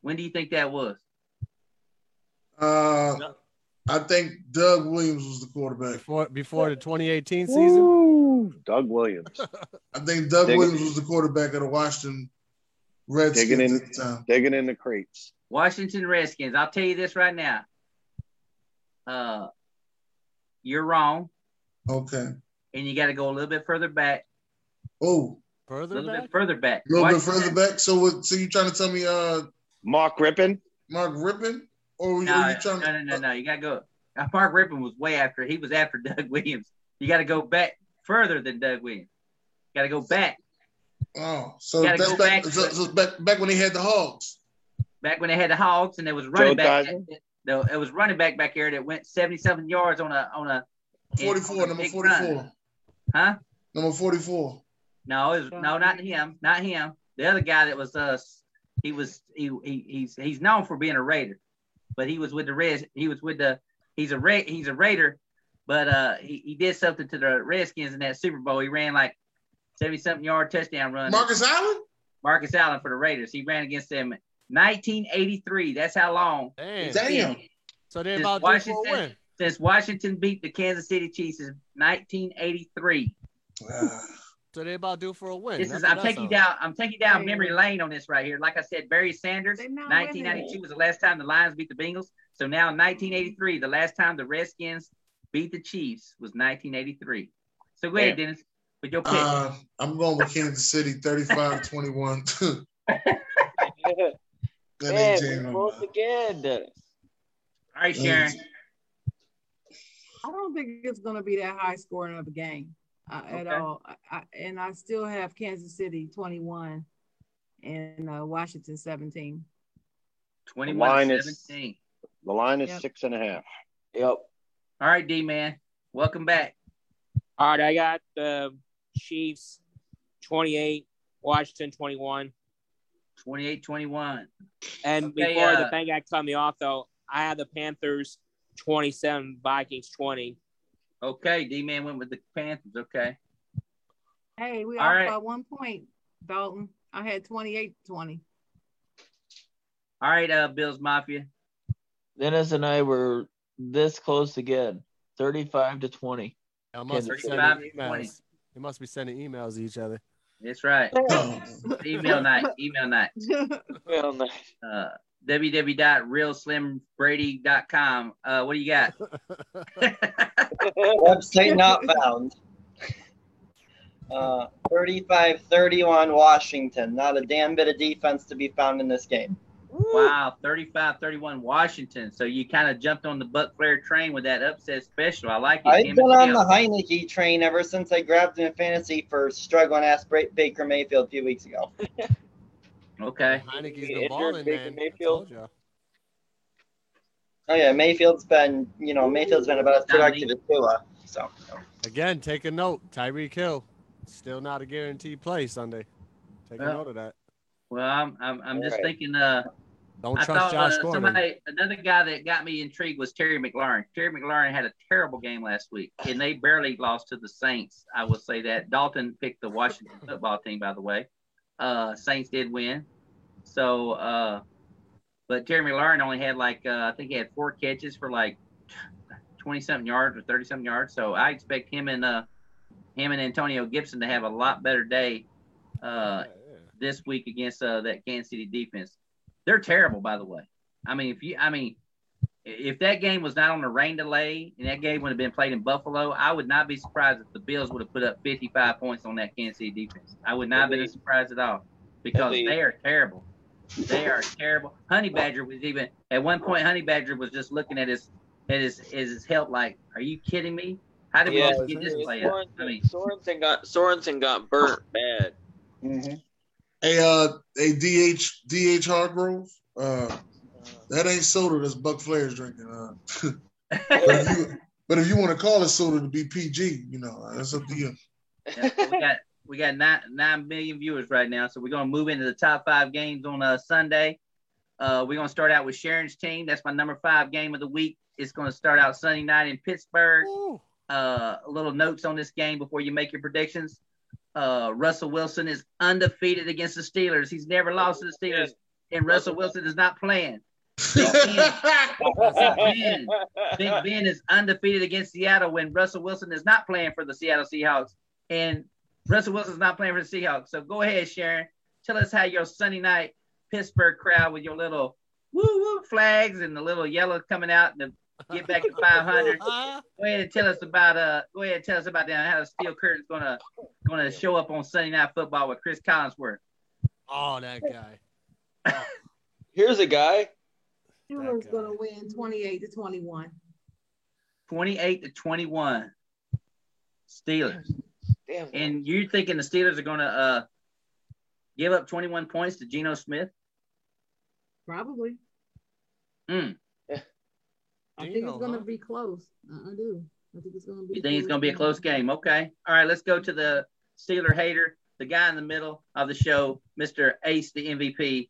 Speaker 4: when do you think that was?
Speaker 1: Uh, I think Doug Williams was the quarterback.
Speaker 13: Before, before the 2018 season.
Speaker 10: Doug Williams.
Speaker 1: I think Doug
Speaker 10: Dig-
Speaker 1: Williams was the quarterback of the Washington
Speaker 10: digging,
Speaker 1: Redskins
Speaker 10: in,
Speaker 1: at the time.
Speaker 10: digging in the crates.
Speaker 4: Washington Redskins. I'll tell you this right now. Uh, you're wrong.
Speaker 1: Okay.
Speaker 4: and you got to go a little bit further back.
Speaker 1: Oh,
Speaker 4: a little bit further back.
Speaker 1: A little
Speaker 4: Watch-
Speaker 1: bit further back. So what? So you trying to tell me, uh,
Speaker 10: Mark Rippin?
Speaker 1: Mark Rippin? Or were you,
Speaker 4: No,
Speaker 1: were you trying?
Speaker 4: no, no, no, no. You got to go. Uh, Mark Rippon was way after. He was after Doug Williams. You got to go back further than Doug Williams. Got to go back.
Speaker 1: Oh, so
Speaker 4: Gotta
Speaker 1: that's
Speaker 4: go
Speaker 1: back.
Speaker 4: back
Speaker 1: so,
Speaker 4: to-
Speaker 1: so back back when they had the Hogs.
Speaker 4: Back when they had the Hogs and there was running
Speaker 1: Joe
Speaker 4: back. No, it was running back back here that went 77 yards on a on a in-
Speaker 1: 44,
Speaker 4: on a
Speaker 1: number
Speaker 4: big
Speaker 1: 44.
Speaker 4: run. Huh?
Speaker 1: Number 44.
Speaker 4: No, it was, no, not him, not him. The other guy that was uh, he was he, he he's he's known for being a Raider, but he was with the Reds. He was with the he's a Ra- he's a Raider, but uh, he, he did something to the Redskins in that Super Bowl. He ran like seventy something yard touchdown run.
Speaker 1: Marcus Allen.
Speaker 4: Marcus Allen for the Raiders. He ran against them in 1983. That's how long.
Speaker 13: Damn.
Speaker 4: it's been
Speaker 13: Damn. So they
Speaker 4: since
Speaker 13: about due for a
Speaker 4: Washington,
Speaker 13: win.
Speaker 4: Since Washington beat the Kansas City Chiefs in 1983.
Speaker 13: So they about due for a win.
Speaker 4: This
Speaker 13: That's
Speaker 4: is
Speaker 13: what
Speaker 4: I'm
Speaker 13: that
Speaker 4: taking you
Speaker 13: sounds
Speaker 4: down I'm taking you down memory lane on this right here. Like I said, Barry Sanders, 1992 was the last time the Lions beat the Bengals. So now 1983, the last time the Redskins beat the Chiefs was 1983. So go ahead,
Speaker 1: Damn.
Speaker 4: Dennis, with your pick.
Speaker 1: Uh, I'm going with Kansas City, 35-21. That ain't jamming.
Speaker 11: once again, Dennis.
Speaker 4: All right,
Speaker 1: Sharon.
Speaker 3: I don't think it's going to be that high scoring of a game uh, at
Speaker 4: Okay.
Speaker 3: all. I, I, and I still have Kansas City 21 and uh, Washington 17.
Speaker 4: 21
Speaker 10: line
Speaker 4: to
Speaker 10: is-
Speaker 4: 17.
Speaker 10: The line is
Speaker 3: Yep.
Speaker 10: six and a half.
Speaker 11: Yep.
Speaker 4: All right, D man. Welcome back.
Speaker 12: All right, I got the Chiefs 28, Washington 21.
Speaker 4: 28 21.
Speaker 12: And
Speaker 4: Okay,
Speaker 12: before
Speaker 4: uh,
Speaker 12: the thing got cut me off, though, I had the Panthers 27, Vikings 20.
Speaker 4: Okay, D man went with the Panthers. Okay.
Speaker 3: Hey, we
Speaker 4: All
Speaker 3: off
Speaker 4: right.
Speaker 3: by one point, Dalton. I had 28 20.
Speaker 4: All right, uh, Bills Mafia.
Speaker 6: Dennis and I were this close again, thirty-five to twenty.
Speaker 13: I must be
Speaker 6: Kansas
Speaker 13: sending
Speaker 6: City.
Speaker 13: emails. They must be sending emails to each other.
Speaker 4: That's right.
Speaker 1: Oh.
Speaker 4: email night. Email night.
Speaker 11: Well, nice.
Speaker 4: Uh, www.realslimbrady.com. Uh, what do you got?
Speaker 15: Website not found. Uh, 35 31 Washington. Not a damn bit of defense to be found in this game.
Speaker 4: Wow, 35 31 Washington. So you kind of jumped on the Buck Flair train with that upset special. I like it.
Speaker 15: I've
Speaker 4: Tim
Speaker 15: been on the
Speaker 4: Hill.
Speaker 15: Heineke train ever since I grabbed him in fantasy for struggling ass Bra- Baker Mayfield a few weeks ago.
Speaker 4: Okay.
Speaker 13: Heineke's
Speaker 15: Injured
Speaker 13: been balling,
Speaker 15: Baker
Speaker 13: man. I
Speaker 15: Mayfield.
Speaker 13: told you.
Speaker 15: Oh yeah, Mayfield's been you know Mayfield's been about as productive as Tua. So
Speaker 13: Again, take a note. Tyreek Hill, still not a guaranteed play Sunday. Take
Speaker 4: Yeah.
Speaker 13: a note of that.
Speaker 4: Well, I'm, I'm, I'm just
Speaker 13: Right.
Speaker 4: thinking. Uh,
Speaker 13: Don't
Speaker 4: I
Speaker 13: trust
Speaker 4: thought
Speaker 13: Josh
Speaker 4: uh,
Speaker 13: Gordon.
Speaker 4: somebody, another guy that got me intrigued was Terry McLaurin. Terry McLaurin had a terrible game last week, and they barely lost to the Saints. I will say that Dalton picked the Washington football team, by the way. Uh, Saints did win, so uh, but Terry McLaurin only had like uh, I think he had four catches for like twenty something yards or thirty something yards. So I expect him and uh, him and Antonio Gibson to have a lot better day uh, this week against uh, that Kansas City defense. They're terrible, by the way. I mean, if you, I mean, i- if that game was not on a rain delay and that game would have been played in Buffalo, I would not be surprised if the Bills would have put up 55 points on that Kansas City defense. I would not have been surprised at all because
Speaker 11: Indeed.
Speaker 4: they are terrible. They are terrible. Honey Badger was even at one point. Honey Badger was just looking at his at his at his help like, "Are you kidding me? How did
Speaker 11: Yeah,
Speaker 4: we get this play up?"
Speaker 11: Sorensen,
Speaker 4: I mean,
Speaker 11: Sorensen got Sorensen got burnt bad.
Speaker 1: Mm-hmm. Hey, uh, hey, DH, DH Hargrove. Uh, that ain't soda. That's Buck Flair's drinking. Uh, but if you, but if you want to call it soda to be PG, you know, that's up to you.
Speaker 4: Yeah, so we got we got nine nine million viewers right now, so we're gonna move into the top five games on uh, Sunday. Uh, we're gonna start out with Sharon's team. That's my number five game of the week. It's gonna start out Sunday night in Pittsburgh. Uh, little notes on this game before you make your predictions. Uh, Russell Wilson is undefeated against the Steelers. He's never lost to the Steelers, and Russell Wilson is not playing. Big Ben, Big Ben, Big Ben is undefeated against Seattle when Russell Wilson is not playing for the Seattle Seahawks, and Russell Wilson's not playing for the Seahawks. So go ahead, Sharon. Tell us how your Sunday night Pittsburgh crowd with your little woo woo flags and the little yellow coming out and the get back to 500. Go ahead and tell us about uh. Go ahead and tell us about that, how the steel curtain's gonna gonna show up on Sunday Night Football with Chris Collinsworth.
Speaker 13: Oh, that guy.
Speaker 11: Here's a guy.
Speaker 16: Steelers gonna win 28 to 21.
Speaker 4: 28 to 21. Steelers.
Speaker 11: Damn.
Speaker 4: And you're thinking the Steelers are gonna uh give up 21 points to Geno Smith?
Speaker 16: Probably.
Speaker 4: Mm.
Speaker 16: I think it's
Speaker 4: Geno,
Speaker 16: gonna
Speaker 4: huh?
Speaker 16: be close.
Speaker 3: Uh,
Speaker 16: I, I do. I think it's gonna be.
Speaker 4: You think it's going to be a
Speaker 16: game.
Speaker 4: close game? Okay. All right, let's go to the Steeler hater, the guy in the middle of the show, Mr. Ace, the MVP,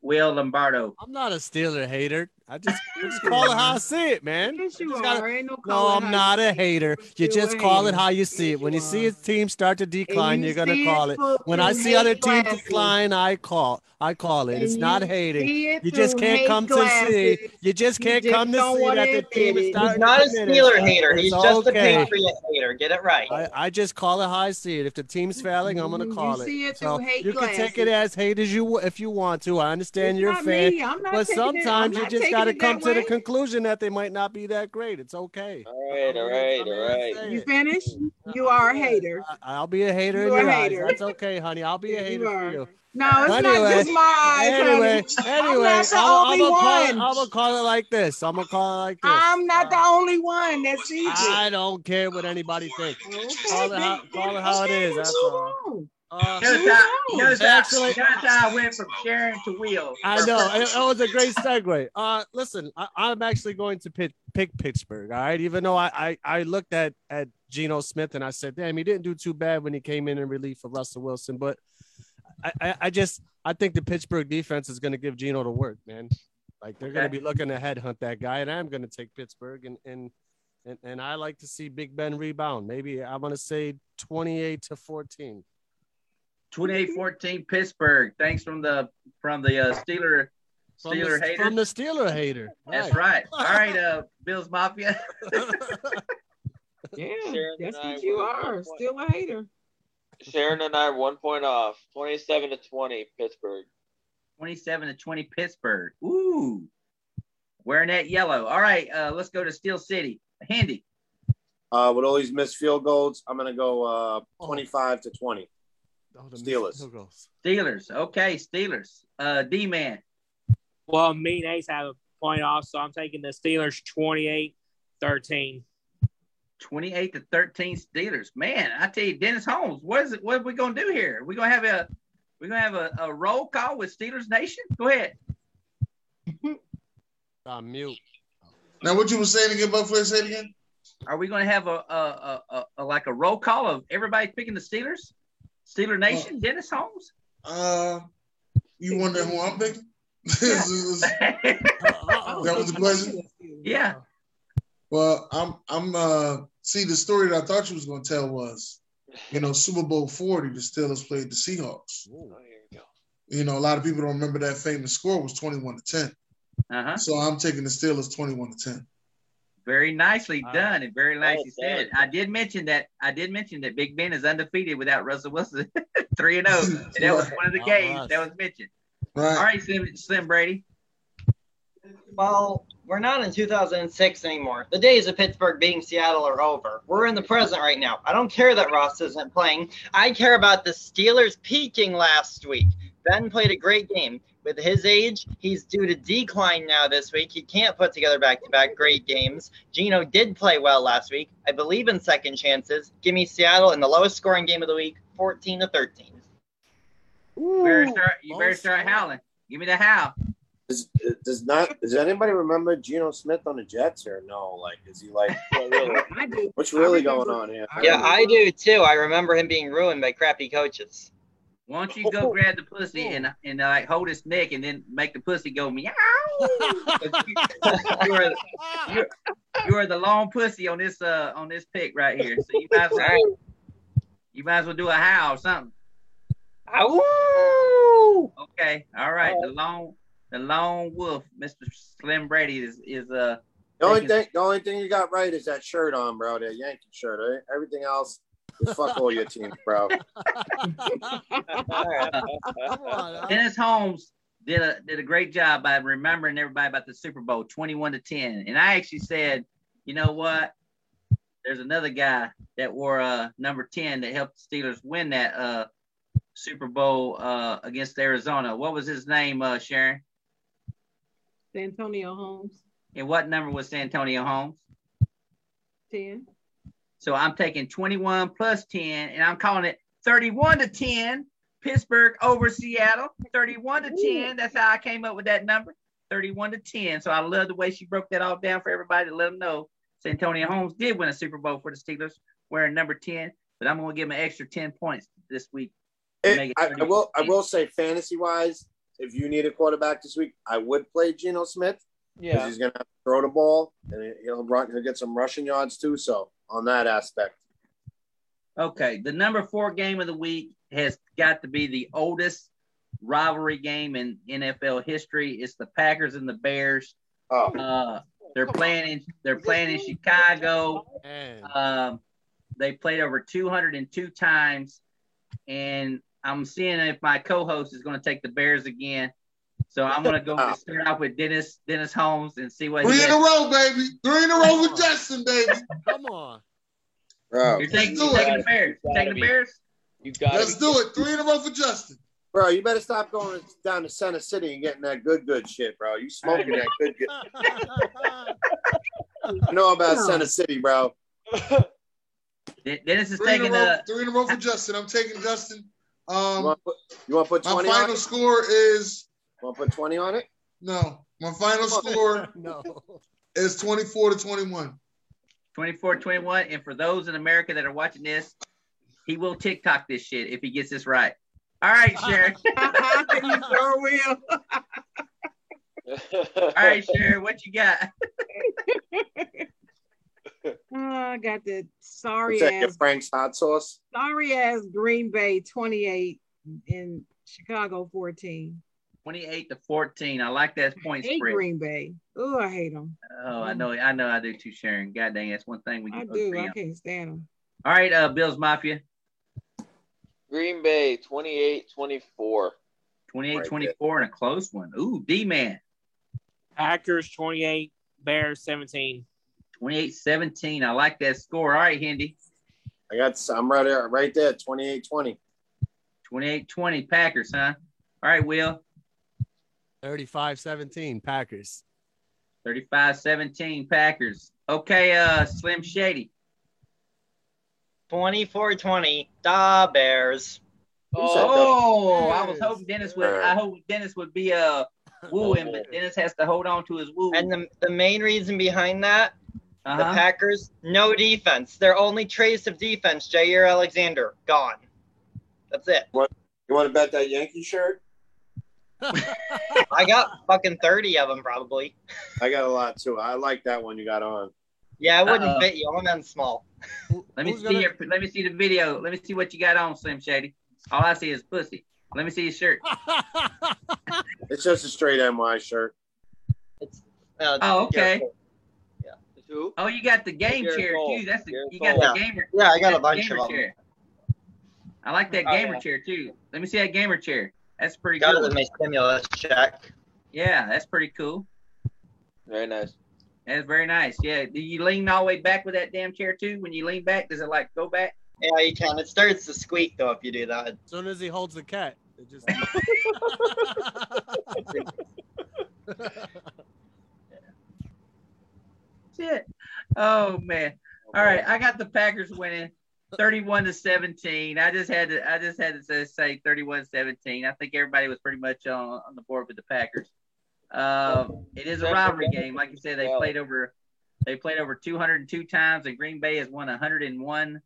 Speaker 4: Will Lombardo.
Speaker 13: I'm not a Steeler hater. I just, I just call it how I see it, man. I just gotta- no, I'm not a hater. You just call it how you see it. When you see a team start to decline,
Speaker 16: you
Speaker 13: you're gonna
Speaker 16: see it
Speaker 13: call it.
Speaker 16: through-
Speaker 13: When I
Speaker 16: through
Speaker 13: see other
Speaker 16: hate
Speaker 13: teams
Speaker 16: glasses.
Speaker 13: decline, I call. I call it. It's
Speaker 16: And
Speaker 13: not
Speaker 16: you
Speaker 13: hating.
Speaker 16: see it
Speaker 13: You just
Speaker 16: through
Speaker 13: can't
Speaker 16: hate
Speaker 13: come to see.
Speaker 16: glasses.
Speaker 13: You just
Speaker 16: You
Speaker 13: can't
Speaker 16: just
Speaker 13: come to
Speaker 16: don't
Speaker 13: see
Speaker 16: wanna
Speaker 13: that the
Speaker 16: admit
Speaker 13: team
Speaker 16: it.
Speaker 13: is
Speaker 16: He's
Speaker 13: starting.
Speaker 16: He's
Speaker 13: to
Speaker 15: not a
Speaker 13: commit it.
Speaker 15: Steeler hater.
Speaker 13: It's
Speaker 15: He's just a
Speaker 13: okay.
Speaker 15: Patriot hater. Get it right.
Speaker 13: I, I just call it how I see it. If the team's failing, I'm gonna
Speaker 16: You
Speaker 13: call it.
Speaker 16: see it
Speaker 13: so
Speaker 16: through hate
Speaker 13: you can take it
Speaker 16: glasses.
Speaker 13: as hate as you w- if you want to. I understand
Speaker 16: It's
Speaker 13: you're a
Speaker 16: not
Speaker 13: fan,
Speaker 16: me. I'm not
Speaker 13: but
Speaker 16: taking it- I'm
Speaker 13: sometimes you
Speaker 16: not
Speaker 13: just
Speaker 16: taking
Speaker 13: gotta
Speaker 16: it that
Speaker 13: come to the
Speaker 16: way.
Speaker 13: conclusion that they might not be that great. It's okay.
Speaker 11: All right, all right, all right.
Speaker 16: You finish? You are a hater.
Speaker 13: I, will be a hater in
Speaker 16: You're a
Speaker 13: your eyes.
Speaker 16: hater.
Speaker 13: That's okay, honey. I'll be a hater for you.
Speaker 16: No, it's not just my eyes.
Speaker 13: Anyway,
Speaker 16: honey.
Speaker 13: anyway,
Speaker 16: I'm not the
Speaker 13: I'm,
Speaker 16: only
Speaker 13: gonna call it,
Speaker 16: one.
Speaker 13: I'm gonna call it like this. I'm gonna call it like this.
Speaker 16: I'm not the only one that sees it.
Speaker 13: I don't care what anybody thinks.
Speaker 10: Mm-hmm.
Speaker 13: Call it how, call it, how it is. That's all. Uh,
Speaker 4: Notice how, notice how,
Speaker 13: Actually-
Speaker 4: notice how I went from Sharon to Will.
Speaker 13: I know it, it was a great segue. Uh, listen, I, I'm actually going to pick, pick Pittsburgh. All right, even though I, I I looked at at Geno Smith and I said, damn, he didn't do too bad when he came in in relief for Russell Wilson, but I I, I just I think the Pittsburgh defense is going to give Geno the work, man. Like they're going to
Speaker 4: Okay.
Speaker 13: be looking to headhunt that guy, and I'm going to take Pittsburgh, and and and and I like to see Big Ben rebound. Maybe I want to say 28 to 14.
Speaker 4: 28-14 Pittsburgh. Thanks from the from the uh, Steeler
Speaker 13: From
Speaker 4: Steeler
Speaker 13: the,
Speaker 4: hater.
Speaker 13: from the Steeler hater.
Speaker 4: That's right. All right, uh, Bills Mafia.
Speaker 16: Yeah,
Speaker 11: Sharon
Speaker 16: that's
Speaker 11: and I
Speaker 16: what you
Speaker 11: were-
Speaker 16: are. Still a hater.
Speaker 11: Sharon and I are one point off, twenty-seven to twenty, Pittsburgh.
Speaker 4: 27 to 20 Pittsburgh. Ooh. Wearing that yellow. All right, uh, let's go to Steel City. Handy.
Speaker 5: Uh, with all these missed field goals, I'm gonna go uh, 25 to 20. Steelers.
Speaker 4: Steelers. Okay, Steelers. Uh, D man.
Speaker 12: Well, me and Ace have a point off, so I'm taking the Steelers 28 13.
Speaker 4: 28 to 13 Steelers. Man, I tell you, Dennis Holmes, what is it? What are we gonna do here? We're gonna have a we're gonna have a, a roll call with Steelers Nation. Go ahead.
Speaker 13: I'm mute.
Speaker 1: Now, what you were saying again, Buffalo? Say it again.
Speaker 4: Are we gonna have a, a, a, a, a like a roll call of everybody picking the Steelers? Steeler Nation,
Speaker 16: Oh.
Speaker 4: Dennis Holmes?
Speaker 1: Uh, you wonder who I'm picking? that was the question.
Speaker 4: Yeah.
Speaker 1: Well, I'm I'm uh see the story that I thought you was gonna tell was, you know, Super Bowl 40, the Steelers played the Seahawks.
Speaker 4: Oh,
Speaker 1: You know, a lot of people don't remember that famous score was 21 to 10.
Speaker 4: Uh-huh.
Speaker 1: So I'm taking the Steelers 21 to 10.
Speaker 4: Very nicely
Speaker 1: Wow.
Speaker 4: done and very nicely
Speaker 1: Well
Speaker 4: said. I did mention that I did mention that Big Ben is undefeated without Russell Wilson, three and zero. And that was one of the
Speaker 15: Not
Speaker 4: games
Speaker 15: us.
Speaker 4: that was mentioned.
Speaker 1: Right.
Speaker 4: All right, Slim, Slim Brady.
Speaker 15: Well, we're not in 2006 anymore. The days of Pittsburgh being Seattle are over. We're in the present right now. I don't care that Ross isn't playing. I care about the Steelers peaking last week. Ben played a great game. With his age, he's due to decline now this week. He can't put together back to back great games. Gino did play well last week. I believe in second chances. Give me Seattle in the lowest scoring game of the week 14 to 13.
Speaker 4: You better
Speaker 15: Ooh,
Speaker 4: start, you better
Speaker 15: both
Speaker 4: start howling. Give me the howl.
Speaker 5: Does, does not does anybody remember Geno Smith on the Jets or no? Like, is he like what's really going on here?
Speaker 15: Yeah, I do too. I remember him being ruined by crappy coaches.
Speaker 4: Why don't you go grab the pussy and and uh, like hold his neck and then make the pussy go meow? you, are, you, you are the long pussy on this uh on this pick right here. So you might as well you might as well do a howl or something.
Speaker 15: Ow!
Speaker 4: Okay, all right. The long the lone wolf, Mr. Slim Brady is is uh
Speaker 5: The only thing the only thing you got right is that shirt on, bro. That Yankee shirt. eh? Everything else is fuck all your teams, bro.
Speaker 4: Dennis Holmes. did a did a great job by remembering everybody about the Super Bowl, twenty-one to ten. And I actually said, you know what? There's another guy that wore uh, number ten that helped the Steelers win that uh, Super Bowl uh, against Arizona. What was his name, uh, Sharon?
Speaker 3: Antonio Holmes,
Speaker 4: And what number was Santonio Holmes?
Speaker 3: ten.
Speaker 4: So I'm taking 21 plus 10, and I'm calling it 31 to 10. Pittsburgh over Seattle, 31 to 10. That's how I came up with that number, 31 to 10. So I love the way she broke that all down for everybody to let them know Santonio Holmes did win a Super Bowl for the Steelers wearing number 10, but I'm going to give him an extra 10 points this week. to make
Speaker 10: It,
Speaker 4: it
Speaker 10: I, I
Speaker 4: 31
Speaker 10: will. I will say, fantasy wise, if you need a quarterback this week, I would play Geno Smith. 'cause
Speaker 11: Yeah.
Speaker 10: he's gonna have to throw the ball, and he'll run. He'll get some rushing yards too. So on that aspect,
Speaker 4: Okay, the number four game of the week has got to be the oldest rivalry game in NFL history. It's the Packers and the Bears. Uh, they're playing in they're playing in Chicago. Um, they played over 202 times, and I'm seeing if my co-host is going to take the Bears again. So I'm going to go and start off with Dennis Dennis Holmes and see what he
Speaker 1: Three in
Speaker 4: has.
Speaker 1: a row, baby. Three in a row with Justin, baby.
Speaker 13: Come on.
Speaker 10: bro,
Speaker 4: You're taking, you're taking the Bears. You're taking the Bears.
Speaker 10: You
Speaker 4: gotta
Speaker 10: Let's
Speaker 4: be-
Speaker 10: do it. Three in a row for Justin. Bro, you better stop going down to Center City and getting that good, good shit, bro. You smoking that good, good. I know about
Speaker 1: No.
Speaker 10: Center City, bro.
Speaker 4: Dennis
Speaker 1: Three in a row. Three in a row for Justin. I'm taking Justin. Um,
Speaker 10: You want to put, you wanna put
Speaker 1: my
Speaker 10: 20 on
Speaker 1: final
Speaker 10: it?
Speaker 1: score is.
Speaker 10: Want to put 20 on it?
Speaker 1: No, my final score
Speaker 13: no.
Speaker 1: is 24 to 21.
Speaker 4: 24 21. And for those in America that are watching this, he will TikTok this shit if he gets this right. All right, Sharon. you sure will. All right, Sharon, what you got?
Speaker 3: Oh, I got that
Speaker 10: Is
Speaker 3: sorry
Speaker 10: that your
Speaker 3: ass,
Speaker 10: Frank's hot sauce?
Speaker 3: sorry ass Green Bay 28 and Chicago 14.
Speaker 4: 28 to 14. I like that point
Speaker 3: Hate
Speaker 4: spread.
Speaker 3: Green Bay. Oh, I hate them.
Speaker 4: Oh, I know, I know, I do too, Sharon. God dang, that's one thing we
Speaker 3: I
Speaker 4: can
Speaker 3: do.
Speaker 4: agree
Speaker 3: I
Speaker 4: on.
Speaker 3: can't stand them.
Speaker 4: All right, uh, Bills Mafia,
Speaker 11: Green Bay 28 24.
Speaker 4: 28 24 and a close one. Ooh, D man,
Speaker 12: Packers 28, Bears 17.
Speaker 4: 28 17. I like that score. All right, Hendy.
Speaker 10: I got, I'm right there, right there, 28 20.
Speaker 4: 28 20 Packers, huh? All right, Will.
Speaker 13: 35 17 Packers.
Speaker 4: 35 17 Packers. Okay, uh, Slim Shady.
Speaker 15: 24 20, the Bears.
Speaker 4: Oh, I was hoping Dennis would. I hope Dennis would be uh wooing, but Dennis has to hold on to his woo.
Speaker 15: And the, the main reason behind that, the
Speaker 4: Uh-huh.
Speaker 15: Packers, no defense. Their only trace of defense, Jair Alexander, gone. That's it.
Speaker 10: What? You want to bet that Yankee shirt?
Speaker 15: I got fucking 30 of them probably.
Speaker 10: I got a lot too. I like that one you got on.
Speaker 15: Yeah, I wouldn't
Speaker 4: Uh-oh.
Speaker 15: fit you. I'm on small.
Speaker 4: Let me
Speaker 15: Who's
Speaker 4: see
Speaker 15: gonna-
Speaker 4: your, let me see the video. Let me see what you got on, Slim Shady. All I see is pussy. Let me see your shirt.
Speaker 10: It's just a straight MY shirt.
Speaker 15: Uh,
Speaker 4: oh, okay.
Speaker 15: Yeah.
Speaker 4: Oh, you got the game
Speaker 15: Garrett
Speaker 4: chair
Speaker 15: Cole.
Speaker 4: too. That's the,
Speaker 15: Garrett
Speaker 4: you got
Speaker 15: Cole.
Speaker 4: the
Speaker 15: Yeah.
Speaker 4: gamer.
Speaker 15: Yeah, I got a
Speaker 4: that's the
Speaker 15: bunch of
Speaker 4: gamer
Speaker 15: them.
Speaker 4: chair. I like that
Speaker 15: Oh,
Speaker 4: gamer
Speaker 15: yeah.
Speaker 4: chair too. Let me see that gamer chair. That's pretty
Speaker 15: Got
Speaker 4: cool.
Speaker 15: it in my stimulus check.
Speaker 4: Yeah, that's pretty cool.
Speaker 11: Very nice.
Speaker 4: That's very nice. Yeah. Do you lean all the way back with that damn chair too? When you lean back, does it like go back?
Speaker 15: Yeah, you can. It starts to squeak though if you do that.
Speaker 13: As soon as he holds the cat, it just.
Speaker 4: Shit. Oh man. All right, I got the Packers winning 31 to 17. I just had to I just had to say- say 31-17. I think everybody was pretty much on, on the board with the Packers. Um, it is a rivalry game. Like you said, they played over they played over 202 times and Green Bay has won 101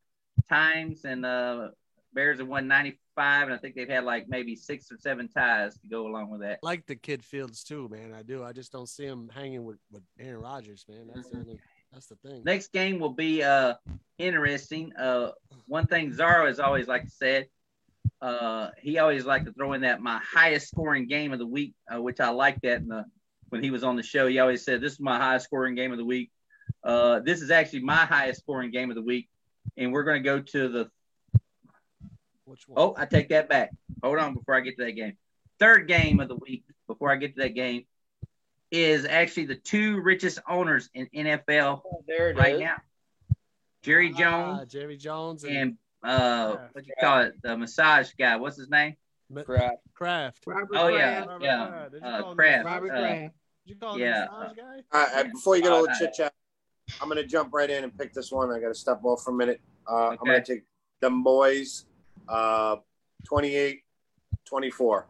Speaker 4: times and uh Bears have won 95 and I think they've had like maybe 6 or 7 ties to go along with that.
Speaker 13: like the kid Fields too, man. I do. I just don't see him hanging with, with Aaron Rodgers, man. That's the only, that's the thing.
Speaker 4: Next game will be uh interesting. Uh one thing Zara has always like to say, uh he always liked to throw in that my highest scoring game of the week, uh, which I like that in the, when he was on the show. He always said this is my highest scoring game of the week. Uh this is actually my highest scoring game of the week and we're going to go to the
Speaker 13: Which
Speaker 4: Oh, I take that back. Hold on before I get to that game. Third game of the week before I get to that game is actually the two richest owners in NFL
Speaker 13: Oh,
Speaker 6: there it
Speaker 4: right
Speaker 6: is.
Speaker 4: now. Jerry Jones
Speaker 13: Ah, Jerry Jones and,
Speaker 4: and uh, what you call it, the massage guy. What's his name?
Speaker 6: Kraft.
Speaker 13: Kraft.
Speaker 4: oh yeah,
Speaker 13: Robert
Speaker 4: yeah.
Speaker 13: Kraft. Did you call
Speaker 4: Uh,
Speaker 13: him
Speaker 4: Kraft.
Speaker 13: Robert
Speaker 4: uh,
Speaker 13: Kraft? Did you call him
Speaker 4: yeah.
Speaker 13: massage guy?
Speaker 5: All right, before you get all the
Speaker 4: Uh,
Speaker 5: chit chat, I'm gonna jump right in and pick this one. I gotta step off for a minute. Uh, I'm gonna take them boys, uh, 28, 24.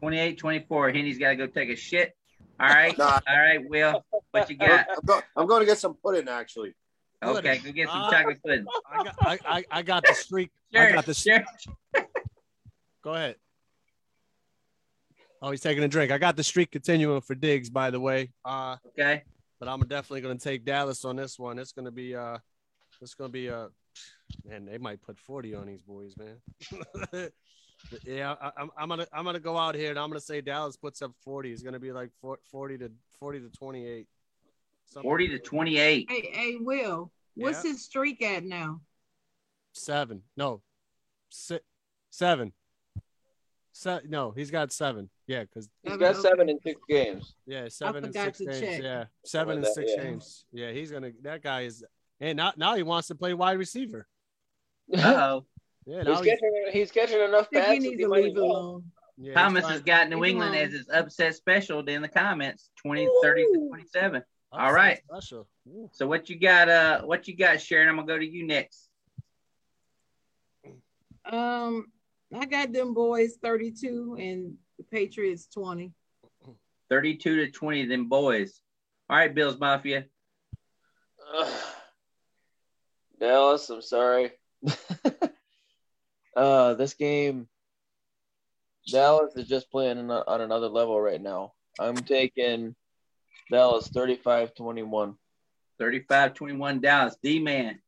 Speaker 4: 28, 24. Henny's got to go take a shit. All right. All right, Will. What you got?
Speaker 5: I'm, go- I'm going to get some pudding actually.
Speaker 4: Okay, go get some chocolate pudding.
Speaker 13: Uh, I got, I, I, I got the streak. I
Speaker 4: Sure,
Speaker 13: got the
Speaker 4: streak.
Speaker 13: Go ahead. Oh, he's taking a drink. I got the streak continuing for Diggs, by the way. Uh,
Speaker 4: okay.
Speaker 13: But I'm definitely going to take Dallas on this one. It's going to be, uh, it's going to be, uh, man, they might put 40 on these boys, man. But yeah, I, I'm, I'm gonna, I'm gonna go out here and I'm gonna say Dallas puts up 40. It's gonna be like 40 40 to 40 to 28. Something
Speaker 4: 40 to 28.
Speaker 16: Hey, hey, Will, what's
Speaker 13: Yeah.
Speaker 16: his streak at now?
Speaker 13: seven. No, six, seven. Se- no, he's got seven. Yeah, because
Speaker 11: He's got seven in six games.
Speaker 13: Yeah, seven and
Speaker 16: forgot
Speaker 13: six
Speaker 16: to
Speaker 13: games.
Speaker 16: check.
Speaker 13: Yeah, seven and
Speaker 11: Something like
Speaker 13: six
Speaker 11: that, yeah.
Speaker 13: games. Yeah, he's gonna. That guy is. And now, now he wants to play wide receiver.
Speaker 4: Uh-oh.
Speaker 13: Yeah,
Speaker 11: He's
Speaker 13: now he's,
Speaker 11: catching, he's catching enough
Speaker 13: Think he
Speaker 11: passes.
Speaker 13: needs to
Speaker 11: might
Speaker 13: leave
Speaker 11: as
Speaker 13: it
Speaker 11: well.
Speaker 13: yeah, he's
Speaker 4: Thomas has
Speaker 13: trying-
Speaker 4: got New
Speaker 13: Leave
Speaker 4: England
Speaker 13: alone.
Speaker 4: as his upset special in the comments 20, 30 to 27. All
Speaker 13: Upset
Speaker 4: right.
Speaker 13: Special. Ooh.
Speaker 4: So what you got? Uh, what you got, Sharon? I'm gonna go to you next.
Speaker 16: Um, I got them boys 32 and the Patriots 20.
Speaker 4: 32 to 20, them boys. All right, Bills Mafia.
Speaker 11: Ugh. Dallas, I'm sorry. uh, this game, Dallas is just playing on a- on another level right now. I'm taking Dallas 35 21.
Speaker 4: 35 21 Dallas. D man.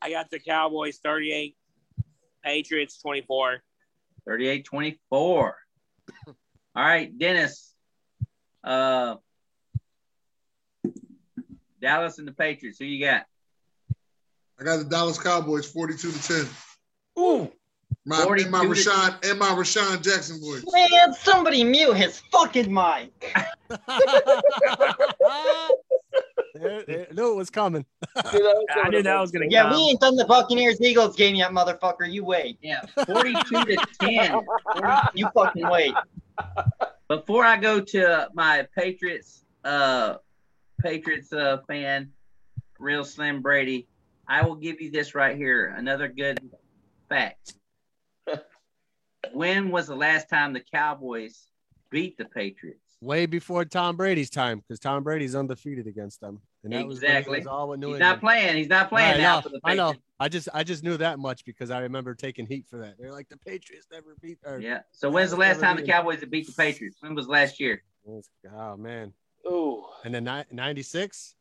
Speaker 12: I got the Cowboys 38, Patriots 24.
Speaker 4: 38 24. All right, Dennis. Uh, Dallas and the Patriots. Who you got?
Speaker 1: I got the Dallas Cowboys 42 to 10.
Speaker 4: Ooh.
Speaker 1: My, and my
Speaker 15: 42 to-
Speaker 1: Rashawn and my Rashawn Jackson voice.
Speaker 15: Man, somebody mute his fucking mic.
Speaker 13: There- there- knew it was coming.
Speaker 15: I knew that was gonna. Yeah, we ain't done the Buccaneers Eagles game yet, motherfucker. You wait.
Speaker 4: Yeah, forty-two to ten.
Speaker 15: You fucking wait.
Speaker 4: Before I go to my Patriots, uh, Patriots uh, fan, real Slim Brady, I will give you this right here. Another good fact. when was the last time the Cowboys beat the Patriots?
Speaker 13: Way before Tom Brady's time, because Tom Brady's undefeated against them, and that was when it
Speaker 4: exactly.
Speaker 13: was all with New
Speaker 4: He's
Speaker 13: England.
Speaker 4: not playing. He's not playing
Speaker 13: Right,
Speaker 4: now
Speaker 13: no,
Speaker 4: for the
Speaker 13: I know.
Speaker 4: Patriots.
Speaker 13: I just I just knew that much because I remember taking heat for that. They're like the Patriots never beat. Or,
Speaker 4: Yeah. So when's the last time the Cowboys have beat the Patriots? When was last year?
Speaker 13: Oh man.
Speaker 11: Ooh.
Speaker 13: And then ninety six.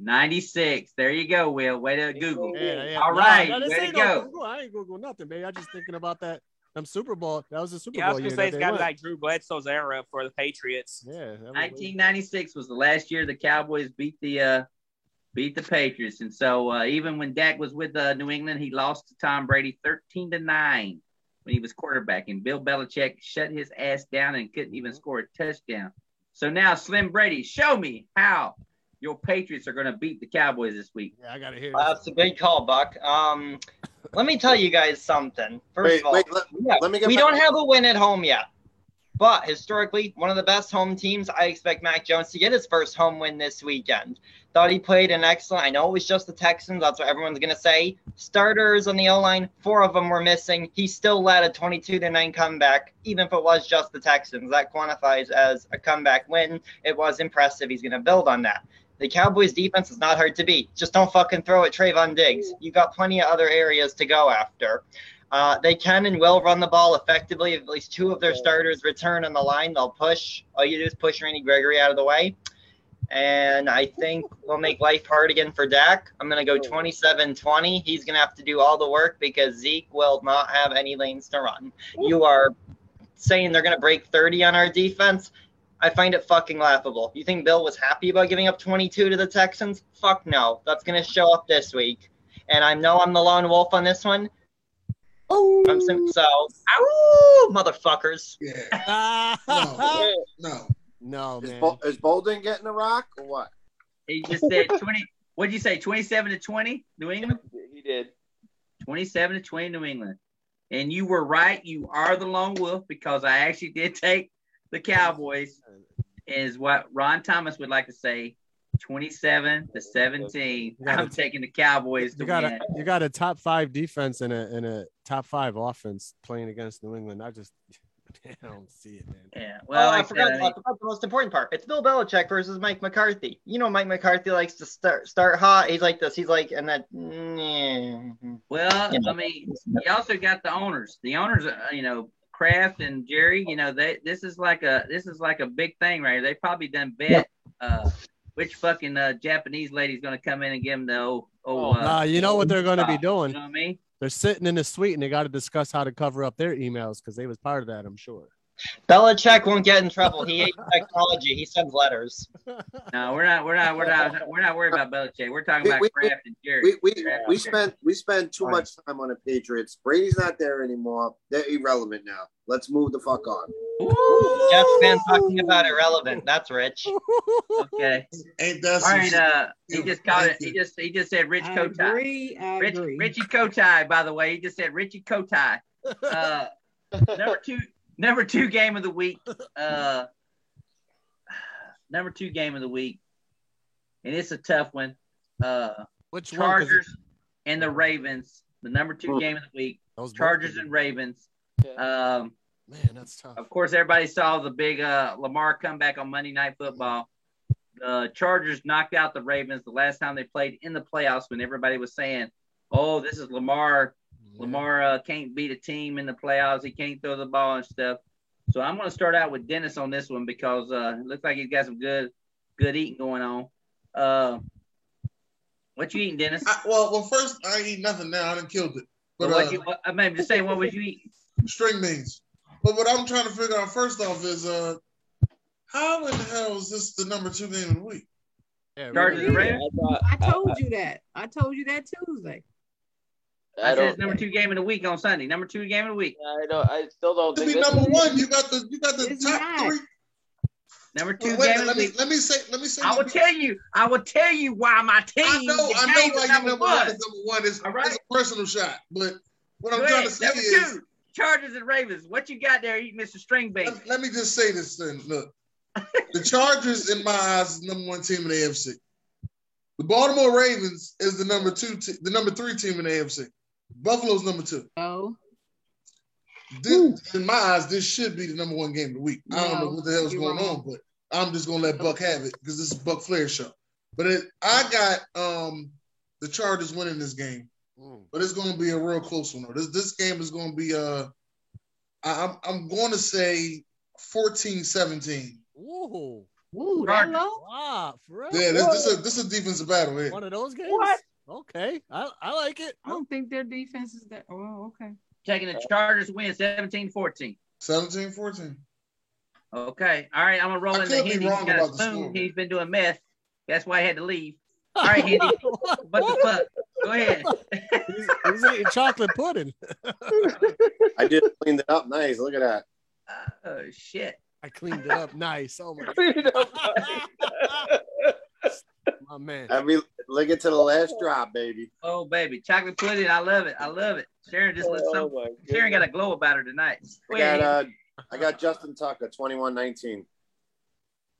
Speaker 4: Ninety-six. There you go, Will. Way to Google.
Speaker 13: Yeah, yeah.
Speaker 4: All
Speaker 13: No,
Speaker 4: right.
Speaker 13: no, this
Speaker 4: way to
Speaker 13: ain't
Speaker 4: go.
Speaker 13: no Google. I ain't Google nothing, baby. I just thinking about that. Them Super Bowl. That was the Super
Speaker 12: Yeah, I
Speaker 13: Bowl
Speaker 12: was
Speaker 13: year.
Speaker 12: gonna say
Speaker 13: that
Speaker 12: it's
Speaker 13: they
Speaker 12: got to be
Speaker 13: won.
Speaker 12: like Drew Bledsoe's era for the Patriots.
Speaker 13: Yeah.
Speaker 4: 1996 was the last year the Cowboys beat the uh, beat the Patriots, and so uh, even when Dak was with uh, New England, he lost to Tom Brady 13 to nine when he was quarterback, and Bill Belichick shut his ass down and couldn't
Speaker 13: Mm-hmm.
Speaker 4: even score a touchdown. So now, Slim Brady, show me how your Patriots are going to beat the Cowboys this week.
Speaker 13: Yeah, I got to hear.
Speaker 15: Well, that's a good call, Buck. Um, let me tell you guys something. First
Speaker 5: Wait,
Speaker 15: of all,
Speaker 5: wait, let-
Speaker 15: yeah,
Speaker 5: let me get
Speaker 15: we
Speaker 5: back-
Speaker 15: don't have a win at home yet. But historically, one of the best home teams. I expect Mac Jones to get his first home win this weekend. Thought he played an excellent. I know it was just the Texans. That's what everyone's gonna say. Starters on the O line, four of them were missing. He still led a 22 to nine comeback, even if it was just the Texans. That quantifies as a comeback win. It was impressive. He's gonna build on that. The Cowboys defense is not hard to beat. Just don't fucking throw at Trayvon Diggs. You got plenty of other areas to go after. Uh, they can and will run the ball effectively. If at least two of their starters return on the line, they'll push. All you do is push Randy Gregory out of the way. And I think we'll make life hard again for Dak. I'm going to go 27 20. He's going to have to do all the work because Zeke will not have any lanes to run. You are saying they're going to break 30 on our defense. I find it fucking laughable. You think Bill was happy about giving up 22 to the Texans? Fuck no. That's going to show up this week. And I know I'm the lone wolf on this one,
Speaker 14: I'm saying so. Ow, motherfuckers.
Speaker 15: Ah,
Speaker 13: Yeah.
Speaker 5: No,
Speaker 1: no,
Speaker 13: no,
Speaker 5: is, Bo- is Bolden getting a rock or what?
Speaker 4: He just said twenty. What'd you say? Twenty-seven to twenty, New England.
Speaker 11: He did.
Speaker 4: Twenty-seven to twenty, New England. And you were right. You are the lone wolf because I actually did take the Cowboys. Is what Ron Thomas would like to say. Twenty-seven to seventeen.
Speaker 13: You gotta-
Speaker 4: I'm taking the Cowboys to
Speaker 13: You got
Speaker 4: win.
Speaker 13: a you got a top five defense and a and a top five offense playing against New England. I just I don't see it, man.
Speaker 4: Yeah.
Speaker 15: oh, I, forgot, I forgot the most important part. It's Bill Belichick versus Mike McCarthy. You know, Mike McCarthy likes to start start hot. He's like this. He's like, and that.
Speaker 4: Well,
Speaker 15: You know.
Speaker 4: I mean, you also got the owners. The owners, uh, you know, Kraft and Jerry. You know, they this is like a this is like a big thing right here. They probably done bet uh, which fucking uh, Japanese lady's gonna come in and give them the old. old
Speaker 13: Oh, Nah, you know what they're going to be doing.
Speaker 4: You know what I mean?
Speaker 13: They're sitting in the suite and they got to discuss how to cover up their emails because they was part of that. I'm sure.
Speaker 15: Belichick won't get in trouble. He hates technology. He sends letters.
Speaker 4: No, we're not. We're not. We're not. We're not worried about Belichick. We're talking
Speaker 5: We-
Speaker 4: about
Speaker 5: we-
Speaker 4: Kraft and Jerry.
Speaker 5: We, we,
Speaker 4: Kraft
Speaker 5: we
Speaker 4: and Jerry.
Speaker 5: spent we spend too much time on the Patriots. Brady's not there anymore. They're irrelevant now. Let's move the fuck on.
Speaker 15: Jeff Van talking about irrelevant. That's rich.
Speaker 4: Okay.
Speaker 1: Ain't that
Speaker 4: All
Speaker 15: some
Speaker 4: right.
Speaker 15: shit?
Speaker 4: Uh, he just called it. He just he just said Rich
Speaker 3: I
Speaker 4: Kotite.
Speaker 3: agree, I
Speaker 4: Rich,
Speaker 3: agree.
Speaker 4: Richie Kotite, by the way, he just said Richie Kotite. Uh, number two, number two game of the week. Uh, number two game of the week, and it's a tough one. Uh,
Speaker 13: Which
Speaker 1: one? 'Cause it-
Speaker 4: Chargers and the Ravens. The number two
Speaker 1: Hmm.
Speaker 4: game of the week.
Speaker 13: Those both
Speaker 4: Chargers
Speaker 13: could
Speaker 4: and Ravens. Um,
Speaker 13: Man, that's tough.
Speaker 4: of course, everybody saw the big uh, Lamar comeback on Monday Night Football. The Chargers knocked out the Ravens the last time they played in the playoffs when everybody was saying, oh, this is Lamar. Lamar uh, can't beat a team in the playoffs. He can't throw the ball and stuff. So I'm going to start out with Dennis on this one because uh, it looks like he's got some good good eating going on. Uh, what you eating, Dennis?
Speaker 1: I, well, well, first I ain't eat nothing now. I done killed it. But
Speaker 4: what
Speaker 1: uh,
Speaker 4: you, what, I mean, I'm just saying, what would you eat?
Speaker 1: String beans. But what I'm trying to figure out first off is uh, how in the hell is this the number two game of the week?
Speaker 13: Yeah,
Speaker 4: Chargers and Ravens?
Speaker 16: I told you that. I told you that Tuesday.
Speaker 4: I,
Speaker 11: I
Speaker 4: said
Speaker 11: don't.
Speaker 4: it's number two game of the week on Sunday. Number two game of the week.
Speaker 11: I don't. I still don't
Speaker 1: To
Speaker 11: think
Speaker 1: be
Speaker 11: this
Speaker 1: number
Speaker 11: is-
Speaker 1: one, you got the you got the top three.
Speaker 4: Number two
Speaker 1: Wait, wait,
Speaker 4: game of
Speaker 1: let
Speaker 4: the
Speaker 1: me
Speaker 4: week.
Speaker 1: let me say let me say.
Speaker 4: I will
Speaker 1: something.
Speaker 4: tell you. I will tell you why my team.
Speaker 1: I know
Speaker 4: is
Speaker 1: I know
Speaker 4: named
Speaker 1: why you're number one is number one. It's, it's a personal shot, but what I'm
Speaker 4: Go
Speaker 1: trying
Speaker 4: ahead.
Speaker 1: to say
Speaker 4: Number
Speaker 1: is.
Speaker 4: two, Chargers and Ravens. What you got there, eating Mr. Stringbean?
Speaker 1: let me just say this then. Look, the Chargers, in my eyes, is the number one team in the AFC. The Baltimore Ravens is the number two, te- the number three team in the AFC. Buffalo's number two.
Speaker 16: No.
Speaker 1: This, in my eyes, this should be the number one game of the week. I don't know
Speaker 16: No,
Speaker 1: what the hell's
Speaker 16: you're
Speaker 1: going
Speaker 16: wrong.
Speaker 1: on, but I'm just gonna let Buck have it because this is Buck Flair show. But it, I got um the Chargers winning this game, but it's gonna be a real close one. though. This this game is gonna be uh, I, I'm I'm going to say 14-17.
Speaker 13: Whoa.
Speaker 16: Ooh,
Speaker 13: that
Speaker 4: low?
Speaker 13: Wow, for real?
Speaker 1: Yeah, this, this is a, this is a defensive battle here.
Speaker 13: one of those games.
Speaker 16: What?
Speaker 13: Okay, I, I like it.
Speaker 16: I don't think their defense is that. Oh, okay.
Speaker 4: Taking the Chargers win 17-14.
Speaker 1: 17-14.
Speaker 4: Okay. All right. I'm gonna roll
Speaker 1: I
Speaker 4: in the
Speaker 1: could be
Speaker 4: Hendy. He's
Speaker 1: wrong
Speaker 4: got a
Speaker 1: about the
Speaker 4: spoon.
Speaker 1: score.
Speaker 4: He's been doing meth. That's why I had to leave. All right, Hendy. what the fuck? Go ahead.
Speaker 13: He's, he's eating chocolate pudding.
Speaker 5: I just cleaned it up. Nice. Look at that.
Speaker 4: Oh shit.
Speaker 13: I cleaned it up nice. Oh my, my man.
Speaker 5: Every lick it to the last drop, baby.
Speaker 4: Oh baby, chocolate pudding. I love it. I love it. Sharon just looks so.
Speaker 11: Oh,
Speaker 4: Sharon got a glow about her tonight.
Speaker 5: I
Speaker 4: Go ahead,
Speaker 5: got
Speaker 4: Hendy.
Speaker 5: uh, I got Justin Tucker, 21-19.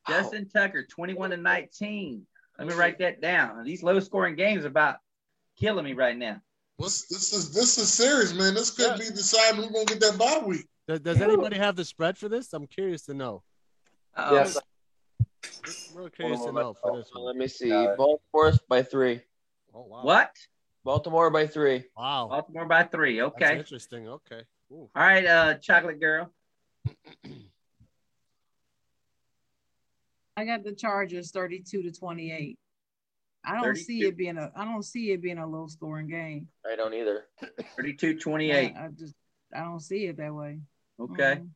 Speaker 4: Justin Tucker, 21 to 19. Let me write that down. These low scoring games are about killing me right now.
Speaker 1: This this is this is serious, man. This could be deciding who's gonna get that bye week.
Speaker 13: Does, does anybody have the spread for this? I'm curious to know.
Speaker 4: Uh-oh.
Speaker 11: Yes.
Speaker 13: Real curious to know for this one.
Speaker 11: Let me see. Baltimore by three.
Speaker 13: Oh wow.
Speaker 4: What?
Speaker 11: Baltimore by three.
Speaker 13: Wow.
Speaker 4: Baltimore by three.
Speaker 13: That's
Speaker 4: Okay.
Speaker 13: interesting. Okay. Ooh.
Speaker 4: All right, uh, chocolate girl.
Speaker 16: I got the Chargers 32 to 28. I don't see
Speaker 11: 32.
Speaker 16: it being a. I don't see it being a low scoring game.
Speaker 11: I don't either.
Speaker 4: 32 28.
Speaker 16: I, I just. I don't see it that way.
Speaker 4: Okay. Mm-hmm.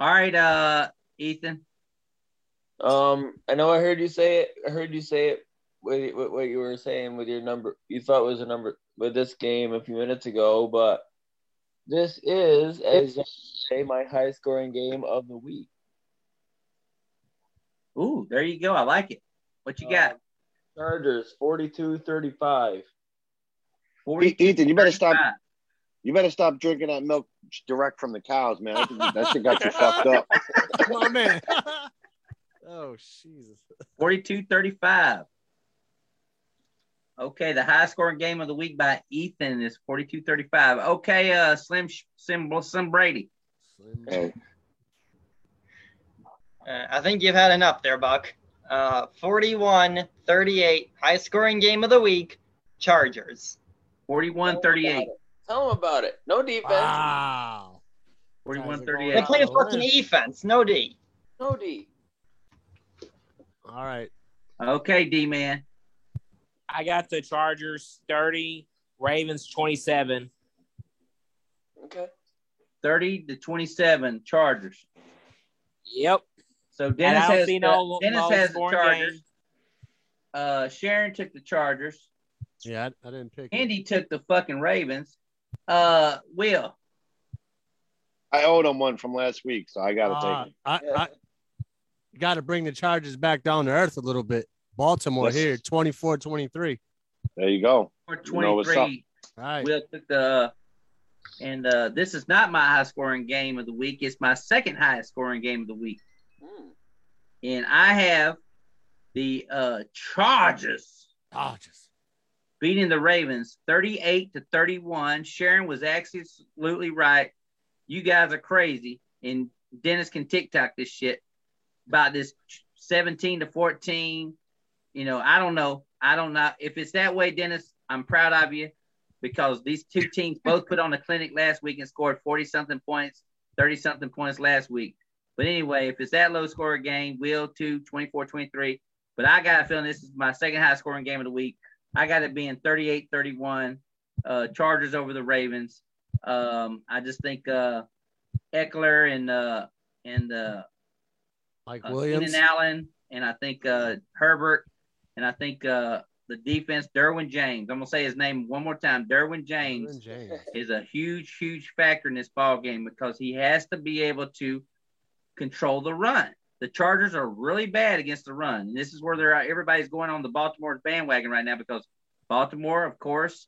Speaker 4: All right, uh, Ethan.
Speaker 11: Um, I know I heard you say it. I heard you say it. What, what, what you were saying with your number, you thought was a number with this game a few minutes ago, but This is, as you say, my high scoring game of the week.
Speaker 4: Ooh, there you go. I like it. What you got?
Speaker 11: Uh, Chargers 42 35.
Speaker 10: E, Ethan, you better stop. You better stop drinking that milk direct from the cows, man. I think that shit got you fucked up.
Speaker 13: My man. oh, Jesus.
Speaker 4: 42 35. Okay, the high scoring game of the week by Ethan is 42 35. Okay, uh, Slim, Slim, Slim Brady.
Speaker 10: Hey,
Speaker 15: Uh, I think you've had enough there, Buck. Uh, 41 38, high scoring game of the week, Chargers.
Speaker 4: 41 38.
Speaker 11: Tell them about it. No defense.
Speaker 13: Wow.
Speaker 4: 41
Speaker 15: They play a fucking defense, no D.
Speaker 11: No D.
Speaker 13: All right.
Speaker 4: Okay, D man.
Speaker 12: I got the Chargers 30, Ravens 27.
Speaker 11: Okay.
Speaker 4: 30 to 27 Chargers.
Speaker 12: Yep.
Speaker 4: So
Speaker 12: And
Speaker 4: Dennis
Speaker 12: I don't
Speaker 4: has
Speaker 12: see
Speaker 4: the,
Speaker 12: no lo-
Speaker 4: Dennis
Speaker 12: low
Speaker 4: has the
Speaker 12: scoring
Speaker 4: Chargers.
Speaker 12: game.
Speaker 4: Uh, Sharon took the Chargers.
Speaker 13: Yeah, I, I didn't pick.
Speaker 4: Andy took the fucking Ravens. Uh, Will.
Speaker 10: I owed him one from last week, so I got to
Speaker 13: Uh,
Speaker 10: take it.
Speaker 13: I, I got to bring the Chargers back down to earth a little bit. Baltimore
Speaker 10: Yes.
Speaker 13: here, 24 23.
Speaker 10: There you go.
Speaker 4: Or
Speaker 10: You know what's up.
Speaker 4: 23. Will took the. And uh, this is not my high scoring game of the week. It's my second highest scoring game of the week.
Speaker 11: Hmm.
Speaker 4: And I have the uh, Chargers.
Speaker 13: Chargers.
Speaker 4: Beating the Ravens 38 to 31. Sharon was absolutely right. You guys are crazy. And Dennis can TikTok this shit about this 17 to 14. You know, I don't know. I don't know. If it's that way, Dennis, I'm proud of you because these two teams both put on a clinic last week and scored 40 something points, 30 something points last week. But anyway, if it's that low score game, Will 2, 24 23. But I got a feeling this is my second high scoring game of the week. I got it being 38 31, uh, Chargers over the Ravens. Um, I just think uh, Eckler and uh, and uh,
Speaker 13: Mike
Speaker 4: uh,
Speaker 13: Williams.
Speaker 4: Keenan Allen, and I think uh, Herbert, and I think uh, the defense, Derwin James. I'm gonna say his name one more time. Derwin James, is a huge, huge factor in this ball game because he has to be able to control the run. The Chargers are really bad against the run, and this is where they're at. everybody's going on the Baltimore's bandwagon right now because Baltimore, of course,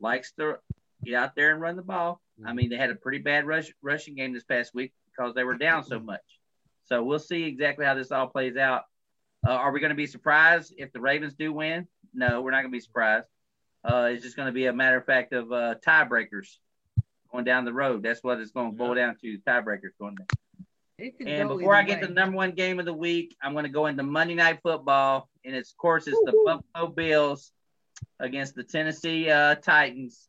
Speaker 4: likes to get out there and run the ball. I mean, they had a pretty bad rush rushing game this past week because they were down so much. So we'll see exactly how this all plays out. Uh, are we going to be surprised if the Ravens do win? No, we're not going to be surprised. Uh, it's just going to be a matter of fact of uh, tiebreakers going down the road. That's what it's going to boil down to tiebreakers going down. And before I get to the number one game of the week, I'm going to go into Monday Night Football, and it's, of course, it's the Buffalo Bills against the Tennessee uh, Titans.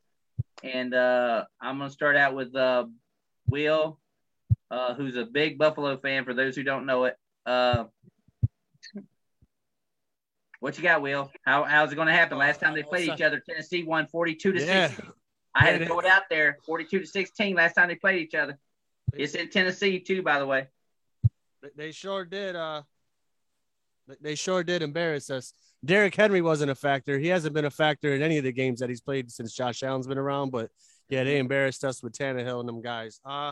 Speaker 4: And uh, I'm going to start out with uh, Will, uh, who's a big Buffalo fan. For those who don't know it, uh, what you got, Will? How, how's it going to happen? Last time they played each other, Tennessee won 42 to
Speaker 13: Yeah.
Speaker 4: 16. I had to
Speaker 13: Yeah,
Speaker 4: throw it out there, 42 to 16. Last time they played each other, it's in Tennessee too, by the way.
Speaker 13: They- They sure did. Uh, they- they sure did embarrass us. Derrick Henry wasn't a factor. He hasn't been a factor in any of the games that he's played since Josh Allen's been around. But yeah, they embarrassed us with Tannehill and them guys. Uh,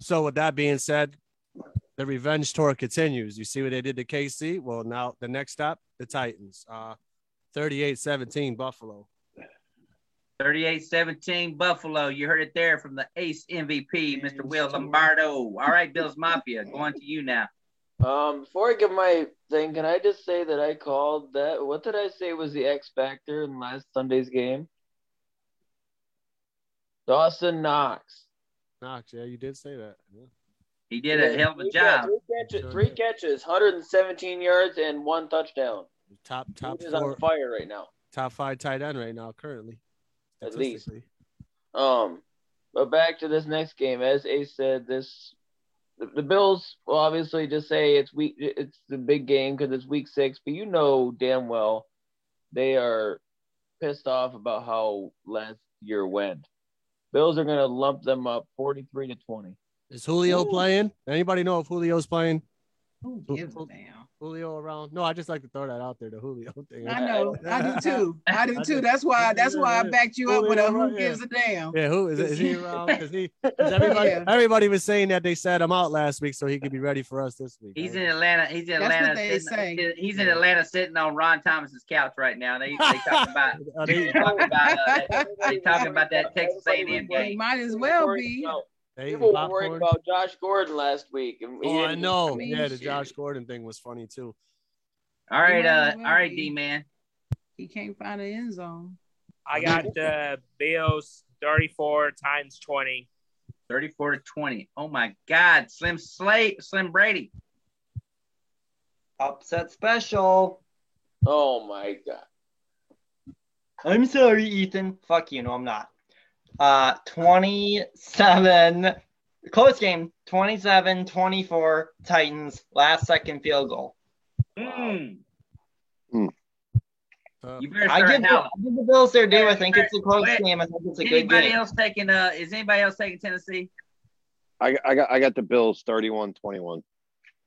Speaker 13: so with that being said, the revenge tour continues. You see what they did to KC. Well, now the next stop, the Titans. Uh, 38-17 Buffalo.
Speaker 4: 38-17 Buffalo. You heard it there from the ace MVP, Mr. Will Lombardo. All right, Bills Mafia, going to you now.
Speaker 11: Um, before I give my thing, can I just say that I called that? What did I say was the X factor in last Sunday's game? Dawson Knox.
Speaker 13: Knox, yeah, you did say that. Yeah.
Speaker 4: He
Speaker 13: did a hell of a
Speaker 11: Three
Speaker 13: job.
Speaker 11: catch- Three catches, three catches, 117 yards, and one touchdown.
Speaker 13: Top top
Speaker 11: Dude is on
Speaker 13: four,
Speaker 11: fire right now.
Speaker 13: top five tight end right now currently.
Speaker 11: At least.
Speaker 13: statistically.
Speaker 11: Um, but back to this next game, as Ace said, this the, the Bills will obviously just say it's week, it's the big game because it's week six. But you know damn well they are pissed off about how last year went. Bills are gonna lump them up forty-three to twenty.
Speaker 13: Is Julio
Speaker 11: Ooh.
Speaker 13: playing? Anybody know if Julio's playing?
Speaker 16: Who gives a damn?
Speaker 13: Julio around? No, I just like to throw that out there, the Julio thing.
Speaker 3: I know. I do too. I do too. That's why. That's why I backed you up with a who gives a damn.
Speaker 13: Yeah, who is, is he around? Is uh, he? Is everybody, everybody was saying that they sat him out last week so he could be ready for us this week.
Speaker 4: He's in Atlanta. He's in
Speaker 3: That's what
Speaker 4: Atlanta.
Speaker 3: they
Speaker 4: sitting- He's in Atlanta sitting on Ron Thomas's couch right now. They they talking about
Speaker 15: Oh,
Speaker 4: they talking about, uh, they talking about that Texas A&M game.
Speaker 3: Might as well be.
Speaker 11: People were worried about Josh Gordon last week. And
Speaker 13: Oh, I know. yeah, the Josh Gordon thing was funny too.
Speaker 4: All
Speaker 3: right, uh, all right, D
Speaker 4: man.
Speaker 3: He can't find the end zone.
Speaker 12: I got the Bills 34 times 20.
Speaker 4: 34 to 20. Oh my God. Slim Slate, Slim Brady.
Speaker 15: Upset special.
Speaker 11: Oh my god.
Speaker 15: I'm sorry, Ethan. Fuck you. No, I'm not. Uh, 27. Close game. 27 24. Titans. Last second field goal.
Speaker 11: Hmm.
Speaker 4: You better
Speaker 15: I
Speaker 4: start
Speaker 15: give, the,
Speaker 4: now.
Speaker 15: I give the Bills their due. I think
Speaker 4: Wait,
Speaker 15: it's a close
Speaker 4: wait.
Speaker 15: game. I think it's a good
Speaker 4: anybody
Speaker 15: game.
Speaker 4: else taking uh is anybody else taking Tennessee?
Speaker 10: I, I got I got the Bills 31-21.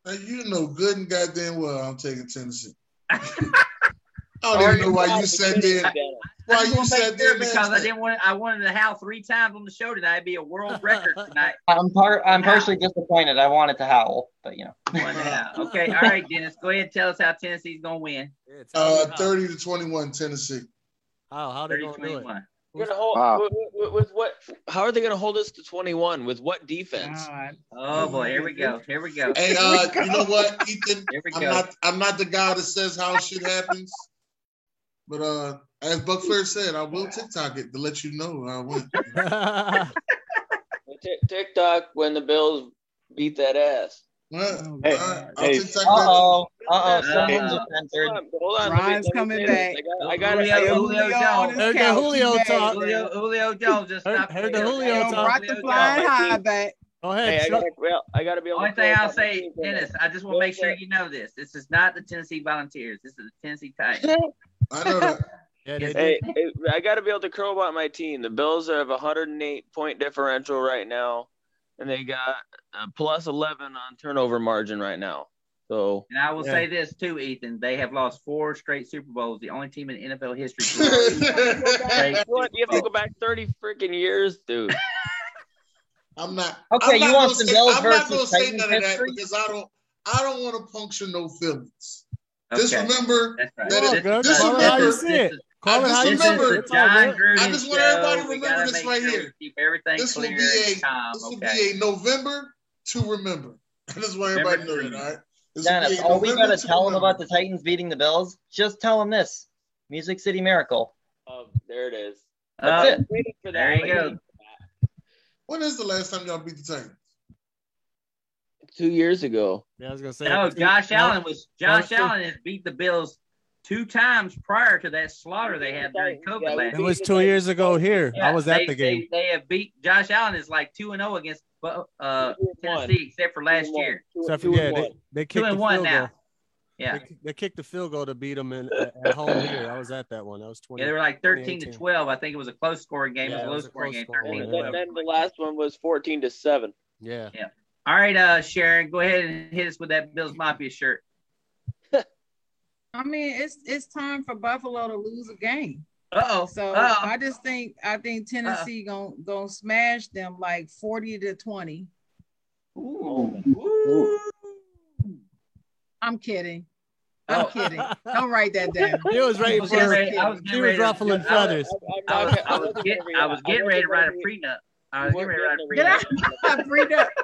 Speaker 1: Now, you know good and goddamn well I'm taking Tennessee. I don't even know why you sat there.
Speaker 4: I
Speaker 1: Why you
Speaker 4: just wanna make
Speaker 1: sat
Speaker 4: sure
Speaker 1: there
Speaker 4: because I
Speaker 1: last night.
Speaker 4: didn't want I wanted to howl three times on the show tonight. It'd be a world record tonight.
Speaker 15: I'm part. I'm partially disappointed. I wanted to howl, but you know.
Speaker 4: One howl. Okay, all right, Dennis. Go ahead and tell us how Tennessee's gonna win.
Speaker 1: Uh, 30 to 21, Tennessee.
Speaker 13: How how
Speaker 4: they gonna do it?
Speaker 11: You're gonna hold,
Speaker 1: Wow.
Speaker 11: with, with- with what? How are they gonna hold us to 21 with what defense?
Speaker 4: Oh boy, here we go. Here we go.
Speaker 1: Hey, uh, you know what, Ethan?
Speaker 4: Here we
Speaker 1: I'm
Speaker 4: go.
Speaker 1: not I'm not the guy that says how shit happens, but uh, as Buck Flair said, I will TikTok it to let you know how I went.
Speaker 11: Tick TikTok when the Bills beat that ass.
Speaker 10: Hey, hey,
Speaker 15: Uh-oh. Uh-oh.
Speaker 11: Hold
Speaker 15: Someone's
Speaker 11: on,
Speaker 15: censored.
Speaker 11: hold on, let me- let me say this. I got, I got,
Speaker 4: Julio,
Speaker 11: I
Speaker 4: Julio
Speaker 11: got
Speaker 4: Jones.
Speaker 13: Heard the Julio talk.
Speaker 4: Julio, Julio Jones just
Speaker 13: Heard,
Speaker 4: stopped.
Speaker 13: heard the Julio talk.
Speaker 3: back.
Speaker 13: Go
Speaker 11: Hey,
Speaker 13: ahead.
Speaker 11: I
Speaker 13: Chuck.
Speaker 11: gotta, well, I gotta be able
Speaker 4: Only
Speaker 11: to
Speaker 4: thing
Speaker 11: close
Speaker 4: I'll
Speaker 11: out
Speaker 4: say,
Speaker 11: the
Speaker 4: Dennis, I just want to make sure you know this. This is not the Tennessee Volunteers. This is the Tennessee Titans.
Speaker 1: I know that.
Speaker 11: Hey, hey, I got to be able to crow about my team. The Bills have a 108 point differential right now, and they got a plus 11 on turnover margin right now. So
Speaker 4: And I will
Speaker 11: Yeah.
Speaker 4: say this too, Ethan. They have lost four straight Super Bowls. The only team in NFL history.
Speaker 11: you know what? You have to go back 30 freaking years, dude.
Speaker 1: I'm not.
Speaker 15: Okay,
Speaker 1: I'm
Speaker 15: you
Speaker 1: not
Speaker 15: want
Speaker 1: gonna
Speaker 15: some
Speaker 1: say-
Speaker 15: Bills
Speaker 1: I'm not
Speaker 15: versus
Speaker 1: gonna say
Speaker 15: Titans
Speaker 1: none of that
Speaker 15: history?
Speaker 1: because I don't. I don't want to puncture no feelings. Just
Speaker 4: Okay.
Speaker 1: remember
Speaker 4: That's right.
Speaker 1: that.
Speaker 4: This
Speaker 1: It,
Speaker 4: is-
Speaker 1: just
Speaker 4: this is-
Speaker 1: remember.
Speaker 4: this is-
Speaker 1: I just
Speaker 4: this is
Speaker 1: remember.
Speaker 4: the John Gruden
Speaker 1: I just want
Speaker 4: show.
Speaker 1: everybody to
Speaker 4: We
Speaker 1: remember
Speaker 4: gotta
Speaker 1: this
Speaker 4: make
Speaker 1: right
Speaker 4: sure we
Speaker 1: here.
Speaker 4: Keep everything
Speaker 1: This will
Speaker 4: clear
Speaker 1: be
Speaker 4: and
Speaker 1: a.
Speaker 4: calm.
Speaker 1: This will
Speaker 4: okay.
Speaker 1: be a November to remember. I just want
Speaker 4: Remember
Speaker 1: everybody to
Speaker 4: to
Speaker 1: know that. All right. This will be
Speaker 15: Dennis,
Speaker 1: a
Speaker 15: are oh, we
Speaker 1: November
Speaker 15: gonna
Speaker 1: to
Speaker 15: tell them
Speaker 1: remember.
Speaker 15: about the Titans beating the Bills? Just tell them this: Music City Miracle.
Speaker 11: Oh, there it is.
Speaker 15: That's
Speaker 11: I
Speaker 15: it.
Speaker 11: waited for that.
Speaker 15: There you
Speaker 11: I waited
Speaker 15: go.
Speaker 1: When is the last time y'all beat the Titans?
Speaker 11: Two years ago.
Speaker 13: Yeah, I was gonna say.
Speaker 4: No, Josh Allen was Josh
Speaker 13: Well,
Speaker 4: Allen has beat the Bills two times prior to that slaughter they had during COVID last
Speaker 13: It was two years ago here. I was at
Speaker 4: they,
Speaker 13: the game.
Speaker 4: They, they have beat Josh Allen is like two and zero against uh, Tennessee, except for last year.
Speaker 13: Except for, yeah, they, they
Speaker 4: Two
Speaker 13: kicked the
Speaker 4: and one
Speaker 13: field
Speaker 4: now.
Speaker 13: goal.
Speaker 4: Yeah.
Speaker 13: They, they kicked the field goal to beat them in, at at home here. I was at that one. That was 20.
Speaker 4: Yeah, they were like thirteen to
Speaker 13: 2018.
Speaker 4: twelve. I think it was a close scoring game.
Speaker 13: Yeah,
Speaker 4: it was a low scoring game.
Speaker 13: close scoring
Speaker 4: 13 to
Speaker 13: one.
Speaker 4: 12.
Speaker 11: And then the last one was 14 to 7.
Speaker 13: Yeah.
Speaker 4: Yeah. All right, uh, Sharon, go ahead and hit us with that Bills Mafia shirt.
Speaker 3: I mean, it's it's time for Buffalo to lose a game.
Speaker 4: Uh-oh.
Speaker 3: So
Speaker 4: Uh-oh.
Speaker 3: I just think I think Tennessee gonna gonna smash them like forty to twenty.
Speaker 4: Oh,
Speaker 3: I'm kidding. I'm
Speaker 4: Oh.
Speaker 3: kidding. Don't write that down.
Speaker 13: He was ready
Speaker 3: I
Speaker 13: for
Speaker 3: just
Speaker 13: it.
Speaker 3: kidding.
Speaker 4: I was getting
Speaker 13: He was
Speaker 4: ready to-
Speaker 13: ruffling
Speaker 4: I-
Speaker 13: feathers.
Speaker 4: I was, I was, get, I was getting ready to write a prenup. I was getting ready to write a
Speaker 3: Did I?
Speaker 4: prenup.
Speaker 3: I freed up.
Speaker 11: So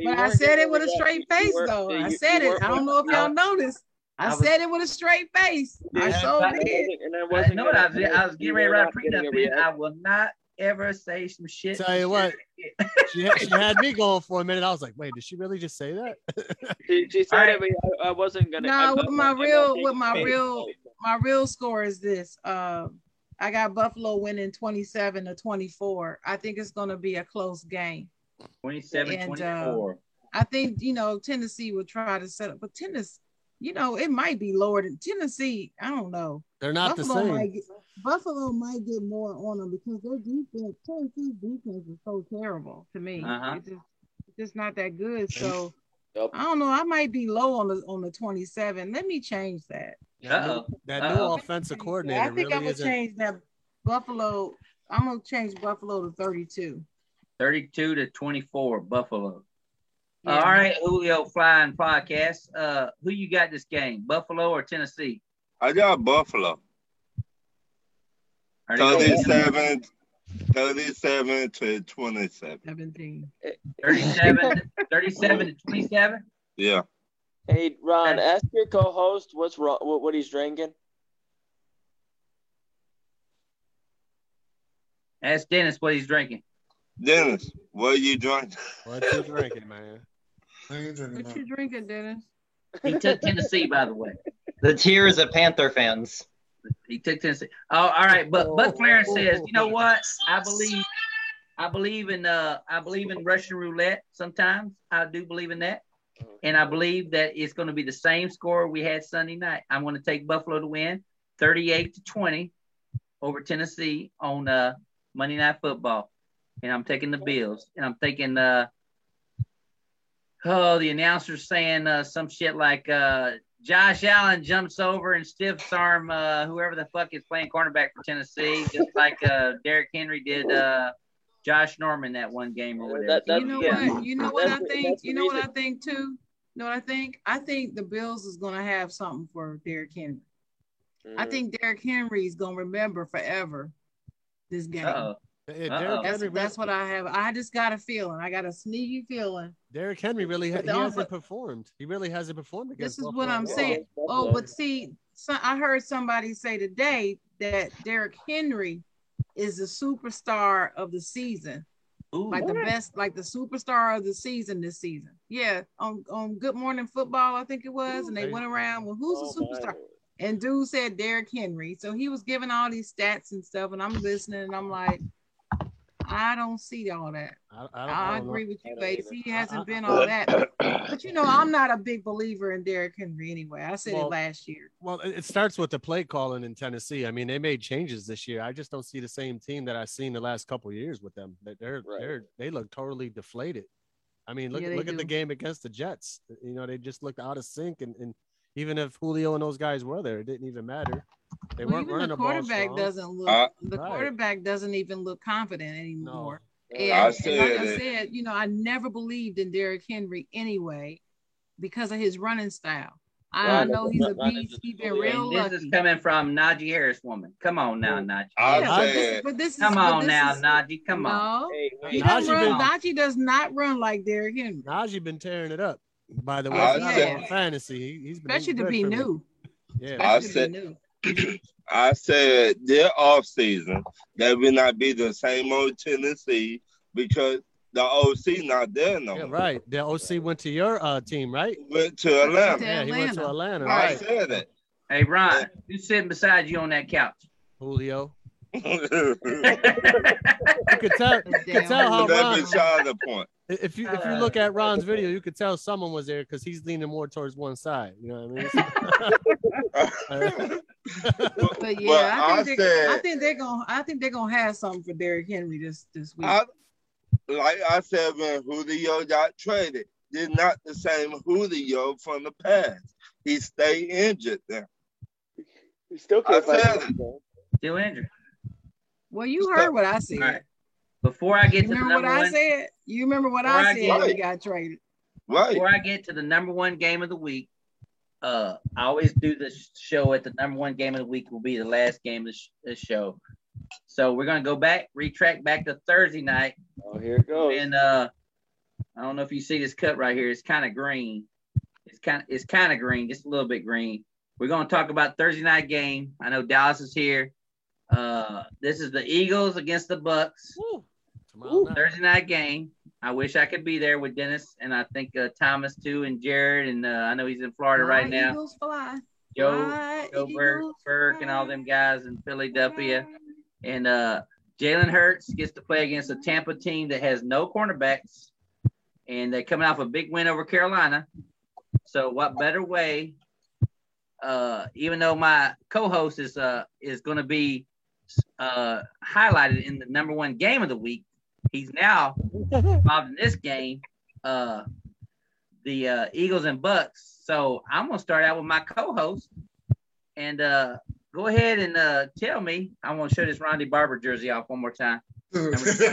Speaker 11: you
Speaker 3: But I
Speaker 11: weren't
Speaker 3: said
Speaker 11: gonna
Speaker 3: it with
Speaker 11: do
Speaker 3: a
Speaker 11: that.
Speaker 3: straight
Speaker 11: You
Speaker 3: face,
Speaker 11: weren't-
Speaker 3: though.
Speaker 11: you-
Speaker 3: I
Speaker 11: you
Speaker 3: said it.
Speaker 11: weren't
Speaker 3: I don't know if
Speaker 11: gonna-
Speaker 3: y'all noticed. I,
Speaker 4: I was-
Speaker 3: said it with a straight face. I
Speaker 11: Yeah,
Speaker 3: so
Speaker 11: but-
Speaker 3: did.
Speaker 11: And I
Speaker 4: I
Speaker 11: wasn't
Speaker 4: know what I was,
Speaker 11: gonna-
Speaker 4: I was getting
Speaker 11: you
Speaker 4: ready to
Speaker 11: were
Speaker 4: write
Speaker 11: not
Speaker 4: a
Speaker 11: getting
Speaker 4: prenup,
Speaker 11: reaction.
Speaker 4: man. I will not ever say some shit.
Speaker 13: Tell you what, uh, she, had- she had me going for a minute. I was like, wait, did she really just say that?
Speaker 11: She, she said it, but I, I wasn't gonna. I'm
Speaker 3: No,
Speaker 11: not-
Speaker 3: with my
Speaker 11: I'm not
Speaker 3: real
Speaker 11: taking
Speaker 3: with my
Speaker 11: credit.
Speaker 3: real my real score is this. Uh, I got Buffalo winning 27 to 24. I think it's gonna be a close game.
Speaker 4: 27
Speaker 3: And,
Speaker 4: 24.
Speaker 3: I think you know Tennessee will try to set up, but Tennessee, you know, it might be lower than Tennessee. I don't know.
Speaker 13: They're not the
Speaker 3: Buffalo
Speaker 13: same.
Speaker 3: Might get, Buffalo might get more on them because their defense, Tennessee's defense is so terrible to me.
Speaker 4: Uh-huh.
Speaker 3: It's, just, it's just not that good. So I don't know. I might be low on the on the 27. Let me change that.
Speaker 13: That new, that new
Speaker 3: Uh-oh.
Speaker 13: offensive
Speaker 3: Yeah,
Speaker 13: coordinator
Speaker 3: I think
Speaker 13: really
Speaker 3: I'm gonna
Speaker 13: isn't.
Speaker 3: change that Buffalo. I'm gonna change Buffalo to 32.
Speaker 4: 32 to 24, Buffalo.
Speaker 3: Yeah.
Speaker 4: All right, Julio Flying Podcast. Uh, who you got this game, Buffalo or Tennessee?
Speaker 2: I got Buffalo. 37, 37 to 27.
Speaker 3: 17.
Speaker 4: 37, 37 to 27.
Speaker 2: Yeah.
Speaker 11: Hey Ron, ask your co-host what's wrong, what, what he's drinking.
Speaker 4: Ask Dennis what he's drinking.
Speaker 2: Dennis, what you drinking?
Speaker 13: What you drinking, man?
Speaker 3: What you drinking, Dennis?
Speaker 4: He took Tennessee, by the way.
Speaker 14: The tears of Panther fans.
Speaker 4: He took Tennessee. Oh, all right. But Buck Flair says, you know what? I believe, I believe in, uh, I believe in Russian roulette. Sometimes I do believe in that, and I believe that it's going to be the same score we had Sunday night. I'm going to take Buffalo to win, 38 to 20, over Tennessee on uh, Monday Night Football, and I'm taking the Bills, and I'm thinking, uh, oh, the announcer's saying uh, some shit like. Uh, Josh Allen jumps over and stiffs arm uh, whoever the fuck is playing cornerback for Tennessee, just like uh, Derrick Henry did uh, Josh Norman that one game or whatever.
Speaker 3: you know what? You know what I think? You know what I think too? You know what I think? I think the Bills is gonna have something for Derrick Henry. I
Speaker 13: Mm-hmm.
Speaker 3: think Derrick Henry is gonna remember forever this game.
Speaker 13: Uh-oh. Yeah, Derrick Uh-oh.
Speaker 3: That's,
Speaker 13: Henry-
Speaker 3: that's what I have. I just got a feeling. I got a sneaky feeling.
Speaker 13: Derrick Henry really ha-
Speaker 3: But
Speaker 13: he
Speaker 3: the only-
Speaker 13: hasn't performed. He really hasn't performed against.
Speaker 3: This is what
Speaker 13: Buffalo.
Speaker 3: I'm saying. Oh, but see, so I heard somebody say today that Derrick Henry is the superstar of the season. like the
Speaker 4: what?
Speaker 3: best, like the superstar of the season this season. Yeah, on, on Good Morning Football, I think it was, and they went around, well, who's
Speaker 13: Oh,
Speaker 3: the superstar? And dude said Derrick Henry. So he was giving all these stats and stuff, and I'm listening, and I'm like, I don't see all that.
Speaker 13: I, I, don't-
Speaker 3: I,
Speaker 13: I don't know.
Speaker 3: agree with you, Bates. He hasn't been
Speaker 13: I-
Speaker 3: all that. But you know, I'm not a big believer in Derrick Henry anyway. I said
Speaker 13: Well-
Speaker 3: it last year.
Speaker 13: Well, it it starts with the play calling in Tennessee. I mean, they made changes this year. I just don't see the same team that I've seen the last couple of years with them. That they're they're they look totally deflated. I mean, look
Speaker 1: Yeah, they
Speaker 13: look at the
Speaker 1: do.
Speaker 13: game against the Jets. You know, they just looked out of sync, and, and even if Julio and those guys were there, it didn't even matter. They
Speaker 3: Well,
Speaker 13: weren't
Speaker 3: even
Speaker 13: running
Speaker 3: the
Speaker 13: ball
Speaker 3: quarterback
Speaker 13: strong.
Speaker 3: doesn't look the
Speaker 13: Right.
Speaker 3: quarterback doesn't even look confident anymore.
Speaker 13: No.
Speaker 3: And,
Speaker 13: I
Speaker 3: and like
Speaker 13: said
Speaker 3: I
Speaker 13: it.
Speaker 3: said, you know, I never believed in Derrick Henry anyway because of his running style. I
Speaker 4: Right.
Speaker 3: know he's a
Speaker 4: Right.
Speaker 3: beast. He's been real
Speaker 4: And this
Speaker 3: lucky.
Speaker 4: is coming from Najee Harris woman. Come on now, Najee.
Speaker 3: Yeah, but this, but this is
Speaker 4: Come
Speaker 3: but
Speaker 4: on
Speaker 3: this
Speaker 4: now,
Speaker 3: is-
Speaker 4: Najee. Come on.
Speaker 3: No,
Speaker 13: hey,
Speaker 3: he doesn't
Speaker 13: Najee
Speaker 3: run.
Speaker 13: been-
Speaker 3: Najee does not run like Derrick Henry,
Speaker 13: Najee been tearing it up. By the way,
Speaker 2: I
Speaker 13: not
Speaker 2: said-
Speaker 13: on fantasy, he, he's been
Speaker 3: especially to
Speaker 13: good
Speaker 3: be
Speaker 13: for me.
Speaker 3: new.
Speaker 13: Yeah,
Speaker 2: I
Speaker 3: Especially to
Speaker 2: said,
Speaker 3: be new.
Speaker 2: I said their offseason, they will not be the same old Tennessee because the OC not there no
Speaker 13: Yeah,
Speaker 2: more.
Speaker 13: right. The OC went to your uh, team, right?
Speaker 2: Went to Atlanta.
Speaker 13: Yeah, he went to Atlanta.
Speaker 2: I
Speaker 13: Right.
Speaker 2: said it.
Speaker 4: Hey, Ron, who's sitting beside you on that couch?
Speaker 13: Julio.
Speaker 4: you
Speaker 13: could tell. You could tell how Ron.
Speaker 2: That's beside the point.
Speaker 13: If you if you look at Ron's video, you could tell someone was there because he's leaning more towards one side. You know what I mean?
Speaker 3: But
Speaker 13: Well,
Speaker 3: yeah, I,
Speaker 13: I
Speaker 3: think they're, I
Speaker 2: said-
Speaker 3: think they're gonna I think they're gonna have something for Derrick Henry this this week.
Speaker 2: I, like I said, when Julio got traded, they're not the same Julio from the past. He stayed injured then.
Speaker 11: He still
Speaker 2: can't
Speaker 4: find
Speaker 2: find
Speaker 4: Still injured.
Speaker 3: well, you heard what I said.
Speaker 4: All right. Before I
Speaker 3: You
Speaker 4: get to the
Speaker 3: remember what
Speaker 4: number
Speaker 3: I
Speaker 4: one,
Speaker 3: said? You remember what
Speaker 4: Before
Speaker 3: I
Speaker 4: I
Speaker 3: said
Speaker 4: get-
Speaker 3: when he got traded.
Speaker 4: before I get to the number one game of the week, uh, I always do this show at the number one game of the week will be the last game of the, sh- the show. So we're gonna go back, retrack back to Thursday night.
Speaker 11: Oh, here it goes.
Speaker 4: And uh, I don't know if you see this cut right here. It's kind of green. It's kind of it's kind of green, just a little bit green. We're gonna talk about Thursday night game. I know Dallas is here. Uh, this is the Eagles against the Bucks.
Speaker 13: Woo.
Speaker 4: Thursday night game. I wish I could be there with Dennis and I think uh, Thomas too and Jared and uh, I know he's in Florida
Speaker 3: My
Speaker 4: right now.
Speaker 3: Eagles fly.
Speaker 4: Joe,
Speaker 3: My
Speaker 4: Joe Burke,
Speaker 3: Eagles
Speaker 4: Burke and all them guys in Philadelphia. And uh, Jalen Hurts gets to play against a Tampa team that has no cornerbacks. And they're coming off a big win over Carolina. So what better way? Uh, even though my co-host is uh is going to be uh highlighted in the number one game of the week, he's now involved in this game. Uh, the uh, Eagles and Bucks. So I'm gonna start out with my co-host, and uh, go ahead and uh, tell me. I want to show this Rondy Barber jersey off one more time. Number 20.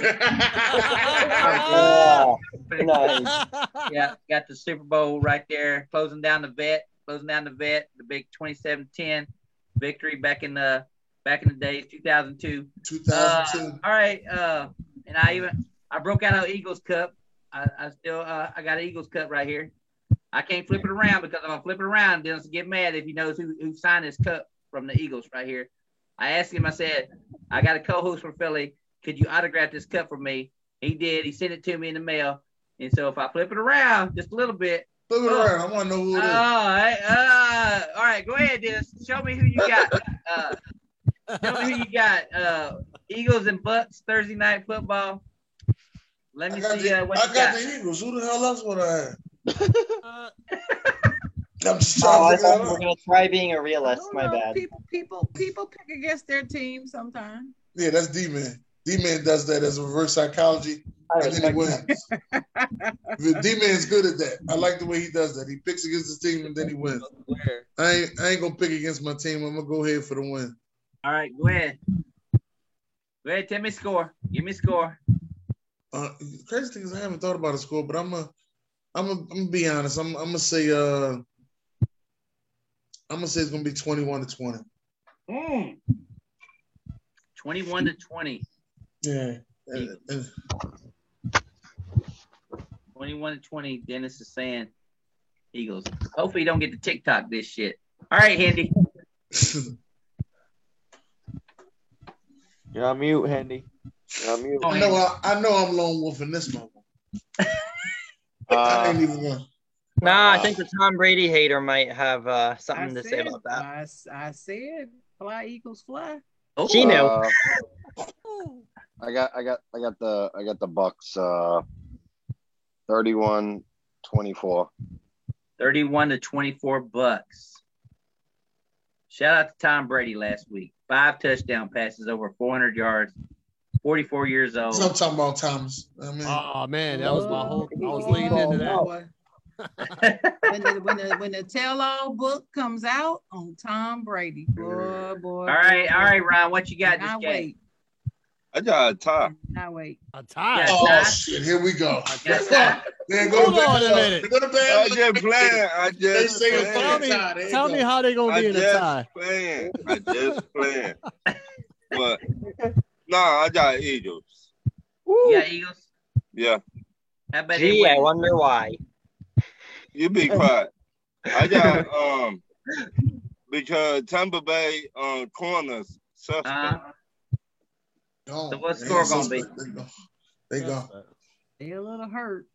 Speaker 4: yeah, got the Super Bowl right there, closing down the vet, closing down the vet, the big 27-10 victory back in the back in the days, 2002.
Speaker 1: 2002.
Speaker 4: all right, uh, and I even I broke out an Eagles cup. I, I still uh, I got an Eagles cup right here. I can't flip it around because I'm gonna flip it around. Dennis get mad if he knows who, who signed this cup from the Eagles right here. I asked him. I said, I got a co-host from Philly. Could you autograph this cup for me? He did. He sent it to me in the mail. And so if I flip it around just a little bit,
Speaker 1: Flip it around. I want to know who it
Speaker 4: Oh,
Speaker 1: is.
Speaker 4: all right, uh, all right, go ahead, Dennis. Show me who you got. Uh, show me who you got. Uh, Eagles and Bucks Thursday night football. Let me
Speaker 1: I got,
Speaker 4: see
Speaker 1: the,
Speaker 4: uh, what
Speaker 1: I
Speaker 4: you
Speaker 1: got
Speaker 4: got.
Speaker 1: the Eagles. Who the hell else would I have? I'm just trying
Speaker 15: Oh, I
Speaker 1: to figure that
Speaker 15: thought you were
Speaker 1: out.
Speaker 15: gonna try being a realist. My bad.
Speaker 16: People, people, people pick against their team sometimes.
Speaker 1: Yeah, that's D Man. D Man does that as reverse psychology, and then he wins. D Man's good at that. I like the way he does that. He picks against his team and then he wins. I ain't, I ain't gonna pick against my team. I'm gonna go ahead for the win.
Speaker 4: All right, go ahead. Go ahead, tell me score. Give me score.
Speaker 1: Uh, the crazy thing is, I haven't thought about a score, but I'm a, I'm a, I'm gonna be honest. I'm, I'm gonna say, uh, I'm gonna say it's gonna be 21 to 20.
Speaker 4: Mm. 21 to 20.
Speaker 1: Yeah. And- and-
Speaker 4: 21 to 20. Dennis is saying Eagles. Hopefully, you don't get to TikTok this shit. All right, Handy.
Speaker 11: You're on mute, Hendy. You're on
Speaker 4: Oh,
Speaker 11: mute.
Speaker 1: I know, I, I know, I'm lone wolf in this one. I ain't even gonna.
Speaker 14: Nah, I
Speaker 1: Uh,
Speaker 14: think the Tom Brady hater might have uh, something to say
Speaker 16: said-
Speaker 14: about that.
Speaker 16: I, s- I said, fly Eagles fly.
Speaker 4: Oh.
Speaker 14: She knew.
Speaker 10: Uh, I got I got I got the I got the Bucks uh 31 24.
Speaker 4: 31 to 24 bucks. Shout out to Tom Brady last week. Five touchdown passes over 400 yards. 44 years old.
Speaker 1: So I'm talking about Thomas. I mean,
Speaker 13: oh man, that was my whole. I was leading
Speaker 16: Oh,
Speaker 13: into that.
Speaker 16: boy. when, the, when, the, when the tell-all book comes out on Tom Brady, boy, boy.
Speaker 4: All right, all right, Ron, what you got this
Speaker 16: I
Speaker 4: game?
Speaker 16: wait,
Speaker 2: I got a top.
Speaker 16: I wait.
Speaker 13: A
Speaker 4: Yeah,
Speaker 1: oh
Speaker 4: Ty.
Speaker 1: shit, here we go.
Speaker 4: Yeah,
Speaker 1: Fuck.
Speaker 4: Ty.
Speaker 1: There go
Speaker 13: Hold
Speaker 1: the
Speaker 13: on a
Speaker 1: bad-
Speaker 13: minute.
Speaker 1: Go to bad-
Speaker 2: I just playing. I
Speaker 1: They
Speaker 2: just
Speaker 1: say it's
Speaker 2: playing.
Speaker 13: Tell me,
Speaker 1: Ty, there you
Speaker 13: tell
Speaker 1: go.
Speaker 13: me how they gonna
Speaker 2: I
Speaker 13: be in a
Speaker 2: just
Speaker 13: tie.
Speaker 2: playing. I just playing. but nah, I got Eagles.
Speaker 4: You got Eagles?
Speaker 2: Yeah,
Speaker 4: How about they
Speaker 14: Gee, I
Speaker 4: win?
Speaker 14: wonder why.
Speaker 2: you be quiet. I got um because Tampa Bay um corners suspect.
Speaker 4: Uh,
Speaker 1: Gone.
Speaker 4: So what's
Speaker 1: They
Speaker 4: score
Speaker 1: ain't
Speaker 4: gonna
Speaker 1: suspect. They go. They go.
Speaker 16: They a little hurt.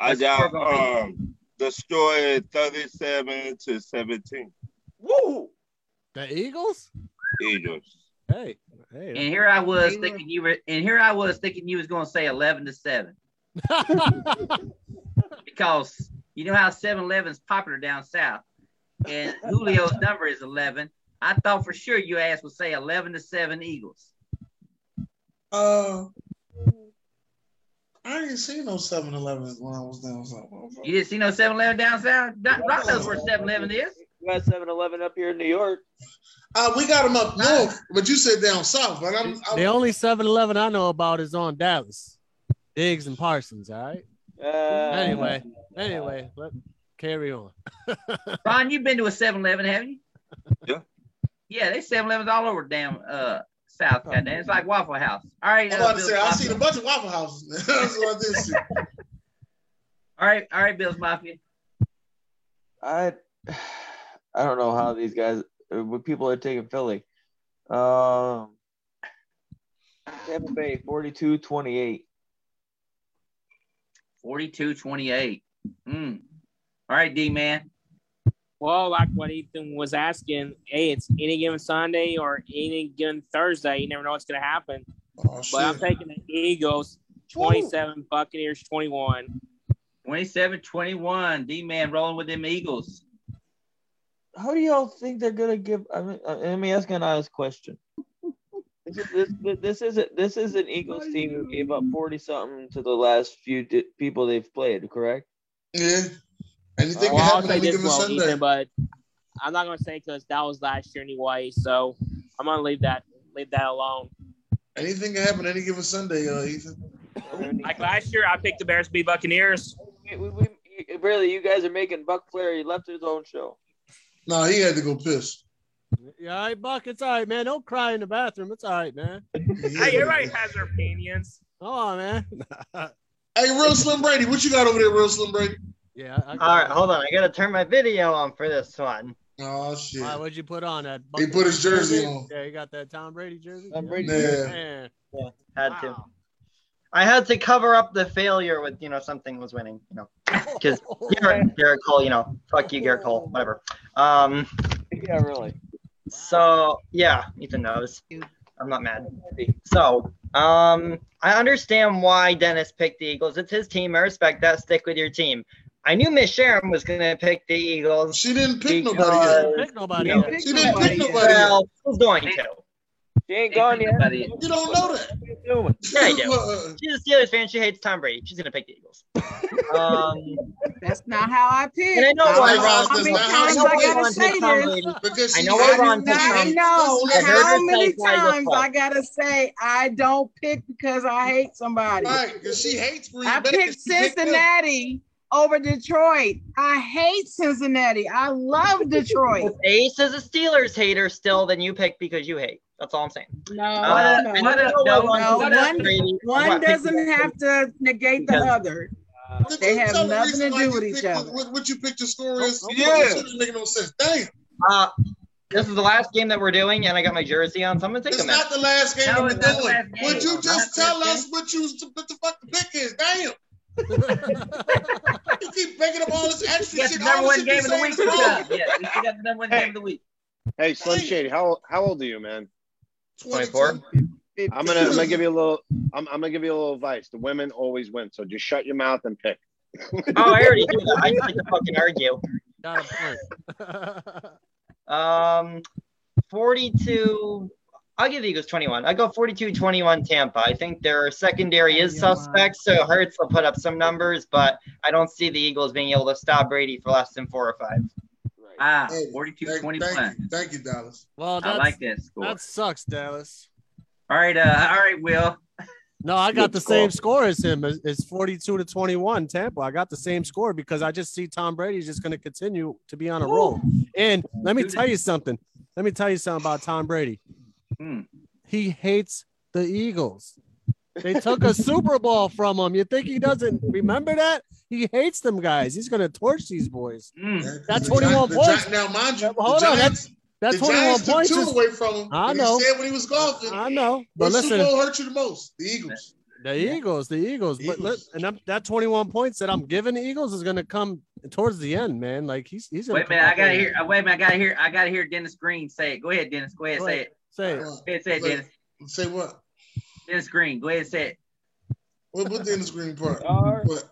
Speaker 2: I
Speaker 4: what's the score
Speaker 2: got
Speaker 4: gonna be?
Speaker 2: um destroyed thirty-seven to seventeen.
Speaker 13: Woo! The Eagles.
Speaker 2: Eagles.
Speaker 13: Hey, hey.
Speaker 4: and here I was
Speaker 16: They were-
Speaker 4: thinking you were and here I was thinking you was gonna say eleven to seven. because you know how 7-Eleven's popular down south. And Julio's number is eleven. I thought for sure you ass would say eleven to seven Eagles.
Speaker 1: Uh, I didn't see no 7 Elevens when I was down. I was like, well,
Speaker 4: You didn't see no 7-Eleven down south? Doc- Rock knows where 7-Eleven is.
Speaker 11: You got 7 Eleven up here in New York.
Speaker 1: uh, we got them up north, but you said down south. But I'm, I'm
Speaker 13: The only 7-Eleven I know about is on Dallas, Diggs and Parsons. All right.
Speaker 11: Uh,
Speaker 13: Anyway, anyway, let carry on.
Speaker 4: Ron, you've been to a 7-Eleven, haven't you?
Speaker 2: Yeah.
Speaker 4: Yeah, they 7-Elevens all over damn uh South goddamn. It's like Waffle House. All right.
Speaker 1: I'm
Speaker 4: uh,
Speaker 1: about to
Speaker 4: Bill
Speaker 1: say, I
Speaker 4: Cosby.
Speaker 1: seen a bunch of Waffle Houses. That's what I did see.
Speaker 4: All right, all right, Bills Mafia.
Speaker 11: I I don't know how these guys uh, what people are taking Philly. Um Tampa Bay 42-28.
Speaker 4: 42-28. Mm. All right, D man.
Speaker 12: Well, like what Ethan was asking, hey, it's any given Sunday or any given Thursday. You never know what's going to happen.
Speaker 1: Oh, shit.
Speaker 12: But I'm taking the Eagles 27, Buccaneers 21.
Speaker 4: 27-21. D man rolling with them Eagles.
Speaker 11: How do y'all think they're gonna give I mean, uh, let me ask an honest question. This is this, this isn't this is an Eagles team who gave up forty something to the last few di- people they've played, correct?
Speaker 1: Yeah. Anything can
Speaker 12: Well, I'll
Speaker 1: happen
Speaker 12: say
Speaker 1: any
Speaker 12: this
Speaker 1: given
Speaker 12: one,
Speaker 1: Sunday.
Speaker 12: Ethan, but I'm not gonna say because that was last year anyway. So I'm gonna leave that leave that alone.
Speaker 1: Anything can happen any given Sunday, uh, Ethan.
Speaker 17: Like last year, I picked the Bears to be Buccaneers.
Speaker 11: We, we, we, really, you guys are making Buck Flair. He left his own show.
Speaker 1: No, he had to go piss.
Speaker 13: Yeah, all right, Buck. It's all right, man. Don't cry in the bathroom. It's all right, man.
Speaker 17: Hey, everybody has their opinions.
Speaker 13: Come on, man.
Speaker 1: Hey, real Slim Brady, what you got over there, real Slim Brady?
Speaker 13: Yeah. I,
Speaker 15: All right, hold on. I gotta turn my video on for this one.
Speaker 1: Oh shit!
Speaker 13: Why would you put on that?
Speaker 15: He put his jersey on.
Speaker 13: Yeah, he got that Tom Brady jersey.
Speaker 15: Tom
Speaker 13: Yeah.
Speaker 15: Brady
Speaker 13: yeah.
Speaker 15: jersey.
Speaker 13: Man.
Speaker 15: Yeah, had to. I had to cover up the failure with you know something was winning, you know, because Garrett, Garrett Cole, you know, fuck you, Garrett Cole, whatever. Um,
Speaker 11: yeah, really.
Speaker 15: So yeah, Ethan knows. I'm not mad. So um, I understand why Dennis picked the Eagles. It's his team. I respect that. Stick with your team. I knew Miss Sharon was gonna pick the Eagles.
Speaker 1: She didn't pick
Speaker 15: because,
Speaker 1: nobody yet. She didn't
Speaker 13: pick nobody
Speaker 15: you know,
Speaker 13: yet.
Speaker 1: She didn't pick nobody yet.
Speaker 15: Well, who's going to?
Speaker 11: She ain't gone yet.
Speaker 1: You don't know uh, that.
Speaker 15: Yeah, I do. She's a Steelers fan. She hates Tom Brady. She's gonna pick the Eagles. Um,
Speaker 3: That's not how I pick.
Speaker 15: And I know why Ron-
Speaker 3: How many times I gotta say this?
Speaker 1: Because
Speaker 15: I know why Ron picked
Speaker 3: I
Speaker 15: Tom
Speaker 3: know
Speaker 15: I heard
Speaker 3: how
Speaker 15: her
Speaker 3: many
Speaker 15: say why you're
Speaker 3: times
Speaker 15: fucked.
Speaker 3: I gotta say I don't pick because I hate somebody.
Speaker 1: Right, 'cause she hates Green
Speaker 3: I
Speaker 1: Bay, 'cause
Speaker 3: picked
Speaker 1: she picked them.
Speaker 3: Cincinnati over Detroit. I hate Cincinnati. I love Detroit.
Speaker 15: If Ace is a Steelers hater still, then you pick because you hate. That's all I'm saying.
Speaker 3: No,
Speaker 15: Uh,
Speaker 3: no,
Speaker 15: I
Speaker 3: no,
Speaker 15: don't know what
Speaker 3: no,
Speaker 15: one-
Speaker 3: One, one
Speaker 15: what-
Speaker 3: doesn't have to negate the other. They have
Speaker 1: Tell the
Speaker 3: nothing to
Speaker 1: reason why
Speaker 3: do
Speaker 1: you
Speaker 3: with
Speaker 1: picked
Speaker 3: each other.
Speaker 1: What, what you picked the score is?
Speaker 15: Yeah.
Speaker 1: It doesn't make no sense. Damn.
Speaker 15: Uh, this is the last game that we're doing, and I got my jersey on, so I'm gonna take
Speaker 1: It's
Speaker 15: a minute.
Speaker 1: not the last game
Speaker 15: No,
Speaker 1: we're
Speaker 15: it's not the
Speaker 1: doing.
Speaker 15: last game.
Speaker 1: Would you
Speaker 15: Not
Speaker 1: just
Speaker 15: the
Speaker 1: tell
Speaker 15: last
Speaker 1: us what you what the fuck the pick is? Damn. you keep making up all this extra
Speaker 4: Yes,
Speaker 1: shit.
Speaker 4: number
Speaker 1: All this
Speaker 4: one
Speaker 1: shit you
Speaker 4: game of the
Speaker 1: saying
Speaker 4: week.
Speaker 1: is wrong.
Speaker 4: Yeah, we still got the number one game of the week.
Speaker 10: Hey, Slim Shady, how how old are you, man?
Speaker 1: 24.
Speaker 10: I'm gonna I'm gonna give you a little I'm, I'm gonna give you a little advice. The women always win, so just shut your mouth and pick.
Speaker 15: Oh, I already do that. I just like to fucking argue.
Speaker 13: Got a point.
Speaker 15: Um, 42. I'll give the Eagles 21. I go 42 21 Tampa. I think their secondary is suspect, so Hurts will put up some numbers, but I don't see the Eagles being able to stop Brady for less than four or five.
Speaker 4: Ah,
Speaker 1: Hey,
Speaker 4: 42
Speaker 1: Thank you, thank you, Dallas.
Speaker 13: Well,
Speaker 4: I
Speaker 13: that's,
Speaker 4: like that score.
Speaker 13: That sucks, Dallas.
Speaker 4: All right, uh, all right, Will.
Speaker 13: No, I got
Speaker 4: Good
Speaker 13: the
Speaker 4: score.
Speaker 13: same score as him. It's- It's 42 to 21 Tampa. I got the same score because I just see Tom Brady's just going to continue to be on a roll. And let me tell you something. Let me tell you something about Tom Brady.
Speaker 4: Hmm.
Speaker 13: He hates the Eagles. They took a Super Bowl from him. You think he doesn't remember that? He hates them guys. He's going to torch these boys.
Speaker 4: Hmm.
Speaker 13: That's
Speaker 1: The
Speaker 13: 21
Speaker 1: Gi- the
Speaker 13: points.
Speaker 1: Gi- Now, mind you,
Speaker 13: Hold
Speaker 1: the
Speaker 13: on,
Speaker 1: Giants,
Speaker 13: that's
Speaker 1: the
Speaker 13: 21
Speaker 1: Giants
Speaker 13: points
Speaker 1: Took two
Speaker 13: is-
Speaker 1: away from him.
Speaker 13: I
Speaker 1: and
Speaker 13: know.
Speaker 1: He said when he was golfing.
Speaker 13: I know. But
Speaker 1: But
Speaker 13: listen-
Speaker 1: Super Bowl hurt you the most? The Eagles.
Speaker 13: The Eagles, the Eagles, but look, and I'm, that 21 points that I'm giving the Eagles is going to come towards the end, man. Like he's he's. gonna
Speaker 4: Wait a
Speaker 13: come
Speaker 4: minute, I
Speaker 13: back
Speaker 4: gotta
Speaker 13: in.
Speaker 4: hear. uh, Wait a minute, I gotta hear. I gotta hear Dennis Green say it. Go ahead, Dennis. Go ahead,
Speaker 13: Go
Speaker 4: say
Speaker 13: ahead,
Speaker 4: it.
Speaker 13: say it.
Speaker 4: Go ahead, say it,
Speaker 1: Say-
Speaker 4: Dennis.
Speaker 1: Uh, Say what?
Speaker 4: Dennis Green. Go ahead, and say it.
Speaker 1: What what the screen part?
Speaker 11: Are,
Speaker 1: what?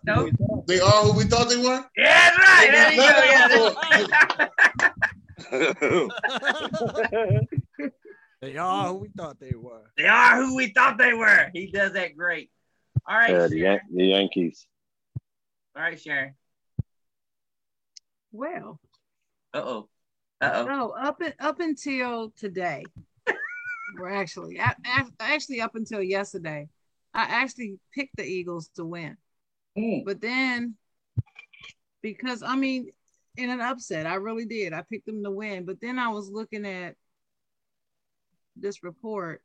Speaker 1: They are who we thought they were?
Speaker 4: Yeah, that's right. There you go.
Speaker 13: They are who we thought they were.
Speaker 4: They are who we thought they were. He does that great. All right,
Speaker 10: Uh, the,
Speaker 4: Sharon.
Speaker 10: Yan- the Yankees.
Speaker 4: All right, Sharon.
Speaker 16: Well,
Speaker 4: Uh oh. Uh oh.
Speaker 16: no, up and up until today, or actually, a- a- actually up until yesterday, I actually picked the Eagles to win. But then, because I mean, in an upset, I really did. I picked them to win. But then I was looking at this report,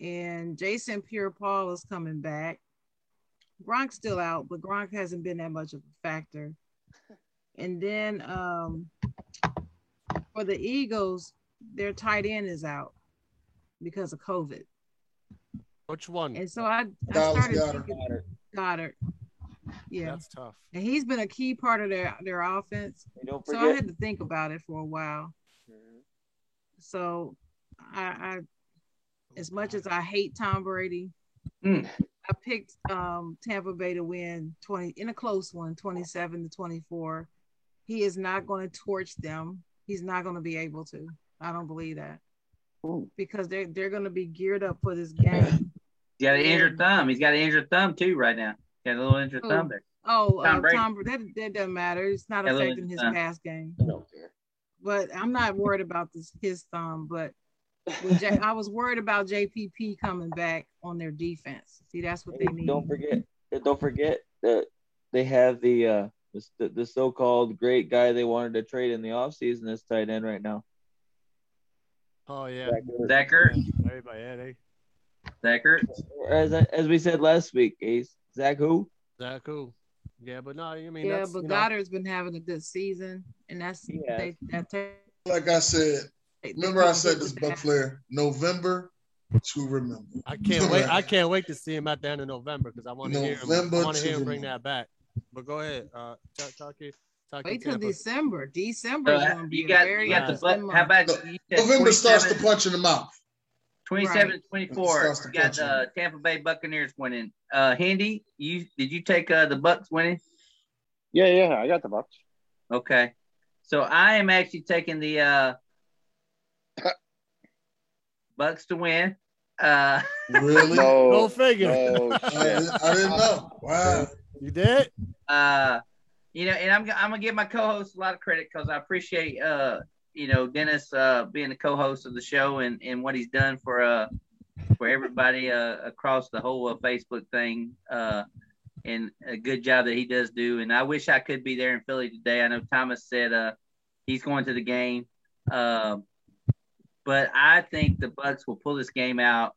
Speaker 16: and Jason Pierre-Paul is coming back. Gronk's still out, but Gronk hasn't been that much of a factor. And then um, for the Eagles, their tight end is out because of COVID.
Speaker 13: Which one?
Speaker 16: And so I, I
Speaker 13: Dallas
Speaker 16: started
Speaker 13: Goddard.
Speaker 16: thinking Goddard. Yeah.
Speaker 13: That's tough.
Speaker 16: And he's been a key part of their their offense.
Speaker 11: don't
Speaker 16: So
Speaker 11: forget.
Speaker 16: I had to think about it for a while. So I, I as much as I hate Tom Brady,
Speaker 4: Mm.
Speaker 16: I picked um, Tampa Bay to win 20 in a close one, 27 to 24. He is not going to torch them. He's not going to be able to. I don't believe that because they're they're going to be geared up for this game.
Speaker 4: He's got an injured thumb. He's got an injured thumb too right now. Got a little injured
Speaker 16: Who?
Speaker 4: thumb there.
Speaker 3: Oh,
Speaker 4: Tom
Speaker 3: uh,
Speaker 4: Brady.
Speaker 3: Tom, that, that doesn't matter. It's not
Speaker 4: That little-
Speaker 3: affecting his
Speaker 4: uh,
Speaker 3: pass game.
Speaker 4: I don't care.
Speaker 3: But I'm not worried about this his thumb. But with J- I was worried about JPP coming back on their defense. See, that's what they
Speaker 11: Hey,
Speaker 3: need.
Speaker 11: Don't forget. uh, Don't forget that they have the uh this- the, the so-called great guy they wanted to trade in the offseason this tight end right now.
Speaker 13: Oh yeah.
Speaker 11: Zach Ertz.
Speaker 13: Everybody, yeah, they
Speaker 4: Zach Ertz.
Speaker 11: As I- as we said last week, Ace Zach who?
Speaker 13: that cool. Yeah, but no, I mean
Speaker 3: yeah,
Speaker 13: that's
Speaker 3: but
Speaker 13: you know,
Speaker 3: Goddard's been having a good season, and that's they, that
Speaker 1: Like I said, remember I said this Buck Flair, November to remember.
Speaker 13: I can't wait. I can't wait to see him at the end of November because I want to hear him. I
Speaker 1: November
Speaker 13: want to
Speaker 1: to
Speaker 13: hear him
Speaker 1: the
Speaker 13: bring that back. But go ahead, uh, Ta- Taki. Taki
Speaker 3: wait till
Speaker 13: Tampa.
Speaker 3: December. December is
Speaker 13: So,
Speaker 3: going to be
Speaker 13: you
Speaker 3: a
Speaker 13: got-
Speaker 3: very
Speaker 13: you got the
Speaker 3: interesting
Speaker 4: How
Speaker 3: month.
Speaker 4: about
Speaker 1: November starts to punch in the mouth.
Speaker 4: 27
Speaker 1: Right.
Speaker 4: 24.
Speaker 1: Starts to
Speaker 4: We got
Speaker 1: punch
Speaker 4: the uh, Tampa Bay Buccaneers winning. Uh, Handy, you did you take uh, the Bucks winning?
Speaker 10: Yeah, yeah, I got the Bucks.
Speaker 4: Okay. So I am actually taking the uh, Bucks to win. Uh,
Speaker 1: really?
Speaker 10: No,
Speaker 13: Go figure.
Speaker 10: no shit.
Speaker 1: I didn't know. Wow.
Speaker 13: You did?
Speaker 4: Uh, you know, and I'm g- I'm gonna give my co-host a lot of credit because I appreciate uh, you know, Dennis uh being the co-host of the show and and what he's done for uh for everybody uh across the whole uh, Facebook thing uh and a good job that he does do. And I wish I could be there in Philly today. I know Thomas said uh he's going to the game. Um, but I think the Bucks will pull this game out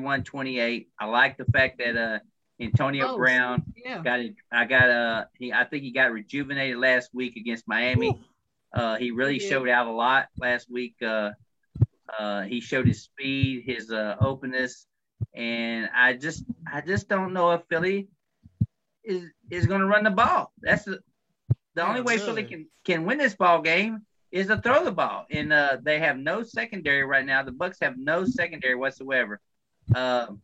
Speaker 4: 31-28. I like the fact that uh Antonio
Speaker 3: Close.
Speaker 4: Brown
Speaker 3: Yeah.
Speaker 4: got it. I got uh he I think he got rejuvenated last week against Miami. Uh he really
Speaker 3: He did.
Speaker 4: showed out a lot last week. Uh uh he showed his speed, his uh openness, and I just I just don't know if Philly is is gonna run the ball. That's the, the only way Philly can can win this ball game is to throw the ball. And uh they have no secondary right now. The Bucks have no secondary whatsoever. Um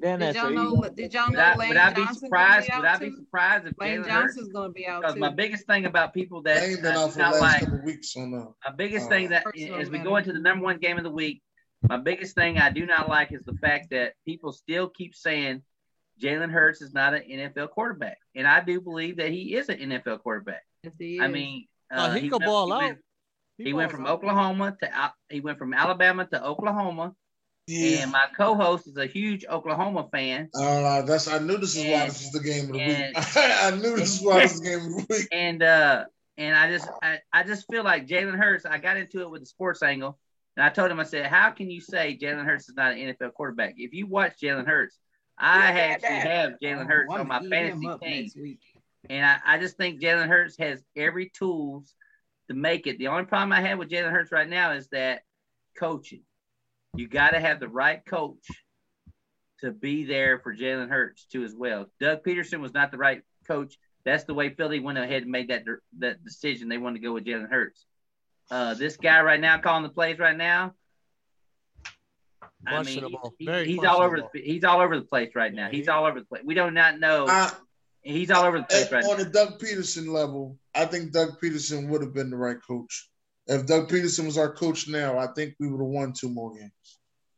Speaker 3: Did y'all know? Did y'all
Speaker 4: would
Speaker 3: know?
Speaker 4: I,
Speaker 3: Lane
Speaker 4: would I
Speaker 3: Johnson
Speaker 4: be
Speaker 3: gonna
Speaker 4: surprised?
Speaker 3: be
Speaker 4: Would I
Speaker 3: out
Speaker 4: be
Speaker 3: too?
Speaker 4: surprised if
Speaker 3: Lane
Speaker 4: Jalen Hurts?
Speaker 3: Johnson's going to be out
Speaker 4: Because
Speaker 3: too.
Speaker 4: my biggest thing about people that
Speaker 1: Lane been
Speaker 4: I
Speaker 1: out
Speaker 4: do
Speaker 1: for the
Speaker 4: not
Speaker 1: last
Speaker 4: like,
Speaker 1: couple weeks on uh,
Speaker 4: my biggest
Speaker 1: uh,
Speaker 4: thing that
Speaker 3: Personal
Speaker 4: as we go
Speaker 3: matter.
Speaker 4: into the number one game of the week, my biggest thing I do not like is the fact that people still keep saying Jalen Hurts is not an NFL quarterback, and I do believe that he is an NFL quarterback.
Speaker 3: Yes, he
Speaker 4: I
Speaker 3: is.
Speaker 4: mean, uh,
Speaker 13: Oh, he
Speaker 4: he's
Speaker 13: can
Speaker 4: never-
Speaker 13: ball
Speaker 4: he
Speaker 13: out.
Speaker 4: went-
Speaker 13: He
Speaker 4: he went
Speaker 13: balls
Speaker 4: from
Speaker 13: out.
Speaker 4: Oklahoma to Al- he went from Alabama to Oklahoma,
Speaker 1: Yeah.
Speaker 4: and my co-host is a huge Oklahoma fan.
Speaker 1: Uh, that's I knew this is why this is the game of the week. I knew this is why this is the game of the week.
Speaker 4: And uh and I just I, I just feel like Jalen Hurts, I got into it with the sports angle. And I told him, I said, How can you say Jalen Hurts is not an NFL quarterback? If you watch Jalen Hurts, I actually have Jalen Hurts on my fantasy team. And I, I just think Jalen Hurts has every tools to make it. The only problem I have with Jalen Hurts right now is that coaching. You gotta have the right coach to be there for Jalen Hurts too as well. Doug Peterson was not the right coach. That's the way Philly went ahead and made that that decision. They wanted to go with Jalen Hurts. Uh, this guy right now calling the plays right now. I mean,
Speaker 7: Oh,
Speaker 13: Questionable.
Speaker 4: he-
Speaker 13: Very
Speaker 4: he's all over.
Speaker 13: questionable.
Speaker 4: The, he's all over the place right now. He's all over the place. We do not know. he's all over the place right now.
Speaker 1: on the Doug Peterson level, I think Doug Peterson would have been the right coach. If Doug Peterson was our coach now, I think we would have won two more games.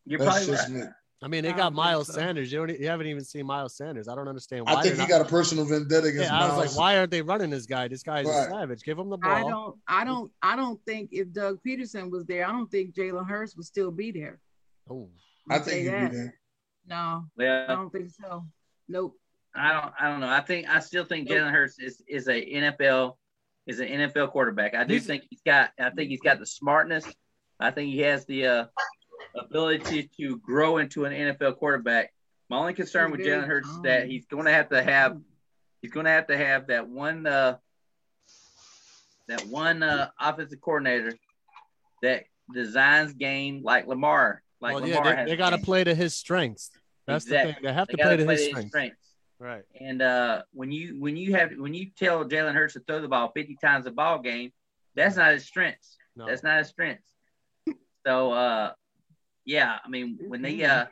Speaker 4: You're
Speaker 1: That's just me.
Speaker 13: I mean,
Speaker 3: Oh,
Speaker 13: they got Miles Sanders. You, don't, e, you haven't even seen Miles Sanders. I don't understand why.
Speaker 1: I think
Speaker 13: they're
Speaker 1: he
Speaker 13: not-
Speaker 1: got a personal vendetta against
Speaker 13: Yeah, I was like,
Speaker 1: Miles.
Speaker 13: why aren't they running this guy? This guy's
Speaker 1: Right.
Speaker 13: a savage. Give him the ball.
Speaker 3: I don't, I don't, I don't think if Doug Peterson was there, I don't think Jalen Hurts would still be there.
Speaker 13: Oh,
Speaker 1: I
Speaker 3: Say
Speaker 1: think he'd
Speaker 3: that.
Speaker 1: be there.
Speaker 3: No,
Speaker 4: Yeah.
Speaker 3: I don't think so. Nope.
Speaker 4: I don't. I don't know. I think. I still think Jalen Hurts is is a NFL is an NFL quarterback. I do think he's got. I think he's got the smartness. I think he has the uh, ability to grow into an NFL quarterback. My only concern with Jalen Hurts is that he's
Speaker 13: Oh.
Speaker 4: going to have to have. He's going to have to have that one. Uh, that one uh, offensive coordinator that designs game like Lamar. Like
Speaker 13: well,
Speaker 4: Lamar
Speaker 13: yeah,
Speaker 4: has
Speaker 13: they, they got to
Speaker 4: game.
Speaker 13: play to his strengths. That's the thing. They have to
Speaker 4: gotta
Speaker 13: play to his strengths.
Speaker 4: Right. And uh, when you when you have when you tell Jalen Hurts to throw the ball 50 times a ball game, that's not his strengths. That's not his strengths. So uh, yeah, I mean when they uh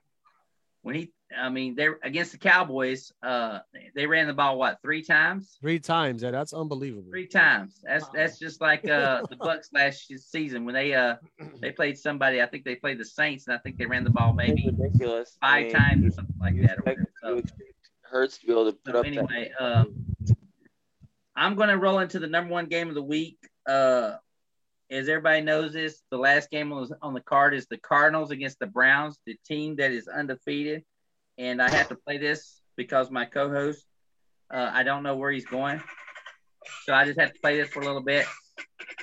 Speaker 4: when he I mean they're against the Cowboys, uh they ran the ball what three times?
Speaker 13: Three times. Yeah, that's unbelievable.
Speaker 4: Three times. That's that's just like uh the Bucks last season when they uh they played somebody, I think they played the Saints and I think they ran the ball maybe
Speaker 11: ridiculous. I
Speaker 4: five
Speaker 11: mean,
Speaker 4: times or something like that. or whatever. So,
Speaker 11: hurts to be able to put
Speaker 4: So
Speaker 11: up
Speaker 4: anyway, um, I'm going to roll into the number one game of the week. Uh, as everybody knows this, the last game on, on the card is the Cardinals against the Browns, the team that is undefeated. And I have to play this because my co-host, uh, I don't know where he's going, so I just have to play this for a little bit.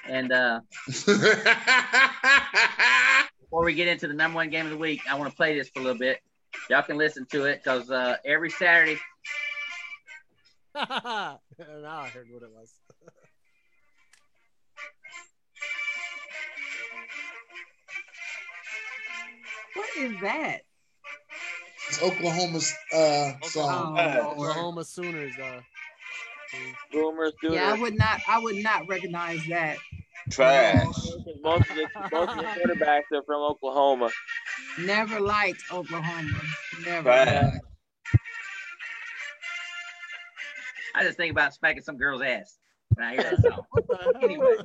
Speaker 4: And uh, before we get into the number one game of the week, I want to play this for a little bit. Y'all can listen to it because uh, every Saturday
Speaker 13: now I heard what it was.
Speaker 3: What is that?
Speaker 1: It's Oklahoma's uh, song.
Speaker 13: Oh, Oklahoma Sooners. Uh,
Speaker 11: Boomer
Speaker 3: Yeah, I would not. I would not recognize that.
Speaker 11: trash. Most of the most of the quarterbacks are from Oklahoma.
Speaker 3: Never liked Oklahoma. Never.
Speaker 11: Trash.
Speaker 4: I just think about smacking some girl's ass when I hear that song. anyway,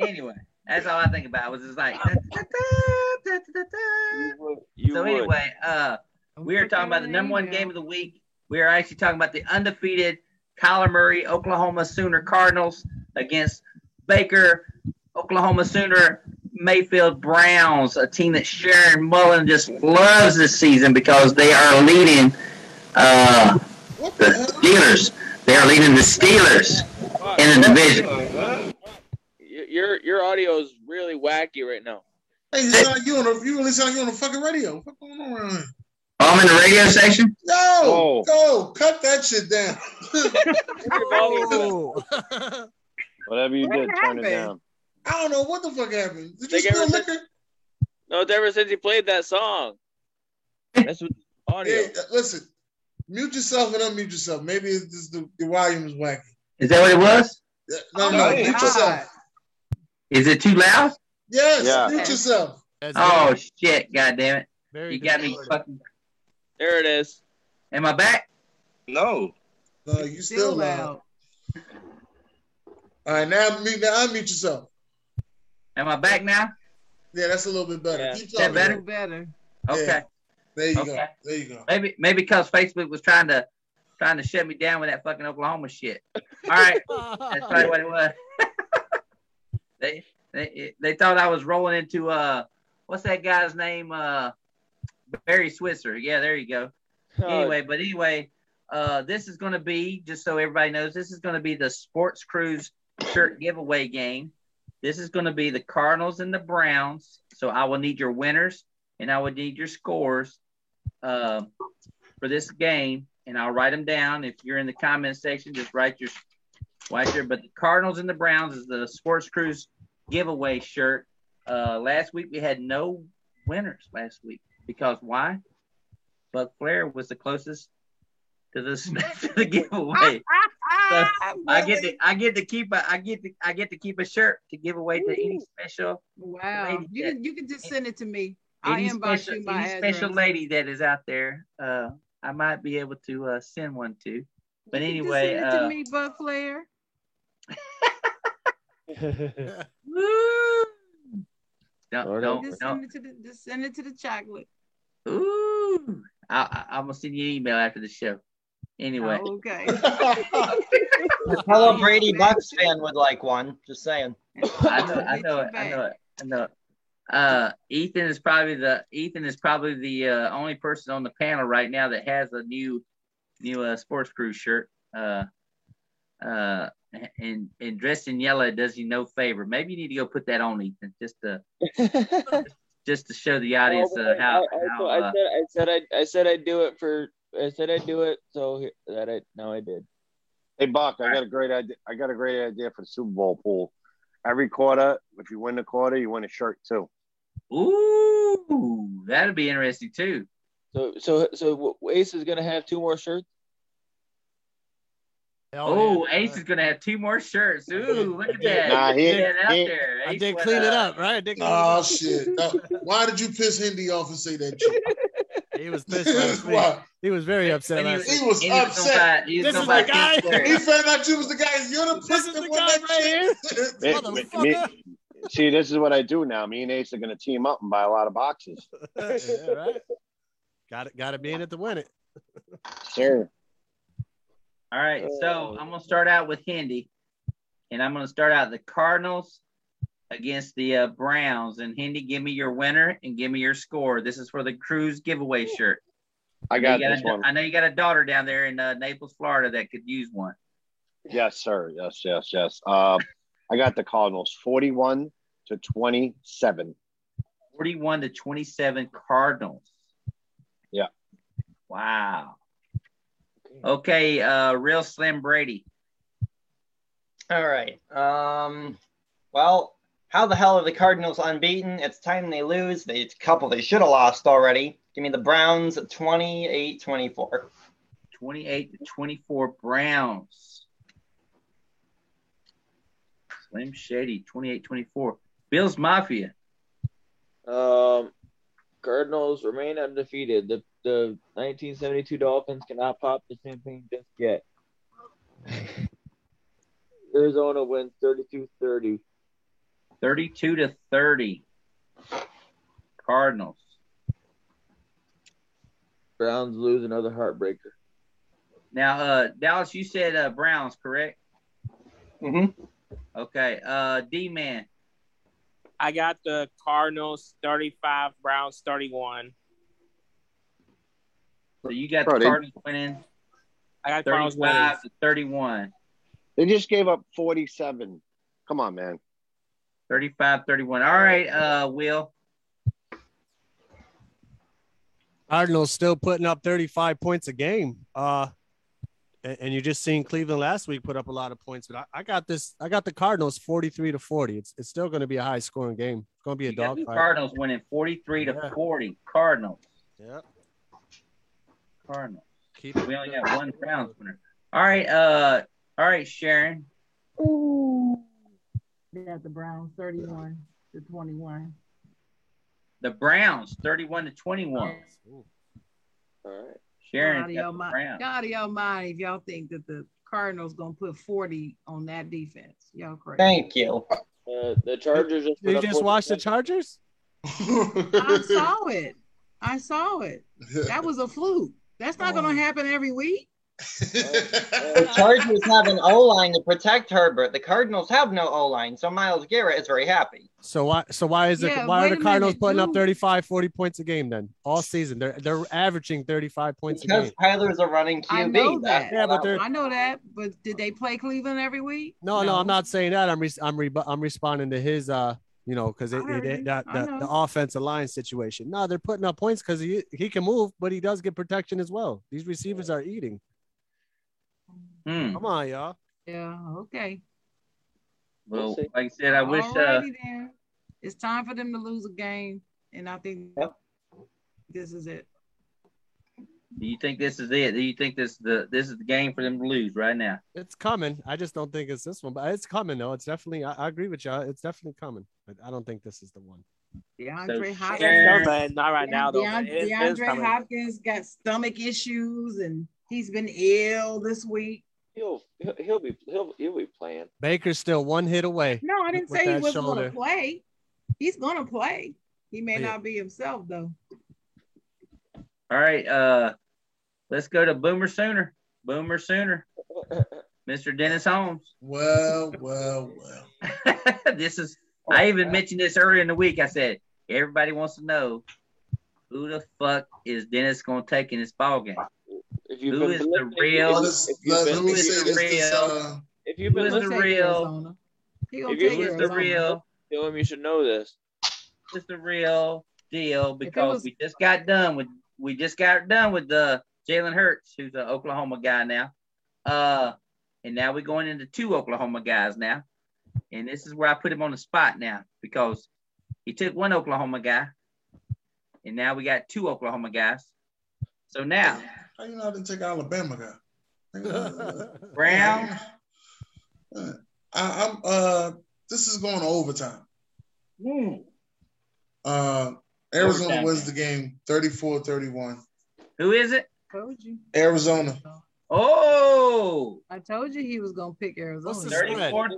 Speaker 4: anyway, that's all I think about was just like. so
Speaker 11: would.
Speaker 4: anyway, uh, we are talking about the number one game of the week. We are actually talking about the undefeated Kyler Murray Oklahoma Sooner Cardinals against Baker Oklahoma Sooner Mayfield Browns, a team that Sharon Mullen just loves this season because they are leading uh, the Steelers. They are leading the Steelers in the division.
Speaker 11: Y- Your your audio is really wacky right now.
Speaker 1: Hey, you sound like you on a, you really sound like you on the fucking radio. What's going on around here?
Speaker 4: I'm in the radio station.
Speaker 1: No,
Speaker 4: Oh.
Speaker 1: no, cut that shit down.
Speaker 10: Whatever you
Speaker 1: What
Speaker 10: did, turn
Speaker 1: happened?
Speaker 10: it down.
Speaker 1: I don't know what the fuck happened. Did you
Speaker 11: Think
Speaker 1: spill
Speaker 11: ever since-
Speaker 1: liquor?
Speaker 11: No, it's ever since he played that song. That's what audio.
Speaker 1: Yeah, uh, listen, mute yourself and unmute yourself. Maybe it's just the, the volume is wacky.
Speaker 4: Is that what it was?
Speaker 1: Yeah, No,
Speaker 4: Oh
Speaker 1: no,
Speaker 4: my
Speaker 1: mute
Speaker 4: God.
Speaker 1: yourself.
Speaker 4: Is it too loud?
Speaker 1: Yes,
Speaker 4: Yeah.
Speaker 1: mute yourself.
Speaker 4: Oh shit! God damn it!
Speaker 13: Very
Speaker 4: you got me fucking.
Speaker 11: There it is.
Speaker 4: Am I back? Oh.
Speaker 11: No.
Speaker 1: No, Uh, you still, loud. All right, now mute. Now unmute yourself.
Speaker 4: Am I back now?
Speaker 1: Yeah, that's a little bit better. Keep
Speaker 4: Is that
Speaker 1: talking.
Speaker 4: better?
Speaker 3: Better.
Speaker 4: Okay.
Speaker 1: Yeah. There you go.
Speaker 4: Okay.
Speaker 1: There you go.
Speaker 4: Maybe maybe because Facebook was trying to trying to shut me down with that fucking Oklahoma shit. All right, that's probably what it was. they they they thought I was rolling into uh what's that guy's name uh Barry Switzer. Yeah, there you go.
Speaker 11: Oh.
Speaker 4: Anyway, but anyway, uh this is going to be just so everybody knows this is going to be the Sports Cruise shirt giveaway game. This is going to be the Cardinals and the Browns. So I will need your winners and I will need your scores uh, for this game, and I'll write them down. If you're in the comment section, just write your write your. But the Cardinals and the Browns is the Sports Cruise giveaway shirt. Uh, last week we had no winners last week because why? Buck Flair was the closest to the, to the giveaway. So I get to I get to keep a I get to I get to keep a shirt to give away to any special
Speaker 3: Wow.
Speaker 4: Lady
Speaker 3: You
Speaker 4: that-
Speaker 3: can, you can just send it to me. I'll
Speaker 4: any
Speaker 3: inbox
Speaker 4: special,
Speaker 3: you my
Speaker 4: any special
Speaker 3: address.
Speaker 4: lady that is out there, uh, I might be able to uh, send one to. But
Speaker 3: You can
Speaker 4: anyway,
Speaker 3: just send it to
Speaker 4: uh,
Speaker 3: me, Buck Flair.
Speaker 4: don't, don't,
Speaker 3: just,
Speaker 4: don't.
Speaker 3: send it to the, just send it to the chocolate.
Speaker 4: Ooh, I, I, I'm gonna send you an email after the show. Anyway,
Speaker 3: Oh, okay.
Speaker 15: A fellow Brady Bucks fan would like one. Just saying.
Speaker 4: I know, I know it, I know it, I know it. Uh, Ethan is probably the Ethan is probably the uh, only person on the panel right now that has a new new uh, sports crew shirt. Uh, uh, and and dressed in yellow does you no favor. Maybe you need to go put that on, Ethan, just to just to show the audience uh,
Speaker 11: I,
Speaker 4: how.
Speaker 11: I-
Speaker 4: how
Speaker 11: I
Speaker 4: uh,
Speaker 11: said I said I, I said I'd do it for I said I'd do it, so here- that I now I did.
Speaker 10: Hey Buck, I got a great idea. I got a great idea for the Super Bowl pool. Every quarter, if you win the quarter, you win a shirt too.
Speaker 4: Ooh, that'd be interesting too.
Speaker 11: So so so w- Ace is gonna have two more shirts.
Speaker 4: Oh, Ace is gonna have two more shirts. Ooh, look at that!
Speaker 10: Nah, he-
Speaker 4: Get that out
Speaker 10: he-
Speaker 4: there.
Speaker 13: I
Speaker 4: Ace
Speaker 13: did
Speaker 4: went
Speaker 13: clean it up, right? I did clean it
Speaker 1: Oh
Speaker 13: up.
Speaker 1: shit! No, why did you piss Hendy off and say that? Shit?
Speaker 13: He was pissed last week.
Speaker 1: Why?
Speaker 13: He was very upset
Speaker 1: And he was-
Speaker 13: last week.
Speaker 1: he was He was gonna upset. buy- he was
Speaker 13: This
Speaker 1: gonna
Speaker 13: is
Speaker 1: buy
Speaker 13: the
Speaker 1: Ken's
Speaker 13: guy.
Speaker 1: He found out you was the guy. You're the prick that won that shit.
Speaker 10: Me- me- see, this is what I do now. Me and Ace are gonna team up and buy a lot of boxes.
Speaker 13: yeah, right. Got it. Got to be in it to win it.
Speaker 10: Sure.
Speaker 4: All right,
Speaker 10: Uh,
Speaker 4: so I'm gonna start out with Hendy, and I'm gonna start out the Cardinals against the uh, Browns. And Hendy, give me your winner and give me your score. This is for the Cruise giveaway shirt.
Speaker 10: I
Speaker 4: know
Speaker 10: got
Speaker 4: you a-
Speaker 10: this one.
Speaker 4: I know you got a daughter down there in uh, Naples, Florida, that could use one.
Speaker 10: Yes, sir. Yes, yes, yes. Uh, I got the Cardinals 41 to 27.
Speaker 4: 41 to 27 Cardinals.
Speaker 10: Yeah.
Speaker 4: Wow. Okay, uh, real slim Brady.
Speaker 15: All right. Um, well, how the hell are the Cardinals unbeaten? It's time they lose. They it's a couple they should have lost already. Give me the Browns 28-24.
Speaker 4: 28 to 24 Browns. Slim Shady, 28 24. Bills Mafia. Oh,
Speaker 11: Um, Cardinals remain undefeated. The the 1972 Dolphins cannot pop the champagne just yet. Arizona wins 32-30.
Speaker 4: 32 to 30. Cardinals.
Speaker 11: Browns lose another heartbreaker.
Speaker 4: Now, uh, Dallas, you said uh, Browns, correct?
Speaker 15: Mm-hmm.
Speaker 4: Okay. Uh, D Man.
Speaker 12: I got the Cardinals 35, Browns 31.
Speaker 4: So you got
Speaker 10: Brody.
Speaker 4: the Cardinals winning
Speaker 12: I got Cardinals winning.
Speaker 4: 35 to 31.
Speaker 10: They just gave up 47. Come on, man.
Speaker 4: 35 31. All right, uh, Will.
Speaker 13: Cardinals still putting up 35 points a game. Uh, and, and you just seen Cleveland last week put up a lot of points, but I, I got this. I got the Cardinals 43 to 40. It's, it's still going to be a high scoring game. It's going to be a
Speaker 4: You got
Speaker 13: dog
Speaker 4: the
Speaker 13: fight.
Speaker 4: Cardinals winning 43 to 40. Cardinals.
Speaker 13: Yeah.
Speaker 4: Cardinals.
Speaker 13: Keep
Speaker 4: we only got one Browns winner. All right, uh, all right, Sharon.
Speaker 3: Ooh. They got the Browns 31 to 21.
Speaker 4: The Browns 31 to 21.
Speaker 11: All right.
Speaker 4: Sharon.
Speaker 3: God of your mind, God of your mind if y'all think that the Cardinals gonna put 40 on that defense. Y'all crazy.
Speaker 15: Thank you.
Speaker 11: Uh, the Chargers just put
Speaker 13: You
Speaker 11: up
Speaker 13: just watched the Chargers?
Speaker 3: I saw it. I saw it. That was a fluke. That's not
Speaker 13: Oh.
Speaker 3: gonna happen every week.
Speaker 15: The Chargers have an O line to protect Herbert. The Cardinals have no O line, so Miles Garrett is very happy.
Speaker 13: So why so why is it
Speaker 15: Yeah,
Speaker 13: why are
Speaker 15: wait
Speaker 13: the
Speaker 15: a
Speaker 13: Cardinals
Speaker 15: minute,
Speaker 13: putting up
Speaker 15: dude.
Speaker 13: 35 40 points a game then? All season they're they're averaging 35 points a
Speaker 15: Because
Speaker 13: game.
Speaker 15: Kyler's a running QB.
Speaker 3: I know
Speaker 15: That's
Speaker 3: that.
Speaker 13: Yeah, but they're
Speaker 3: I know that. But did they play Cleveland every week?
Speaker 13: No, no, I'm not saying that. I'm re- I'm re- I'm responding to his uh you know because it, it, it- that,
Speaker 3: I
Speaker 13: the,
Speaker 3: know.
Speaker 13: the offensive line situation. No, they're putting up points because he he can move, but he does get protection as well. These receivers are eating.
Speaker 4: Hmm.
Speaker 13: Come on, y'all.
Speaker 3: Yeah. Okay.
Speaker 4: Well, like I said, I wish uh,
Speaker 3: Alrighty then. It's time for them to lose a game, and I think this is it.
Speaker 4: do you think this is it? Do you think this the this is the game for them to lose right now?
Speaker 13: It's coming. I just don't think it's this one, but it's coming though. It's definitely. I, I agree with y'all. It's definitely coming, but I don't think this is the one.
Speaker 3: DeAndre
Speaker 13: So
Speaker 3: Hopkins.
Speaker 13: Sharon-
Speaker 12: But not right now, though. but
Speaker 3: DeAndre,
Speaker 12: it is- it is
Speaker 3: DeAndre
Speaker 12: coming.
Speaker 3: Hopkins got stomach issues, and he's been ill this week.
Speaker 11: He'll he'll, he'll be he'll he'll be playing.
Speaker 13: Baker's still one hit away.
Speaker 3: No, I didn't
Speaker 13: with
Speaker 3: say he
Speaker 13: that
Speaker 3: wasn't going
Speaker 13: shoulder.
Speaker 3: to play. He's going to play. He may
Speaker 13: Yeah.
Speaker 3: not be himself though.
Speaker 4: All right, uh, let's go to Boomer Sooner. Boomer Sooner. Mr. Dennis Holmes.
Speaker 1: Well, well, well.
Speaker 4: this is. I even mentioned this earlier in the week. I said everybody wants to know who the fuck is Dennis going to take in this ball game.
Speaker 11: If you've
Speaker 4: Who
Speaker 11: been
Speaker 4: is the
Speaker 11: listening-
Speaker 4: real?
Speaker 11: Let's-
Speaker 4: who
Speaker 11: let's- let me
Speaker 4: is
Speaker 11: say
Speaker 4: the
Speaker 11: this, this,
Speaker 4: real-
Speaker 11: uh, If you've
Speaker 4: who
Speaker 11: been
Speaker 4: is the
Speaker 11: listening- um,
Speaker 4: real?
Speaker 3: He
Speaker 11: If
Speaker 3: going to
Speaker 11: you're
Speaker 3: take
Speaker 11: listening to
Speaker 3: Arizona.
Speaker 11: real, Dylan, you should know this.
Speaker 4: Who is the real deal? Because we just got done with we just got done with the Jalen Hurts, who's an Oklahoma guy now. Uh, and now we're going into two Oklahoma guys now. And this is where I put him on the spot now because he took one Oklahoma guy, and now we got two Oklahoma guys. So now
Speaker 1: How you know I didn't take Alabama guy? uh,
Speaker 4: Brown.
Speaker 1: I, I'm uh this is going to overtime. Hmm. Uh Arizona
Speaker 4: Overtime,
Speaker 1: wins the game 34-31.
Speaker 4: Who is it?
Speaker 3: Told you.
Speaker 1: Arizona.
Speaker 4: Oh,
Speaker 3: I told you he was going to pick Arizona.
Speaker 4: the spread?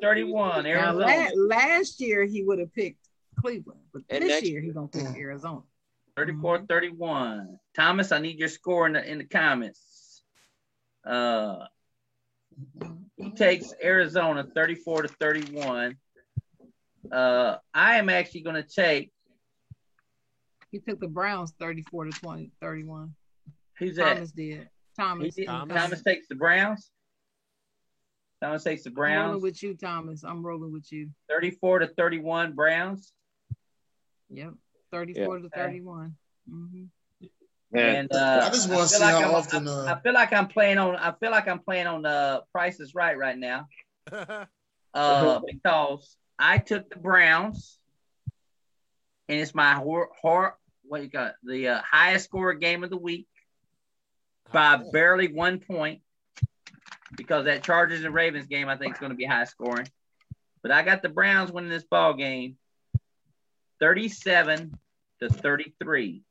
Speaker 4: 34-31,
Speaker 3: Now, la-
Speaker 4: Arizona.
Speaker 3: Last, year he would have picked Cleveland, but
Speaker 4: And
Speaker 3: this
Speaker 4: next
Speaker 3: year he's going to pick Arizona.
Speaker 4: 34 31. Thomas, I need your score in the, in the comments. Uh, He takes Arizona 34 to 31. Uh, I am actually going to take
Speaker 16: He took the Browns 34 to 20, 31.
Speaker 4: who's that?
Speaker 16: Thomas did. Thomas.
Speaker 4: He did- Thomas takes the Browns. Thomas takes the
Speaker 16: I'm rolling
Speaker 4: Browns.
Speaker 16: with you, Thomas. I'm rolling with you.
Speaker 4: 34 to 31 Browns.
Speaker 16: Yep. 34 to
Speaker 4: Yeah.
Speaker 16: 31. hmm
Speaker 4: And uh,
Speaker 1: I just want to
Speaker 4: feel
Speaker 1: see
Speaker 4: like
Speaker 1: how
Speaker 4: I'm-
Speaker 1: often.
Speaker 4: I,
Speaker 1: Uh,
Speaker 4: I feel like I'm playing on. I feel like I'm playing on uh, Price is Right right now. uh, because I took the Browns, and it's my hor- hor- what you got the uh, highest score game of the week by barely one point. Because that Chargers and Ravens game, I think, is going to be high scoring. But I got the Browns winning this ball game, thirty-seven to thirty-three.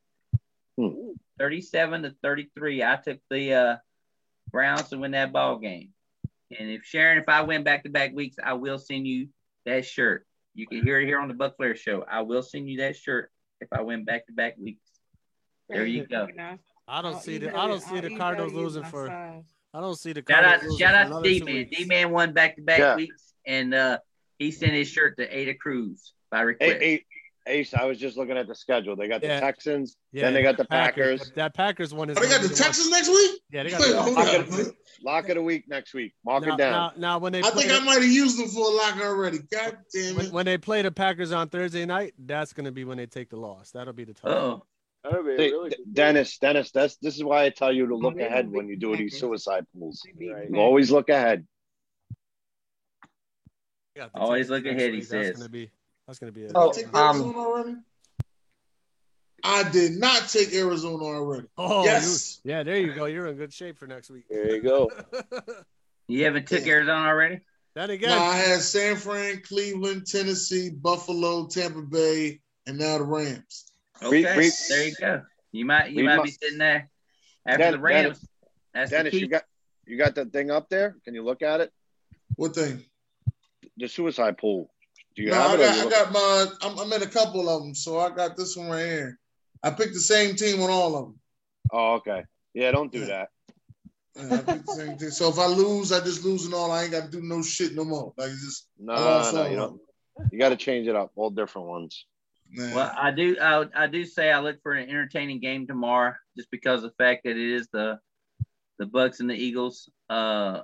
Speaker 11: Hmm.
Speaker 4: 37 to 33. I took the uh, Browns to win that ball game. And if Sharon, if I win back to back weeks, I will send you that shirt. You can hear it here on the Buck Flair show. I will send you that shirt if I win back to back weeks. There you go.
Speaker 13: I don't
Speaker 16: I'll
Speaker 13: see the
Speaker 16: email
Speaker 13: I
Speaker 16: you-
Speaker 13: don't see
Speaker 16: I'll
Speaker 13: the
Speaker 16: email
Speaker 13: Cardinals
Speaker 16: you
Speaker 13: losing
Speaker 16: my
Speaker 13: for.
Speaker 16: size.
Speaker 13: I don't see the
Speaker 4: Shout
Speaker 13: Cardinals
Speaker 4: out,
Speaker 13: losing
Speaker 4: shout
Speaker 13: for
Speaker 4: out
Speaker 13: another
Speaker 4: to D
Speaker 13: two
Speaker 4: Man.
Speaker 13: weeks.
Speaker 4: D Man won back to back
Speaker 13: Yeah.
Speaker 4: weeks, and uh, he sent his shirt to Ada Cruz by request.
Speaker 10: Hey, hey, Ace, I was just looking at the schedule. They got
Speaker 13: Yeah.
Speaker 10: the Texans,
Speaker 13: Yeah,
Speaker 10: then they got the Packers.
Speaker 13: but That Packers one is.
Speaker 10: Oh, they got the
Speaker 1: Texans next week.
Speaker 13: Yeah, they got
Speaker 1: Wait,
Speaker 13: the
Speaker 1: hold
Speaker 10: Lock,
Speaker 1: on.
Speaker 10: of, the- lock of the week next week. Mark
Speaker 13: Now,
Speaker 10: it down.
Speaker 13: now, now when they
Speaker 1: I think
Speaker 13: play-
Speaker 1: I might have used them for a lock already. God damn
Speaker 13: when,
Speaker 1: it.
Speaker 13: when they play the Packers on Thursday night, that's going to be when they take the loss. That'll be the time.
Speaker 10: Uh-oh.
Speaker 18: That'll be a
Speaker 10: See,
Speaker 18: really
Speaker 10: D- Dennis, Dennis, that's this is why I tell you to look
Speaker 18: They
Speaker 10: ahead
Speaker 18: beat
Speaker 10: when you do
Speaker 18: the
Speaker 10: these
Speaker 18: Packers.
Speaker 10: suicide pools.
Speaker 18: beat the
Speaker 10: You
Speaker 18: Packers.
Speaker 10: Always look ahead.
Speaker 4: Always look ahead, he
Speaker 13: That's
Speaker 4: says.
Speaker 13: going to be. That's going to be. A,
Speaker 18: Oh,
Speaker 10: Oh,
Speaker 1: I take
Speaker 10: um,
Speaker 18: um,
Speaker 1: Arizona already. I did not take Arizona already.
Speaker 13: Oh,
Speaker 1: yes.
Speaker 13: you- yeah, there you go. You're in good shape for next week.
Speaker 18: There you go.
Speaker 4: You haven't took Arizona already?
Speaker 13: That
Speaker 1: Nah,
Speaker 13: again.
Speaker 1: I had San Fran, Cleveland, Tennessee, Buffalo, Tampa Bay, and now the Rams.
Speaker 4: Okay, there you go. You might you
Speaker 10: Read
Speaker 4: might
Speaker 10: my-
Speaker 4: be sitting there after
Speaker 10: Den-
Speaker 4: the Rams.
Speaker 10: Dennis,
Speaker 4: That's
Speaker 10: Dennis,
Speaker 4: the key.
Speaker 10: you got you got that thing up there? Can you look at it?
Speaker 1: What thing?
Speaker 10: The suicide pool. Do you
Speaker 1: no,
Speaker 10: have
Speaker 1: I
Speaker 10: it? or
Speaker 1: got,
Speaker 10: you
Speaker 1: I
Speaker 10: look-
Speaker 1: got my. I'm, I'm in a couple of them, so I got this one right here. I picked the same team on all of them.
Speaker 10: Oh, okay. Yeah, don't do that.
Speaker 1: Yeah, I picked the same team. So if I lose, I just lose and all. I ain't got to do no shit no more. Like it's just
Speaker 10: No,
Speaker 1: I lost
Speaker 10: no,
Speaker 1: all
Speaker 10: you
Speaker 1: of
Speaker 10: don't. You got to change it up. All different ones.
Speaker 4: Well, I do. I, I do say I look for an entertaining game tomorrow, just because of the fact that it is the the Bucks and the Eagles. Uh,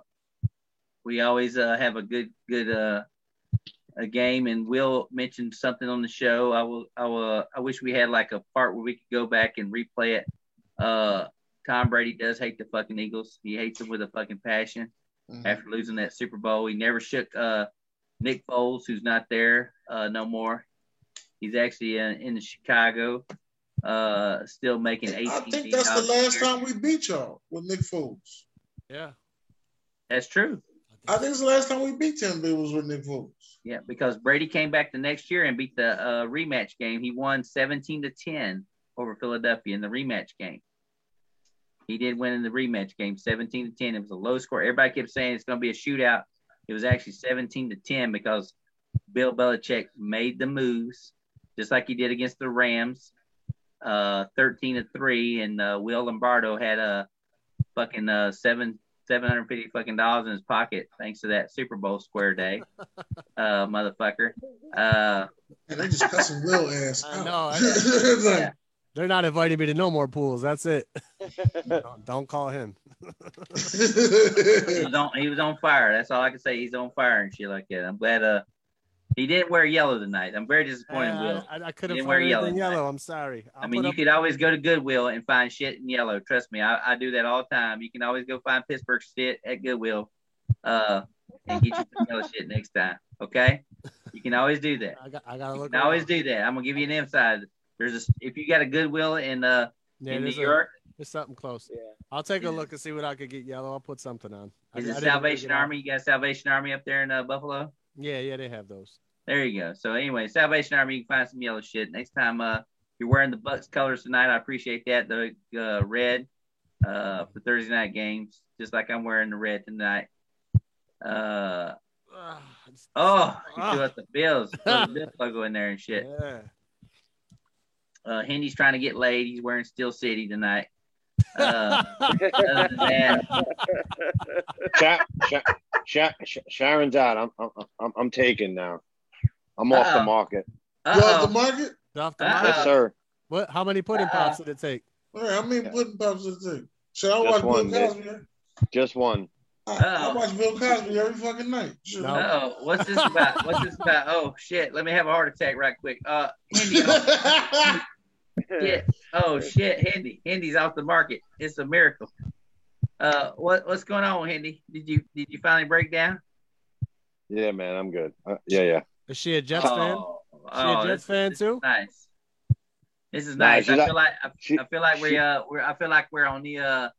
Speaker 4: we always uh, have a good good uh, a game, and Will mentioned something on the show. I will. I will. I wish we had like a part where we could go back and replay it. Uh, Tom Brady does hate the fucking Eagles. He hates them with a fucking passion.
Speaker 10: Mm-hmm.
Speaker 1: Mhm.
Speaker 4: After losing that Super Bowl, he never shook uh, Nick Foles, who's not there uh, no more. He's actually in, in Chicago, uh, still making eighteen.
Speaker 1: I think that's the
Speaker 4: million dollars a
Speaker 1: last
Speaker 4: year.
Speaker 1: time we beat y'all with Nick Foles.
Speaker 13: Yeah.
Speaker 4: That's true.
Speaker 1: I think it's the last time we beat Tampa Bay was with Nick Foles.
Speaker 4: Yeah, because Brady came back the next year and beat the uh, rematch game. He won 17 to 10 over Philadelphia in the rematch game. He did win in the rematch game, 17 to 10. It was a low score. Everybody kept saying it's going to be a shootout. It was actually 17 to 10 because Bill Belichick made the moves, just like he did against the Rams, uh, 13 to three, and uh, Will Lombardo had a fucking uh, seven. Seven hundred fifty fucking dollars in his pocket, thanks to that Super Bowl square day, uh, motherfucker. Uh,
Speaker 1: And they just cussing Will ass.
Speaker 13: I
Speaker 1: out.
Speaker 13: know. I-
Speaker 1: It's like,
Speaker 13: They're not inviting me to no more pools. That's it. don't, don't call him.
Speaker 4: he was on he was on fire. That's all I can say. He's on fire and shit like that. I'm glad uh he didn't wear yellow tonight. I'm very disappointed, Will.
Speaker 13: I, I, I
Speaker 4: He
Speaker 13: couldn't
Speaker 4: didn't wear
Speaker 13: find
Speaker 4: yellow
Speaker 13: anything
Speaker 4: tonight.
Speaker 13: yellow. I'm sorry. I'll
Speaker 4: I mean,
Speaker 13: put
Speaker 4: you
Speaker 13: up-
Speaker 4: could always go to Goodwill and find shit in yellow. Trust me, I, I do that all the time. You can always go find Pittsburgh shit at Goodwill, uh, and get you some yellow shit next time. Okay, you can always do that.
Speaker 13: I, got, I gotta
Speaker 4: You
Speaker 13: look.
Speaker 4: can always
Speaker 13: around.
Speaker 4: do that. I'm gonna give you an inside. There's a if you got a Goodwill in uh
Speaker 13: Yeah,
Speaker 4: in New
Speaker 13: there's a-
Speaker 4: York,
Speaker 13: There's something close. Yeah. I'll take
Speaker 4: Yeah.
Speaker 13: a look and see what I could get yellow. I'll put something on. I-
Speaker 4: is
Speaker 13: I
Speaker 4: it
Speaker 13: didn't really
Speaker 4: Salvation
Speaker 13: get out.
Speaker 4: Army? You got Salvation Army up there in uh, Buffalo?
Speaker 13: Yeah, yeah, they have those.
Speaker 4: There you go. So anyway, Salvation Army, you can find some yellow shit. Next time uh you're wearing the Bucks colors tonight, I appreciate that. The uh, red uh for Thursday night games, just like I'm wearing the red tonight. Uh oh, you
Speaker 13: Ah.
Speaker 4: threw out the bills. Throw the Bills logo in there and shit.
Speaker 13: Yeah.
Speaker 4: Uh Hendy's trying to get laid. He's wearing Steel City tonight. Uh, other than that,
Speaker 10: Sha- Sha- Sha- Sha- Sharon's out. I'm, I'm, I'm, I'm taken now. I'm off the
Speaker 13: Uh-oh.
Speaker 10: market.
Speaker 1: off the market?
Speaker 13: Off the
Speaker 1: Uh-oh.
Speaker 10: Yes, sir.
Speaker 13: What? How many pudding pops did it take?
Speaker 1: All right, how many pudding pops does it take? Shit, I watch
Speaker 10: Just
Speaker 1: Bill
Speaker 10: one.
Speaker 1: Cosby.
Speaker 10: Nick. Just one.
Speaker 1: I watch Bill Cosby every fucking night. Shit.
Speaker 4: Oh, what's this about? What's this about? Oh shit! Let me have a heart attack right quick. Uh, Hindi. Oh, shit. Oh shit, Hindi. Hindi's off the market. It's a miracle. Uh, what what's going on, Hindi? Did you did you finally break down?
Speaker 10: Yeah, man, I'm good. Uh, yeah, yeah.
Speaker 13: Is she a Jets fan? she
Speaker 4: oh,
Speaker 13: a Jets
Speaker 4: this-
Speaker 13: fan too?
Speaker 4: Nice. This is
Speaker 13: Nah,
Speaker 4: nice.
Speaker 13: she's
Speaker 4: I
Speaker 13: not-
Speaker 4: feel like I,
Speaker 10: she-
Speaker 4: I feel like we
Speaker 10: she-
Speaker 4: uh we're I feel like we're on the uh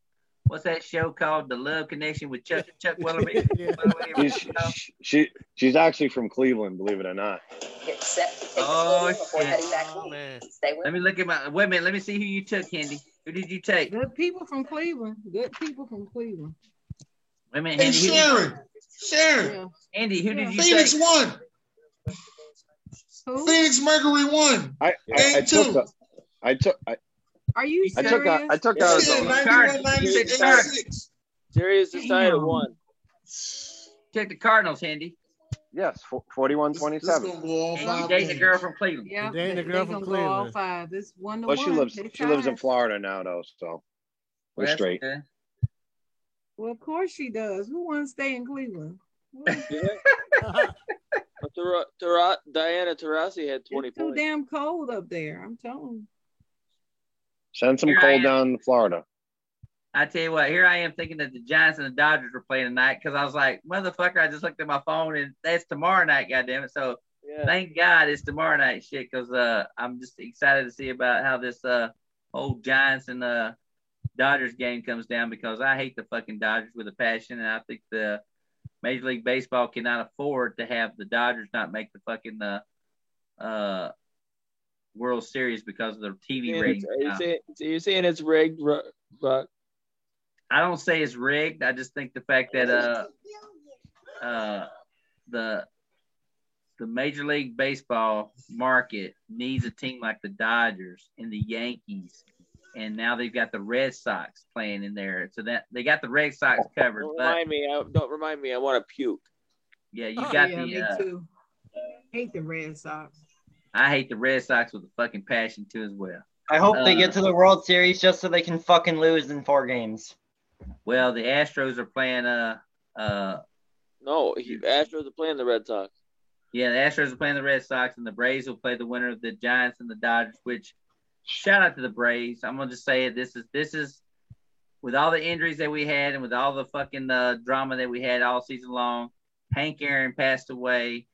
Speaker 4: what's that show called The Love Connection with Chuck Chuck Wellerby.
Speaker 10: She's, she, she's actually from Cleveland, believe it or not.
Speaker 4: Oh, shit. Let me look at my wait a minute. Let me see who you took, Hendy. Who did you take? Wait
Speaker 16: Good people from Cleveland. Good people from Cleveland.
Speaker 4: a minute,
Speaker 16: Hey,
Speaker 4: Hendy. who did-
Speaker 16: Sharon.
Speaker 1: Sharon.
Speaker 4: Andy, who did you
Speaker 1: Phoenix
Speaker 4: take?
Speaker 1: won. Phoenix Mercury won.
Speaker 10: I, I, I
Speaker 1: Game
Speaker 10: took
Speaker 1: two.
Speaker 10: the, I took I,
Speaker 16: Are you
Speaker 10: I took
Speaker 16: serious?
Speaker 10: out, I took
Speaker 1: Yeah,
Speaker 10: out
Speaker 1: 91, 96, 86.
Speaker 4: Serious
Speaker 1: decided one.
Speaker 4: Take the Cardinals, Hendy.
Speaker 10: Yes, 41
Speaker 1: 27.
Speaker 4: You dating a girl from Cleveland.
Speaker 16: Yeah,
Speaker 10: They ain't
Speaker 16: they,
Speaker 10: a girl
Speaker 16: they
Speaker 10: from
Speaker 16: gonna go all
Speaker 10: Cleveland.
Speaker 16: five. It's one to
Speaker 10: But
Speaker 16: one.
Speaker 10: she lives
Speaker 16: They
Speaker 10: she lives in
Speaker 16: tied.
Speaker 10: Florida now though, so we're
Speaker 4: That's
Speaker 10: straight.
Speaker 4: good.
Speaker 16: Well, of course she does. Who wants to stay in Cleveland?
Speaker 11: Tara- Tara- Diana Taurasi had 20
Speaker 16: Too
Speaker 11: points.
Speaker 16: damn cold up there. I'm telling.
Speaker 10: Send some
Speaker 4: Here I
Speaker 10: coal
Speaker 4: am.
Speaker 10: down to Florida.
Speaker 4: I tell you what, here I am thinking that the Giants and the Dodgers were playing tonight because I was like, motherfucker, I just looked at my phone and that's tomorrow night, goddamn it. So thank God it's tomorrow night shit because uh, I'm just excited to see about how this uh, whole Giants and uh, Dodgers game comes down because I hate the fucking Dodgers with a passion and I think the Major League Baseball cannot afford to have the Dodgers not make the fucking uh, uh, World Series because of the TV
Speaker 11: And it's-
Speaker 4: ratings. Uh,
Speaker 11: are you
Speaker 4: now.
Speaker 11: saying- So you're saying it's rigged, Ru- Buck?
Speaker 4: I don't say it's rigged. I just think the fact that uh, uh, the the Major League Baseball market needs a team like the Dodgers and the Yankees, and now they've got the Red Sox playing in there. So that they got the Red Sox covered.
Speaker 11: Don't
Speaker 4: But
Speaker 11: remind me. I, don't remind me. I want to puke.
Speaker 4: yeah, you
Speaker 16: Oh,
Speaker 4: got
Speaker 16: yeah, me
Speaker 4: the. Uh,
Speaker 16: too. Hate the Red Sox.
Speaker 4: I hate the Red Sox with a fucking passion too as well.
Speaker 15: I hope they
Speaker 4: Uh,
Speaker 15: get to the World Series just so they can fucking lose in four games.
Speaker 4: Well, the Astros are playing. Uh, uh,
Speaker 11: No, he, Astros are playing the Red Sox.
Speaker 4: yeah, the Astros are playing the Red Sox, and the Braves will play the winner of the Giants and the Dodgers. Which, shout out to the Braves. I'm gonna just say it. This is this is with all the injuries that we had, and with all the fucking uh, drama that we had all season long. Hank Aaron passed away.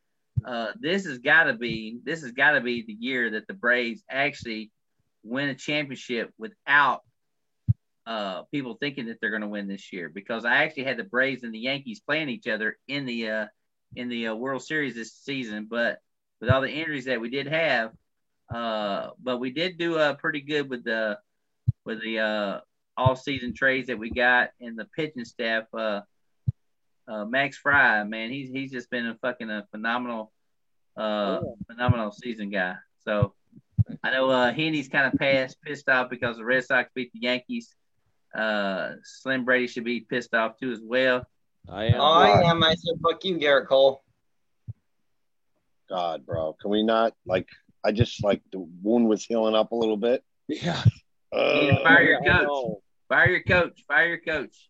Speaker 4: Uh, this has got to be this has got to be the year that the Braves actually win a championship without uh, people thinking that they're going to win this year because I actually had the Braves and the Yankees playing each other in the uh, in the uh, World Series this season, but with all the injuries that we did have, uh, but we did do uh, pretty good with the with the uh, all season trades that we got and the pitching staff. Uh, uh, Max Fry, man, he's he's just been a fucking a phenomenal, uh, phenomenal season guy. So I know uh, Henny's kind of past pissed off because the Red Sox beat the Yankees. Uh, Slim Brady should be pissed off too as well.
Speaker 11: I
Speaker 15: Oh, I am. I said, fuck you, Garrett Cole.
Speaker 10: God, bro. Can we not like I just like the wound was healing up a little bit.
Speaker 11: Yeah.
Speaker 10: Uh,
Speaker 4: You need to fire your coach. Fire your coach. Fire your coach.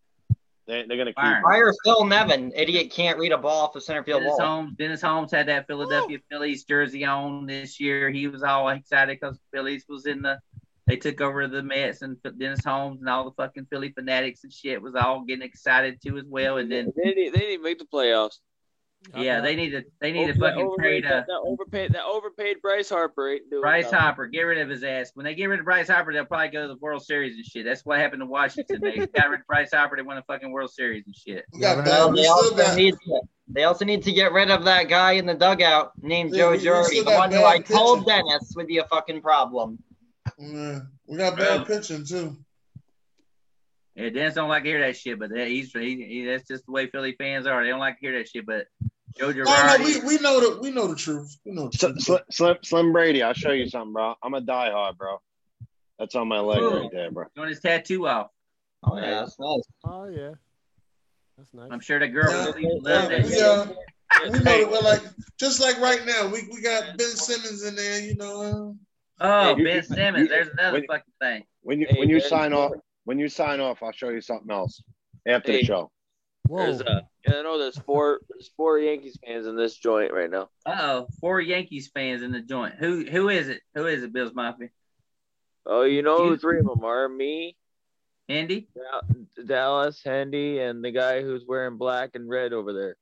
Speaker 10: They, they're gonna
Speaker 4: Fire.
Speaker 15: Fire Phil Nevin. Idiot can't read a ball off the center field
Speaker 4: Dennis
Speaker 15: wall.
Speaker 4: Holmes. Dennis Holmes had that Philadelphia Phillies jersey on this year. He was all excited because Phillies was in the. They took over the Mets and Dennis Holmes and all the fucking Philly fanatics and shit was all getting excited too as well. And then
Speaker 11: They need, they need to make the playoffs.
Speaker 4: yeah, they need to they need to
Speaker 11: Over-
Speaker 4: fucking
Speaker 11: overpaid,
Speaker 4: trade a
Speaker 11: that, that overpaid that overpaid Bryce Harper. ain't doing
Speaker 4: Bryce
Speaker 11: nothing.
Speaker 4: Harper. Get rid of his ass. When they get rid of Bryce Harper, they'll probably go to the World Series and shit. That's what happened to Washington. They got rid of Bryce Harper. They won a fucking World Series and shit.
Speaker 15: Well, uh, they, also need to, they also need to get rid of that guy in the dugout named
Speaker 1: Yeah, we-
Speaker 15: Joe
Speaker 1: we
Speaker 15: Girardi,
Speaker 1: still
Speaker 15: the
Speaker 1: got
Speaker 15: one who
Speaker 1: bad
Speaker 15: I told Dennis would be a fucking problem.
Speaker 1: Yeah, we got bad pitching too.
Speaker 4: Yeah, Dennis don't like to hear that shit, but that, he's he, he, that's just the way Philly fans are. They don't like to hear that shit, but Joe
Speaker 1: No, no,
Speaker 4: Girardi.
Speaker 1: we, we know the we know the truth. We know the
Speaker 10: Slim, Slim Brady, I'll show you something, bro. I'm a diehard, bro. That's on my leg
Speaker 4: Cool.
Speaker 10: right there, bro.
Speaker 4: Doing his tattoo off.
Speaker 13: Oh
Speaker 4: yeah,
Speaker 13: that's
Speaker 4: nice.
Speaker 13: Oh yeah. That's nice.
Speaker 4: I'm sure that girl really loved
Speaker 1: Yeah,
Speaker 4: it.
Speaker 1: we, uh, we know that we're like just like right now. We we got Ben Simmons in there, you know.
Speaker 4: Oh,
Speaker 10: You-
Speaker 4: Ben
Speaker 10: you-
Speaker 4: Simmons.
Speaker 10: you-
Speaker 4: There's another
Speaker 10: when-
Speaker 4: fucking thing.
Speaker 10: When you
Speaker 4: Hey,
Speaker 10: when you
Speaker 4: there's-
Speaker 10: sign off when you sign off, I'll show you something else after
Speaker 11: Hey.
Speaker 10: the show.
Speaker 11: There's uh, yeah, I know there's four there's four Yankees fans in this joint right now.
Speaker 4: Uh oh, four Yankees fans in the joint. Who who is it? Who is it? Bills Mafia.
Speaker 11: Oh, you know who
Speaker 4: You-
Speaker 11: three of them are? Me,
Speaker 4: Handy,
Speaker 11: Dallas, Handy, and the guy who's wearing black and red over there.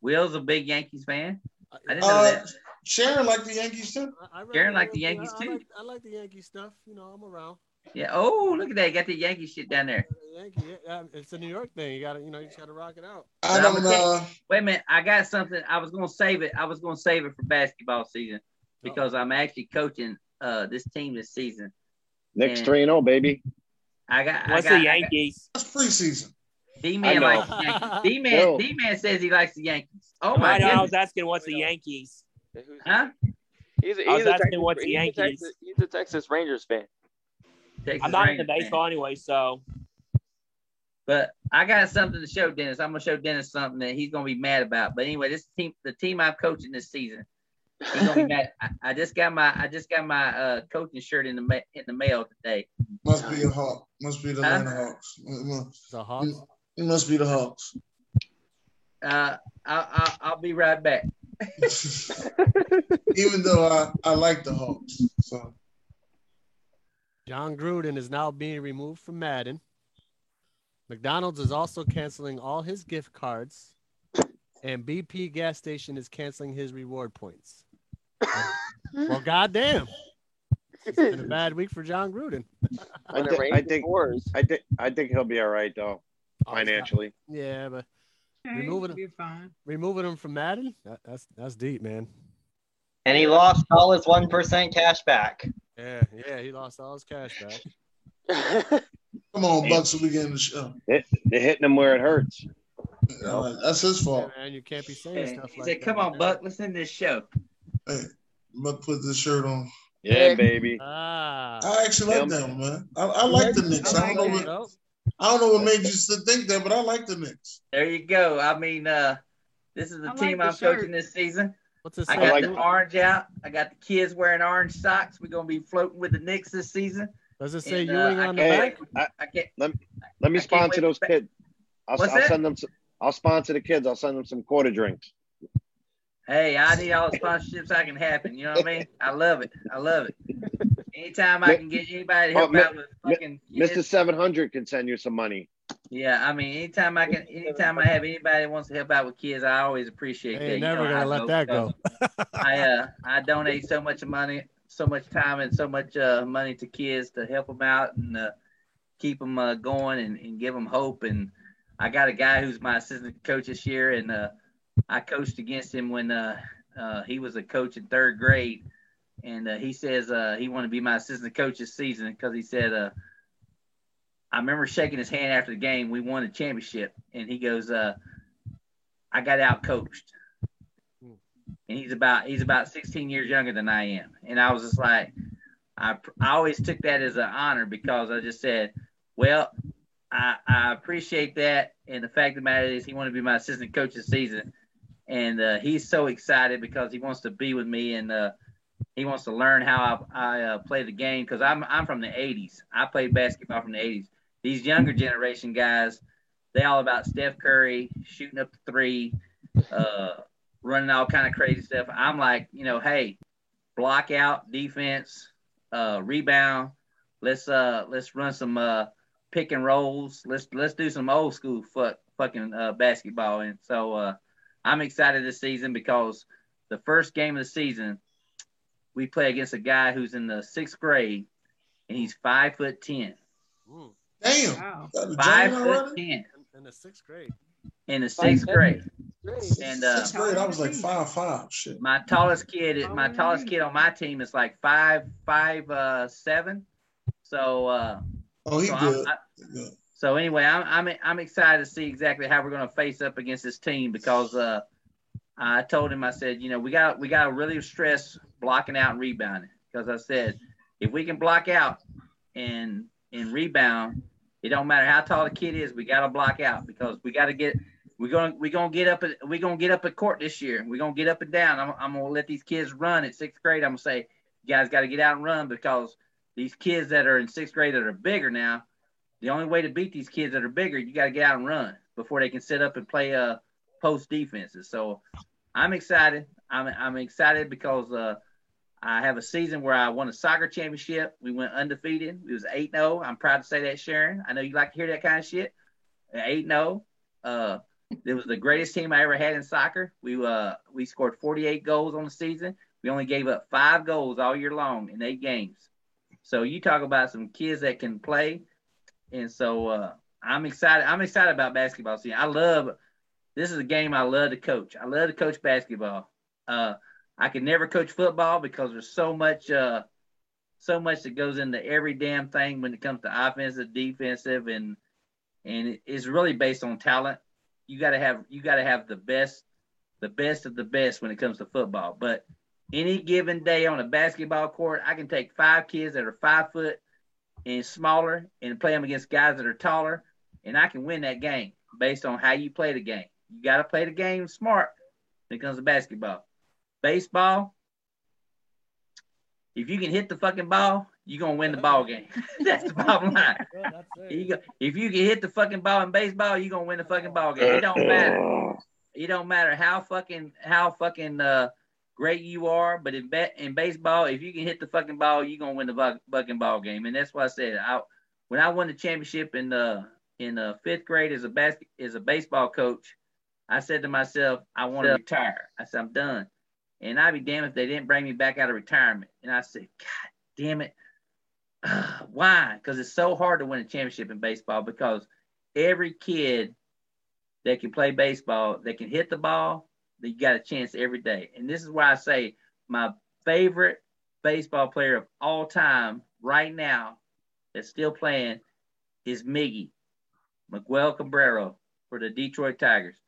Speaker 4: Will's a big Yankees fan. I
Speaker 11: Oh,
Speaker 4: didn't know
Speaker 1: Uh,
Speaker 4: that.
Speaker 1: Sharon like the Yankees too.
Speaker 13: I, I
Speaker 4: Sharon liked the Yankees
Speaker 13: I, I,
Speaker 4: too.
Speaker 13: like, I like the Yankee stuff. You know, I'm around.
Speaker 4: Yeah. Oh, look at that. Got the Yankee shit down there.
Speaker 13: Yankee, yeah, um, it's a New York thing. You gotta, you know, you just gotta rock it out.
Speaker 4: I don't know. Wait a minute. I got something. I was gonna save it. I was gonna save it for basketball season because I'm actually coaching uh this team this season.
Speaker 10: Next
Speaker 4: And
Speaker 10: three and oh, baby.
Speaker 4: I got.
Speaker 10: What's
Speaker 4: I got,
Speaker 10: the
Speaker 4: Yankees?
Speaker 1: That's preseason.
Speaker 4: D
Speaker 10: I
Speaker 4: man
Speaker 10: know.
Speaker 4: likes the Yankees. D man.
Speaker 10: Bill.
Speaker 4: D man says he likes the Yankees. Oh
Speaker 12: No,
Speaker 4: my
Speaker 12: I know, I was
Speaker 4: goodness.
Speaker 12: asking what's the Yankees.
Speaker 4: Huh?
Speaker 11: He's a,
Speaker 12: I was
Speaker 11: he's a
Speaker 12: asking
Speaker 11: Texas,
Speaker 12: what's
Speaker 11: he's,
Speaker 12: Yankees.
Speaker 11: A Texas, he's a Texas Rangers fan.
Speaker 12: I'm not into baseball anyway, so
Speaker 4: But I got something to show Dennis. I'm gonna show Dennis something that he's gonna be mad about. But anyway, this team, the team I'm coaching this season, he's gonna be mad. I, I just got my, I just got my uh, coaching shirt in the ma- in the mail today.
Speaker 1: Must be a hawk. Must be the
Speaker 4: Huh?
Speaker 1: Atlanta Hawks.
Speaker 13: The Hawks.
Speaker 1: It must be the Hawks.
Speaker 4: Uh, I'll, I'll, I'll be right back.
Speaker 1: Even though I, I like the Hawks, so
Speaker 13: John Gruden is now being removed from Madden. McDonald's is also canceling all his gift cards, and BP gas station is canceling his reward points. well, goddamn, it's been a bad week for John Gruden.
Speaker 10: I, thi- I think I think I think he'll be all right though financially.
Speaker 13: Yeah, but
Speaker 16: Okay,
Speaker 13: removing
Speaker 16: you're fine.
Speaker 13: removing him from Madden, that, that's that's deep, man.
Speaker 15: And he lost all his 1% cash back.
Speaker 13: Yeah, yeah, he lost all his cash back.
Speaker 1: come on, Bucks, we get in the show.
Speaker 10: They, they're hitting him where it hurts.
Speaker 1: Uh, that's his fault.
Speaker 13: Man, you can't be saying
Speaker 4: He
Speaker 13: stuff like
Speaker 4: said,
Speaker 13: that.
Speaker 4: "Come on, Buck, listen to this show."
Speaker 1: Hey, Buck put this shirt on.
Speaker 10: Yeah, baby.
Speaker 13: Ah,
Speaker 1: I actually like
Speaker 10: Yep.
Speaker 1: that one, man. I, I Uh, like the Knicks. I don't know what I don't know what made you to think that, but I like the Knicks.
Speaker 4: There you go. I mean, uh, this is the
Speaker 16: I like
Speaker 4: team
Speaker 16: the
Speaker 4: I'm
Speaker 16: shirt.
Speaker 4: coaching this season.
Speaker 13: What's this?
Speaker 4: I
Speaker 13: say?
Speaker 4: got the orange out. I got the kids wearing orange socks. We're gonna be floating with the Knicks this season.
Speaker 13: Does it say
Speaker 4: And, uh,
Speaker 13: Ewing
Speaker 4: I
Speaker 13: on the
Speaker 4: can't
Speaker 13: back?
Speaker 10: Hey,
Speaker 4: wait.
Speaker 10: I,
Speaker 4: I can't.
Speaker 10: let me let me
Speaker 4: I can't
Speaker 10: sponsor
Speaker 4: wait
Speaker 10: those
Speaker 4: to-
Speaker 10: kids. I'll,
Speaker 4: What's
Speaker 10: I'll
Speaker 4: that?
Speaker 10: send them. Some, I'll sponsor the kids. I'll send them some quarter drinks.
Speaker 4: Hey, I need all the sponsorships I can happen. You know what I mean? I love it. I love it. Anytime I can get anybody to help
Speaker 10: Oh, Mi-
Speaker 4: out with fucking
Speaker 10: Mister
Speaker 4: kids,
Speaker 10: Seven Hundred can send you some money.
Speaker 4: yeah. I mean, anytime I can, anytime I have anybody that wants to help out with kids, I always appreciate that.
Speaker 13: Hey,
Speaker 4: You
Speaker 13: never
Speaker 4: know how
Speaker 13: gonna
Speaker 4: it
Speaker 13: let
Speaker 4: goes,
Speaker 13: that
Speaker 4: because
Speaker 13: go.
Speaker 4: I uh, I donate so much money, so much time, and so much uh, money to kids to help them out and uh, keep them uh, going and, and give them hope. And I got a guy who's my assistant coach this year, and uh, I coached against him when uh, uh, he was a coach in third grade. And uh, he says uh, he wanted to be my assistant coach this season because he said, uh, I remember shaking his hand after the game. We won a championship. And he goes, uh, I got out coached. And he's about he's about 16 years younger than I am. And I was just like, I, I always took that as an honor because I just said, well, I, I appreciate that. And the fact of the matter is, he wanted to be my assistant coach this season. And uh, he's so excited because he wants to be with me and uh, he wants to learn how I, I uh, play the game because I'm, I'm from the 80s. I played basketball from the 80s. These younger generation guys, they all about Steph Curry, shooting up the three, uh, running all kind of crazy stuff. I'm like, you know, hey, block out defense, uh, rebound. Let's uh let's run some uh pick and rolls. Let's let's do some old school fuck fucking uh, basketball. And so uh, I'm excited this season because the first game of the season we play against a guy who's in the sixth grade and he's five foot ten.
Speaker 1: Damn.
Speaker 16: Wow.
Speaker 1: Got a
Speaker 4: Five
Speaker 1: joint already?
Speaker 4: foot ten
Speaker 13: In the sixth grade.
Speaker 4: in the sixth grade. And uh,
Speaker 1: Sixth grade, I was like five five. Shit.
Speaker 4: My tallest kid, is my tallest kid on my team is like five, five, uh, seven. So, uh,
Speaker 1: Oh, he
Speaker 4: so, I'm-
Speaker 1: good.
Speaker 4: I-
Speaker 1: Good.
Speaker 4: so anyway, I'm, I'm I'm excited to see exactly how we're going to face up against this team because uh, I told him I said, you know, we got we got to really stress blocking out and rebounding because I said if we can block out, and and rebound, it don't matter how tall the kid is, we gotta block out because we gotta get we're gonna we're gonna get up at we're gonna get up at court this year. We're gonna get up and down. I'm, I'm gonna let these kids run at sixth grade. I'm gonna say you guys gotta get out and run because these kids that are in sixth grade that are bigger now, the only way to beat these kids that are bigger, you gotta get out and run before they can sit up and play uh post defenses. So I'm excited. I'm I'm excited because uh I have a season where I won a soccer championship. We went undefeated. We was 8-0. I'm proud to say that, Sharon. I know you like to hear that kind of shit. 8-0. Uh, it was the greatest team I ever had in soccer. We uh, we scored 48 goals on the season. We only gave up five goals all year long in eight games. So you talk about some kids that can play, and so uh, I'm excited. I'm excited about basketball season. I love. This is a game I love to coach. I love to coach basketball. Uh, I could never coach football because there's so much, uh, so much that goes into every damn thing when it comes to offensive, defensive, and and it's really based on talent. You gotta have you gotta have the best, the best of the best when it comes to football. But any given day on a basketball court, I can take five kids that are five foot and smaller and play them against guys that are taller, and I can win that game based on how you play the game. You gotta play the game smart when it comes to basketball baseball, if you can hit the fucking ball, you're gonna win the ball game. that's the bottom line. You go- if you can hit the fucking ball in baseball, you're gonna win the fucking ball game. It don't
Speaker 10: Uh,
Speaker 4: matter. It don't matter how fucking how fucking uh, great you are, but in bet in baseball, if you can hit the fucking ball, you're gonna win the bu- fucking ball game. And that's why I said I when I won the championship in uh in uh, fifth grade as a basket as a baseball coach, I said to myself, I want to retire. I said I'm done. And I'd be damned if they didn't bring me back out of retirement. And I said, God damn it. Why? Because it's so hard to win a championship in baseball because every kid that can play baseball, that can hit the ball, that you got a chance every day. And this is why I say my favorite baseball player of all time right now that's still playing is Miggy, Miguel Cabrera for the Detroit Tigers.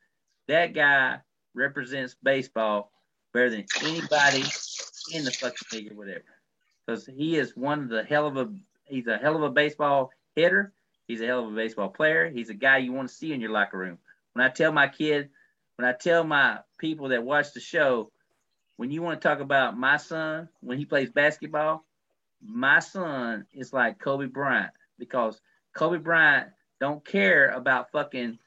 Speaker 4: That guy represents baseball better than anybody in the fucking league or whatever. Because he is one of the hell of a he's a hell of a baseball hitter. He's a hell of a baseball player. He's a guy you want to see in your locker room. When I tell my kid, when I tell my people that watch the show, when you want to talk about my son when he plays basketball, my son is like Kobe Bryant because Kobe Bryant don't care about fucking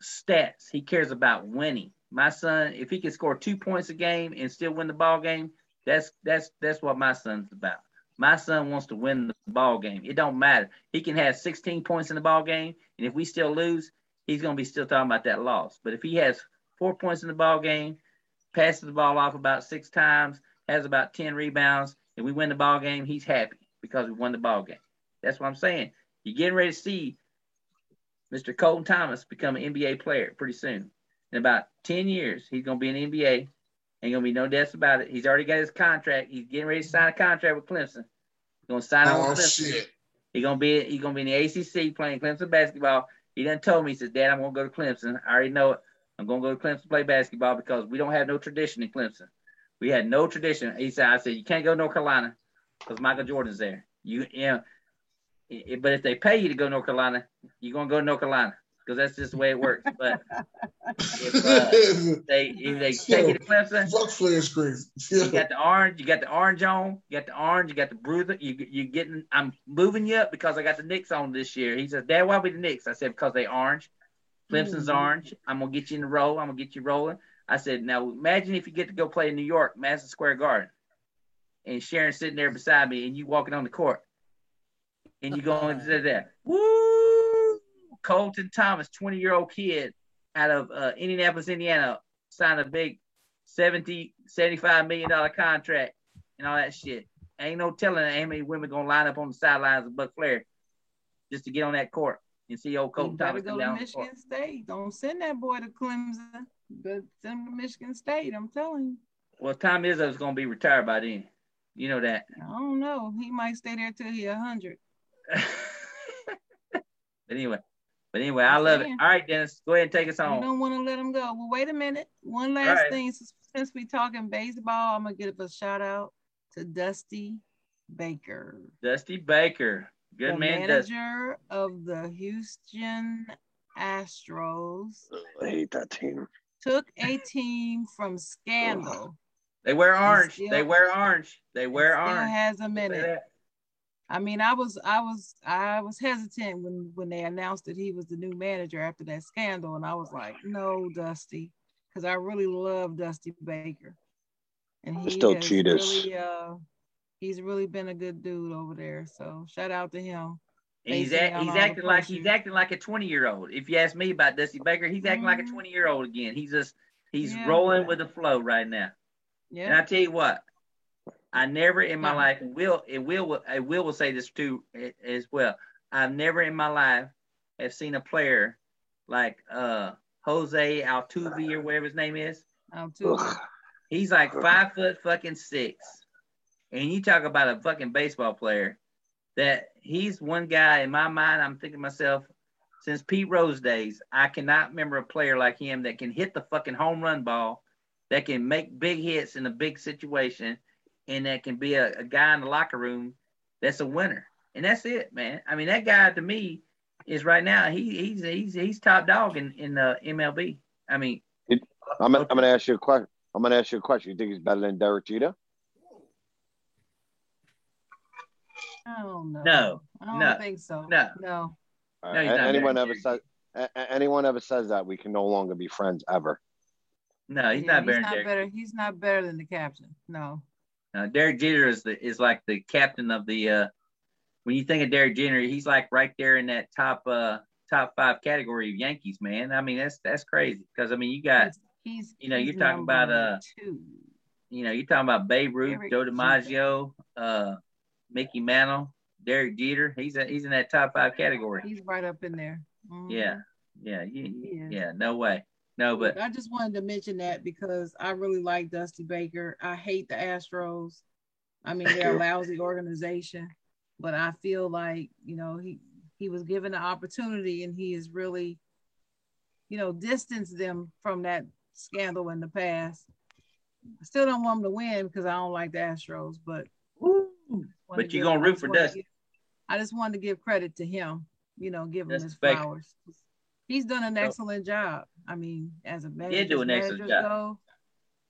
Speaker 4: stats. He cares about winning. My son, if he can score two points a game and still win the ball game, that's that's that's what my son's about. My son wants to win the ball game. It don't matter. He can have 16 points in the ball game, and if we still lose, he's gonna be still talking about that loss. But if he has four points in the ball game, passes the ball off about six times, has about 10 rebounds, and we win the ball game, he's happy because we won the ball game. That's what I'm saying. You're getting ready to see Mr. Colton Thomas become an NBA player pretty soon. In about 10 years, he's going to be in the NBA. Ain't going to be no doubts about it. He's already got his contract. He's getting ready to sign a contract with Clemson. He's going to sign on
Speaker 1: Oh
Speaker 4: with Clemson.
Speaker 1: shit!
Speaker 4: He's gonna be he's gonna be in the ACC playing Clemson basketball. He done told me he says, Dad, I'm gonna go to Clemson. I already know it. I'm gonna go to Clemson to play basketball because we don't have no tradition in Clemson. We had no tradition. He said, I said you can't go to North Carolina because Michael Jordan's there. You yeah. I- I- But if they pay you to go to North Carolina, you're gonna go to North Carolina because that's just the way it works. But if, uh, they if they take you to Clemson,
Speaker 1: Fuck Flair's crazy.
Speaker 4: you got the orange. You got the orange on. You got the orange. You got the bruiser. You you getting? I'm moving you up because I got the Knicks on this year. He says, Dad, why we the Knicks? I said because they orange. Clemson's
Speaker 3: Mm-hmm.
Speaker 11: Mhm.
Speaker 4: orange. I'm gonna get you in the roll. I'm gonna get you rolling. I said, now imagine if you get to go play in New York, Madison Square Garden, and Sharon sitting there beside me, and you walking on the court, and you going
Speaker 3: Uh-huh.
Speaker 4: to that. Woo! Colton Thomas, 20 year old kid out of uh, Indianapolis, Indiana, signed a big 70 75 million dollar contract and all that shit. Ain't no telling how many women gonna line up on the sidelines of Buck Flair just to get on that court and see old Colton
Speaker 3: You better
Speaker 4: Thomas
Speaker 3: go
Speaker 4: come
Speaker 3: to
Speaker 4: down. the court.
Speaker 3: Michigan State. Don't send that boy to Clemson. But send him to Michigan State. I'm telling you.
Speaker 4: Well, Tom Izzo's gonna be retired by then. You know that.
Speaker 3: I don't know. He might stay there till he hundred.
Speaker 4: But anyway, but anyway, I love it.
Speaker 3: saying.
Speaker 4: All right, Dennis, go ahead and take us
Speaker 3: You
Speaker 4: on.
Speaker 3: don't want to let him go. Well, wait a minute. One last
Speaker 4: right.
Speaker 3: thing. Since, since we talking baseball, I'm gonna give a shout out to Dusty Baker,
Speaker 4: Dusty Baker. Good
Speaker 3: the
Speaker 4: man, Dusty.
Speaker 3: manager of the Houston Astros,
Speaker 10: I hate that team.
Speaker 3: took a team from scandal.
Speaker 4: They wear orange.
Speaker 3: still-
Speaker 4: they wear orange. They wear
Speaker 3: still
Speaker 4: orange.
Speaker 3: has a minute. I mean, I was, I was, I was hesitant when when they announced that he was the new manager after that scandal, and I was like, no, Dusty, because I really love Dusty Baker, and he
Speaker 18: Still
Speaker 3: has
Speaker 18: cheaters.
Speaker 3: really, uh, he's really been a good dude over there. So shout out to him.
Speaker 4: And he's
Speaker 3: Facing
Speaker 4: act,
Speaker 3: down
Speaker 4: he's
Speaker 3: all the
Speaker 4: acting like
Speaker 3: pressure.
Speaker 4: he's acting like a twenty year old. If you ask me about Dusty Baker, he's acting like a twenty year old again. He's just he's
Speaker 3: Mm-hmm. Yeah.
Speaker 4: rolling with the flow right now. And I
Speaker 3: Yeah,
Speaker 4: tell you what, I never in my life and will and will will- and will will say this too a- as well. I've never in my life have seen a player like uh Jose Altuve or whatever his name is.
Speaker 3: Altuve.
Speaker 4: He's like five foot fucking six, and you talk about a fucking baseball player. That he's one guy in my mind. I'm thinking to myself, since Pete Rose days, I cannot remember a player like him that can hit the fucking home run ball, that can make big hits in a big situation, and that can be a, a guy in the locker room that's a winner. And that's it, man. I mean, that guy to me is right now he he's he's he's top dog in in uh, MLB. I mean,
Speaker 10: I'm, I'm gonna ask you a question. I'm gonna ask you a question. You think he's better than Derek Jeter?
Speaker 3: I don't know.
Speaker 10: No,
Speaker 3: I don't
Speaker 10: no,
Speaker 3: think so.
Speaker 10: no.
Speaker 3: no.
Speaker 10: Uh,
Speaker 4: he's not
Speaker 10: anyone
Speaker 4: better
Speaker 10: ever says a- a- anyone ever says that we can no longer be friends ever.
Speaker 4: no, he's
Speaker 3: Yeah,
Speaker 4: not better.
Speaker 3: He's
Speaker 4: than
Speaker 3: not
Speaker 4: Derek.
Speaker 3: better. He's not better than the captain. No.
Speaker 4: Uh, Derek Jeter is the, is like the captain of the. Uh, when you think of Derek Jeter, he's like right there in that top uh, top five category of Yankees, man. I mean, that's that's crazy because I mean, you got
Speaker 3: He's
Speaker 4: you know
Speaker 3: he's
Speaker 4: you're talking
Speaker 3: number
Speaker 4: about uh you know you're talking about Babe Ruth,
Speaker 3: Derek
Speaker 4: Joe DiMaggio, uh, Mickey Mantle, Derek Jeter. He's a, he's in that top five category.
Speaker 3: He's right up in there. Mhm.
Speaker 4: Yeah, yeah, yeah,
Speaker 3: is.
Speaker 4: yeah. No way, no, but
Speaker 3: Mm-hmm. I just wanted to mention that because I really like Dusty Baker. I hate the Astros. I mean, they're a lousy organization, but I feel like you know he he was given the opportunity and he has really, you know, distanced them from that scandal in the past. I still don't want him to win because I don't like the Astros, but wanted
Speaker 4: but
Speaker 3: give-
Speaker 4: you're gonna
Speaker 3: I
Speaker 4: root
Speaker 3: just
Speaker 4: for
Speaker 3: wanted to
Speaker 4: Dusty.
Speaker 3: give- I just wanted to give credit to him. You know, give him
Speaker 4: Dusty
Speaker 3: his
Speaker 4: Baker.
Speaker 3: flowers. He's done an
Speaker 4: So-
Speaker 3: excellent job. I mean, as a manager,
Speaker 4: did do an
Speaker 3: managers
Speaker 4: excellent job.
Speaker 3: go,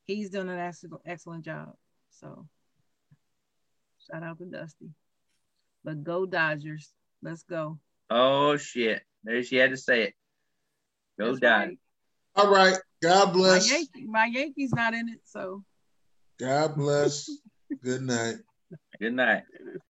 Speaker 3: he's done an excellent excellent job. So, shout out to Dusty. But go Dodgers. Let's go.
Speaker 4: Oh shit! There she had to say it. Go die.
Speaker 1: All right. God
Speaker 3: My,
Speaker 1: bless.
Speaker 3: Yankee, my Yankees not in it, so
Speaker 1: God bless. Good night.
Speaker 4: Good night.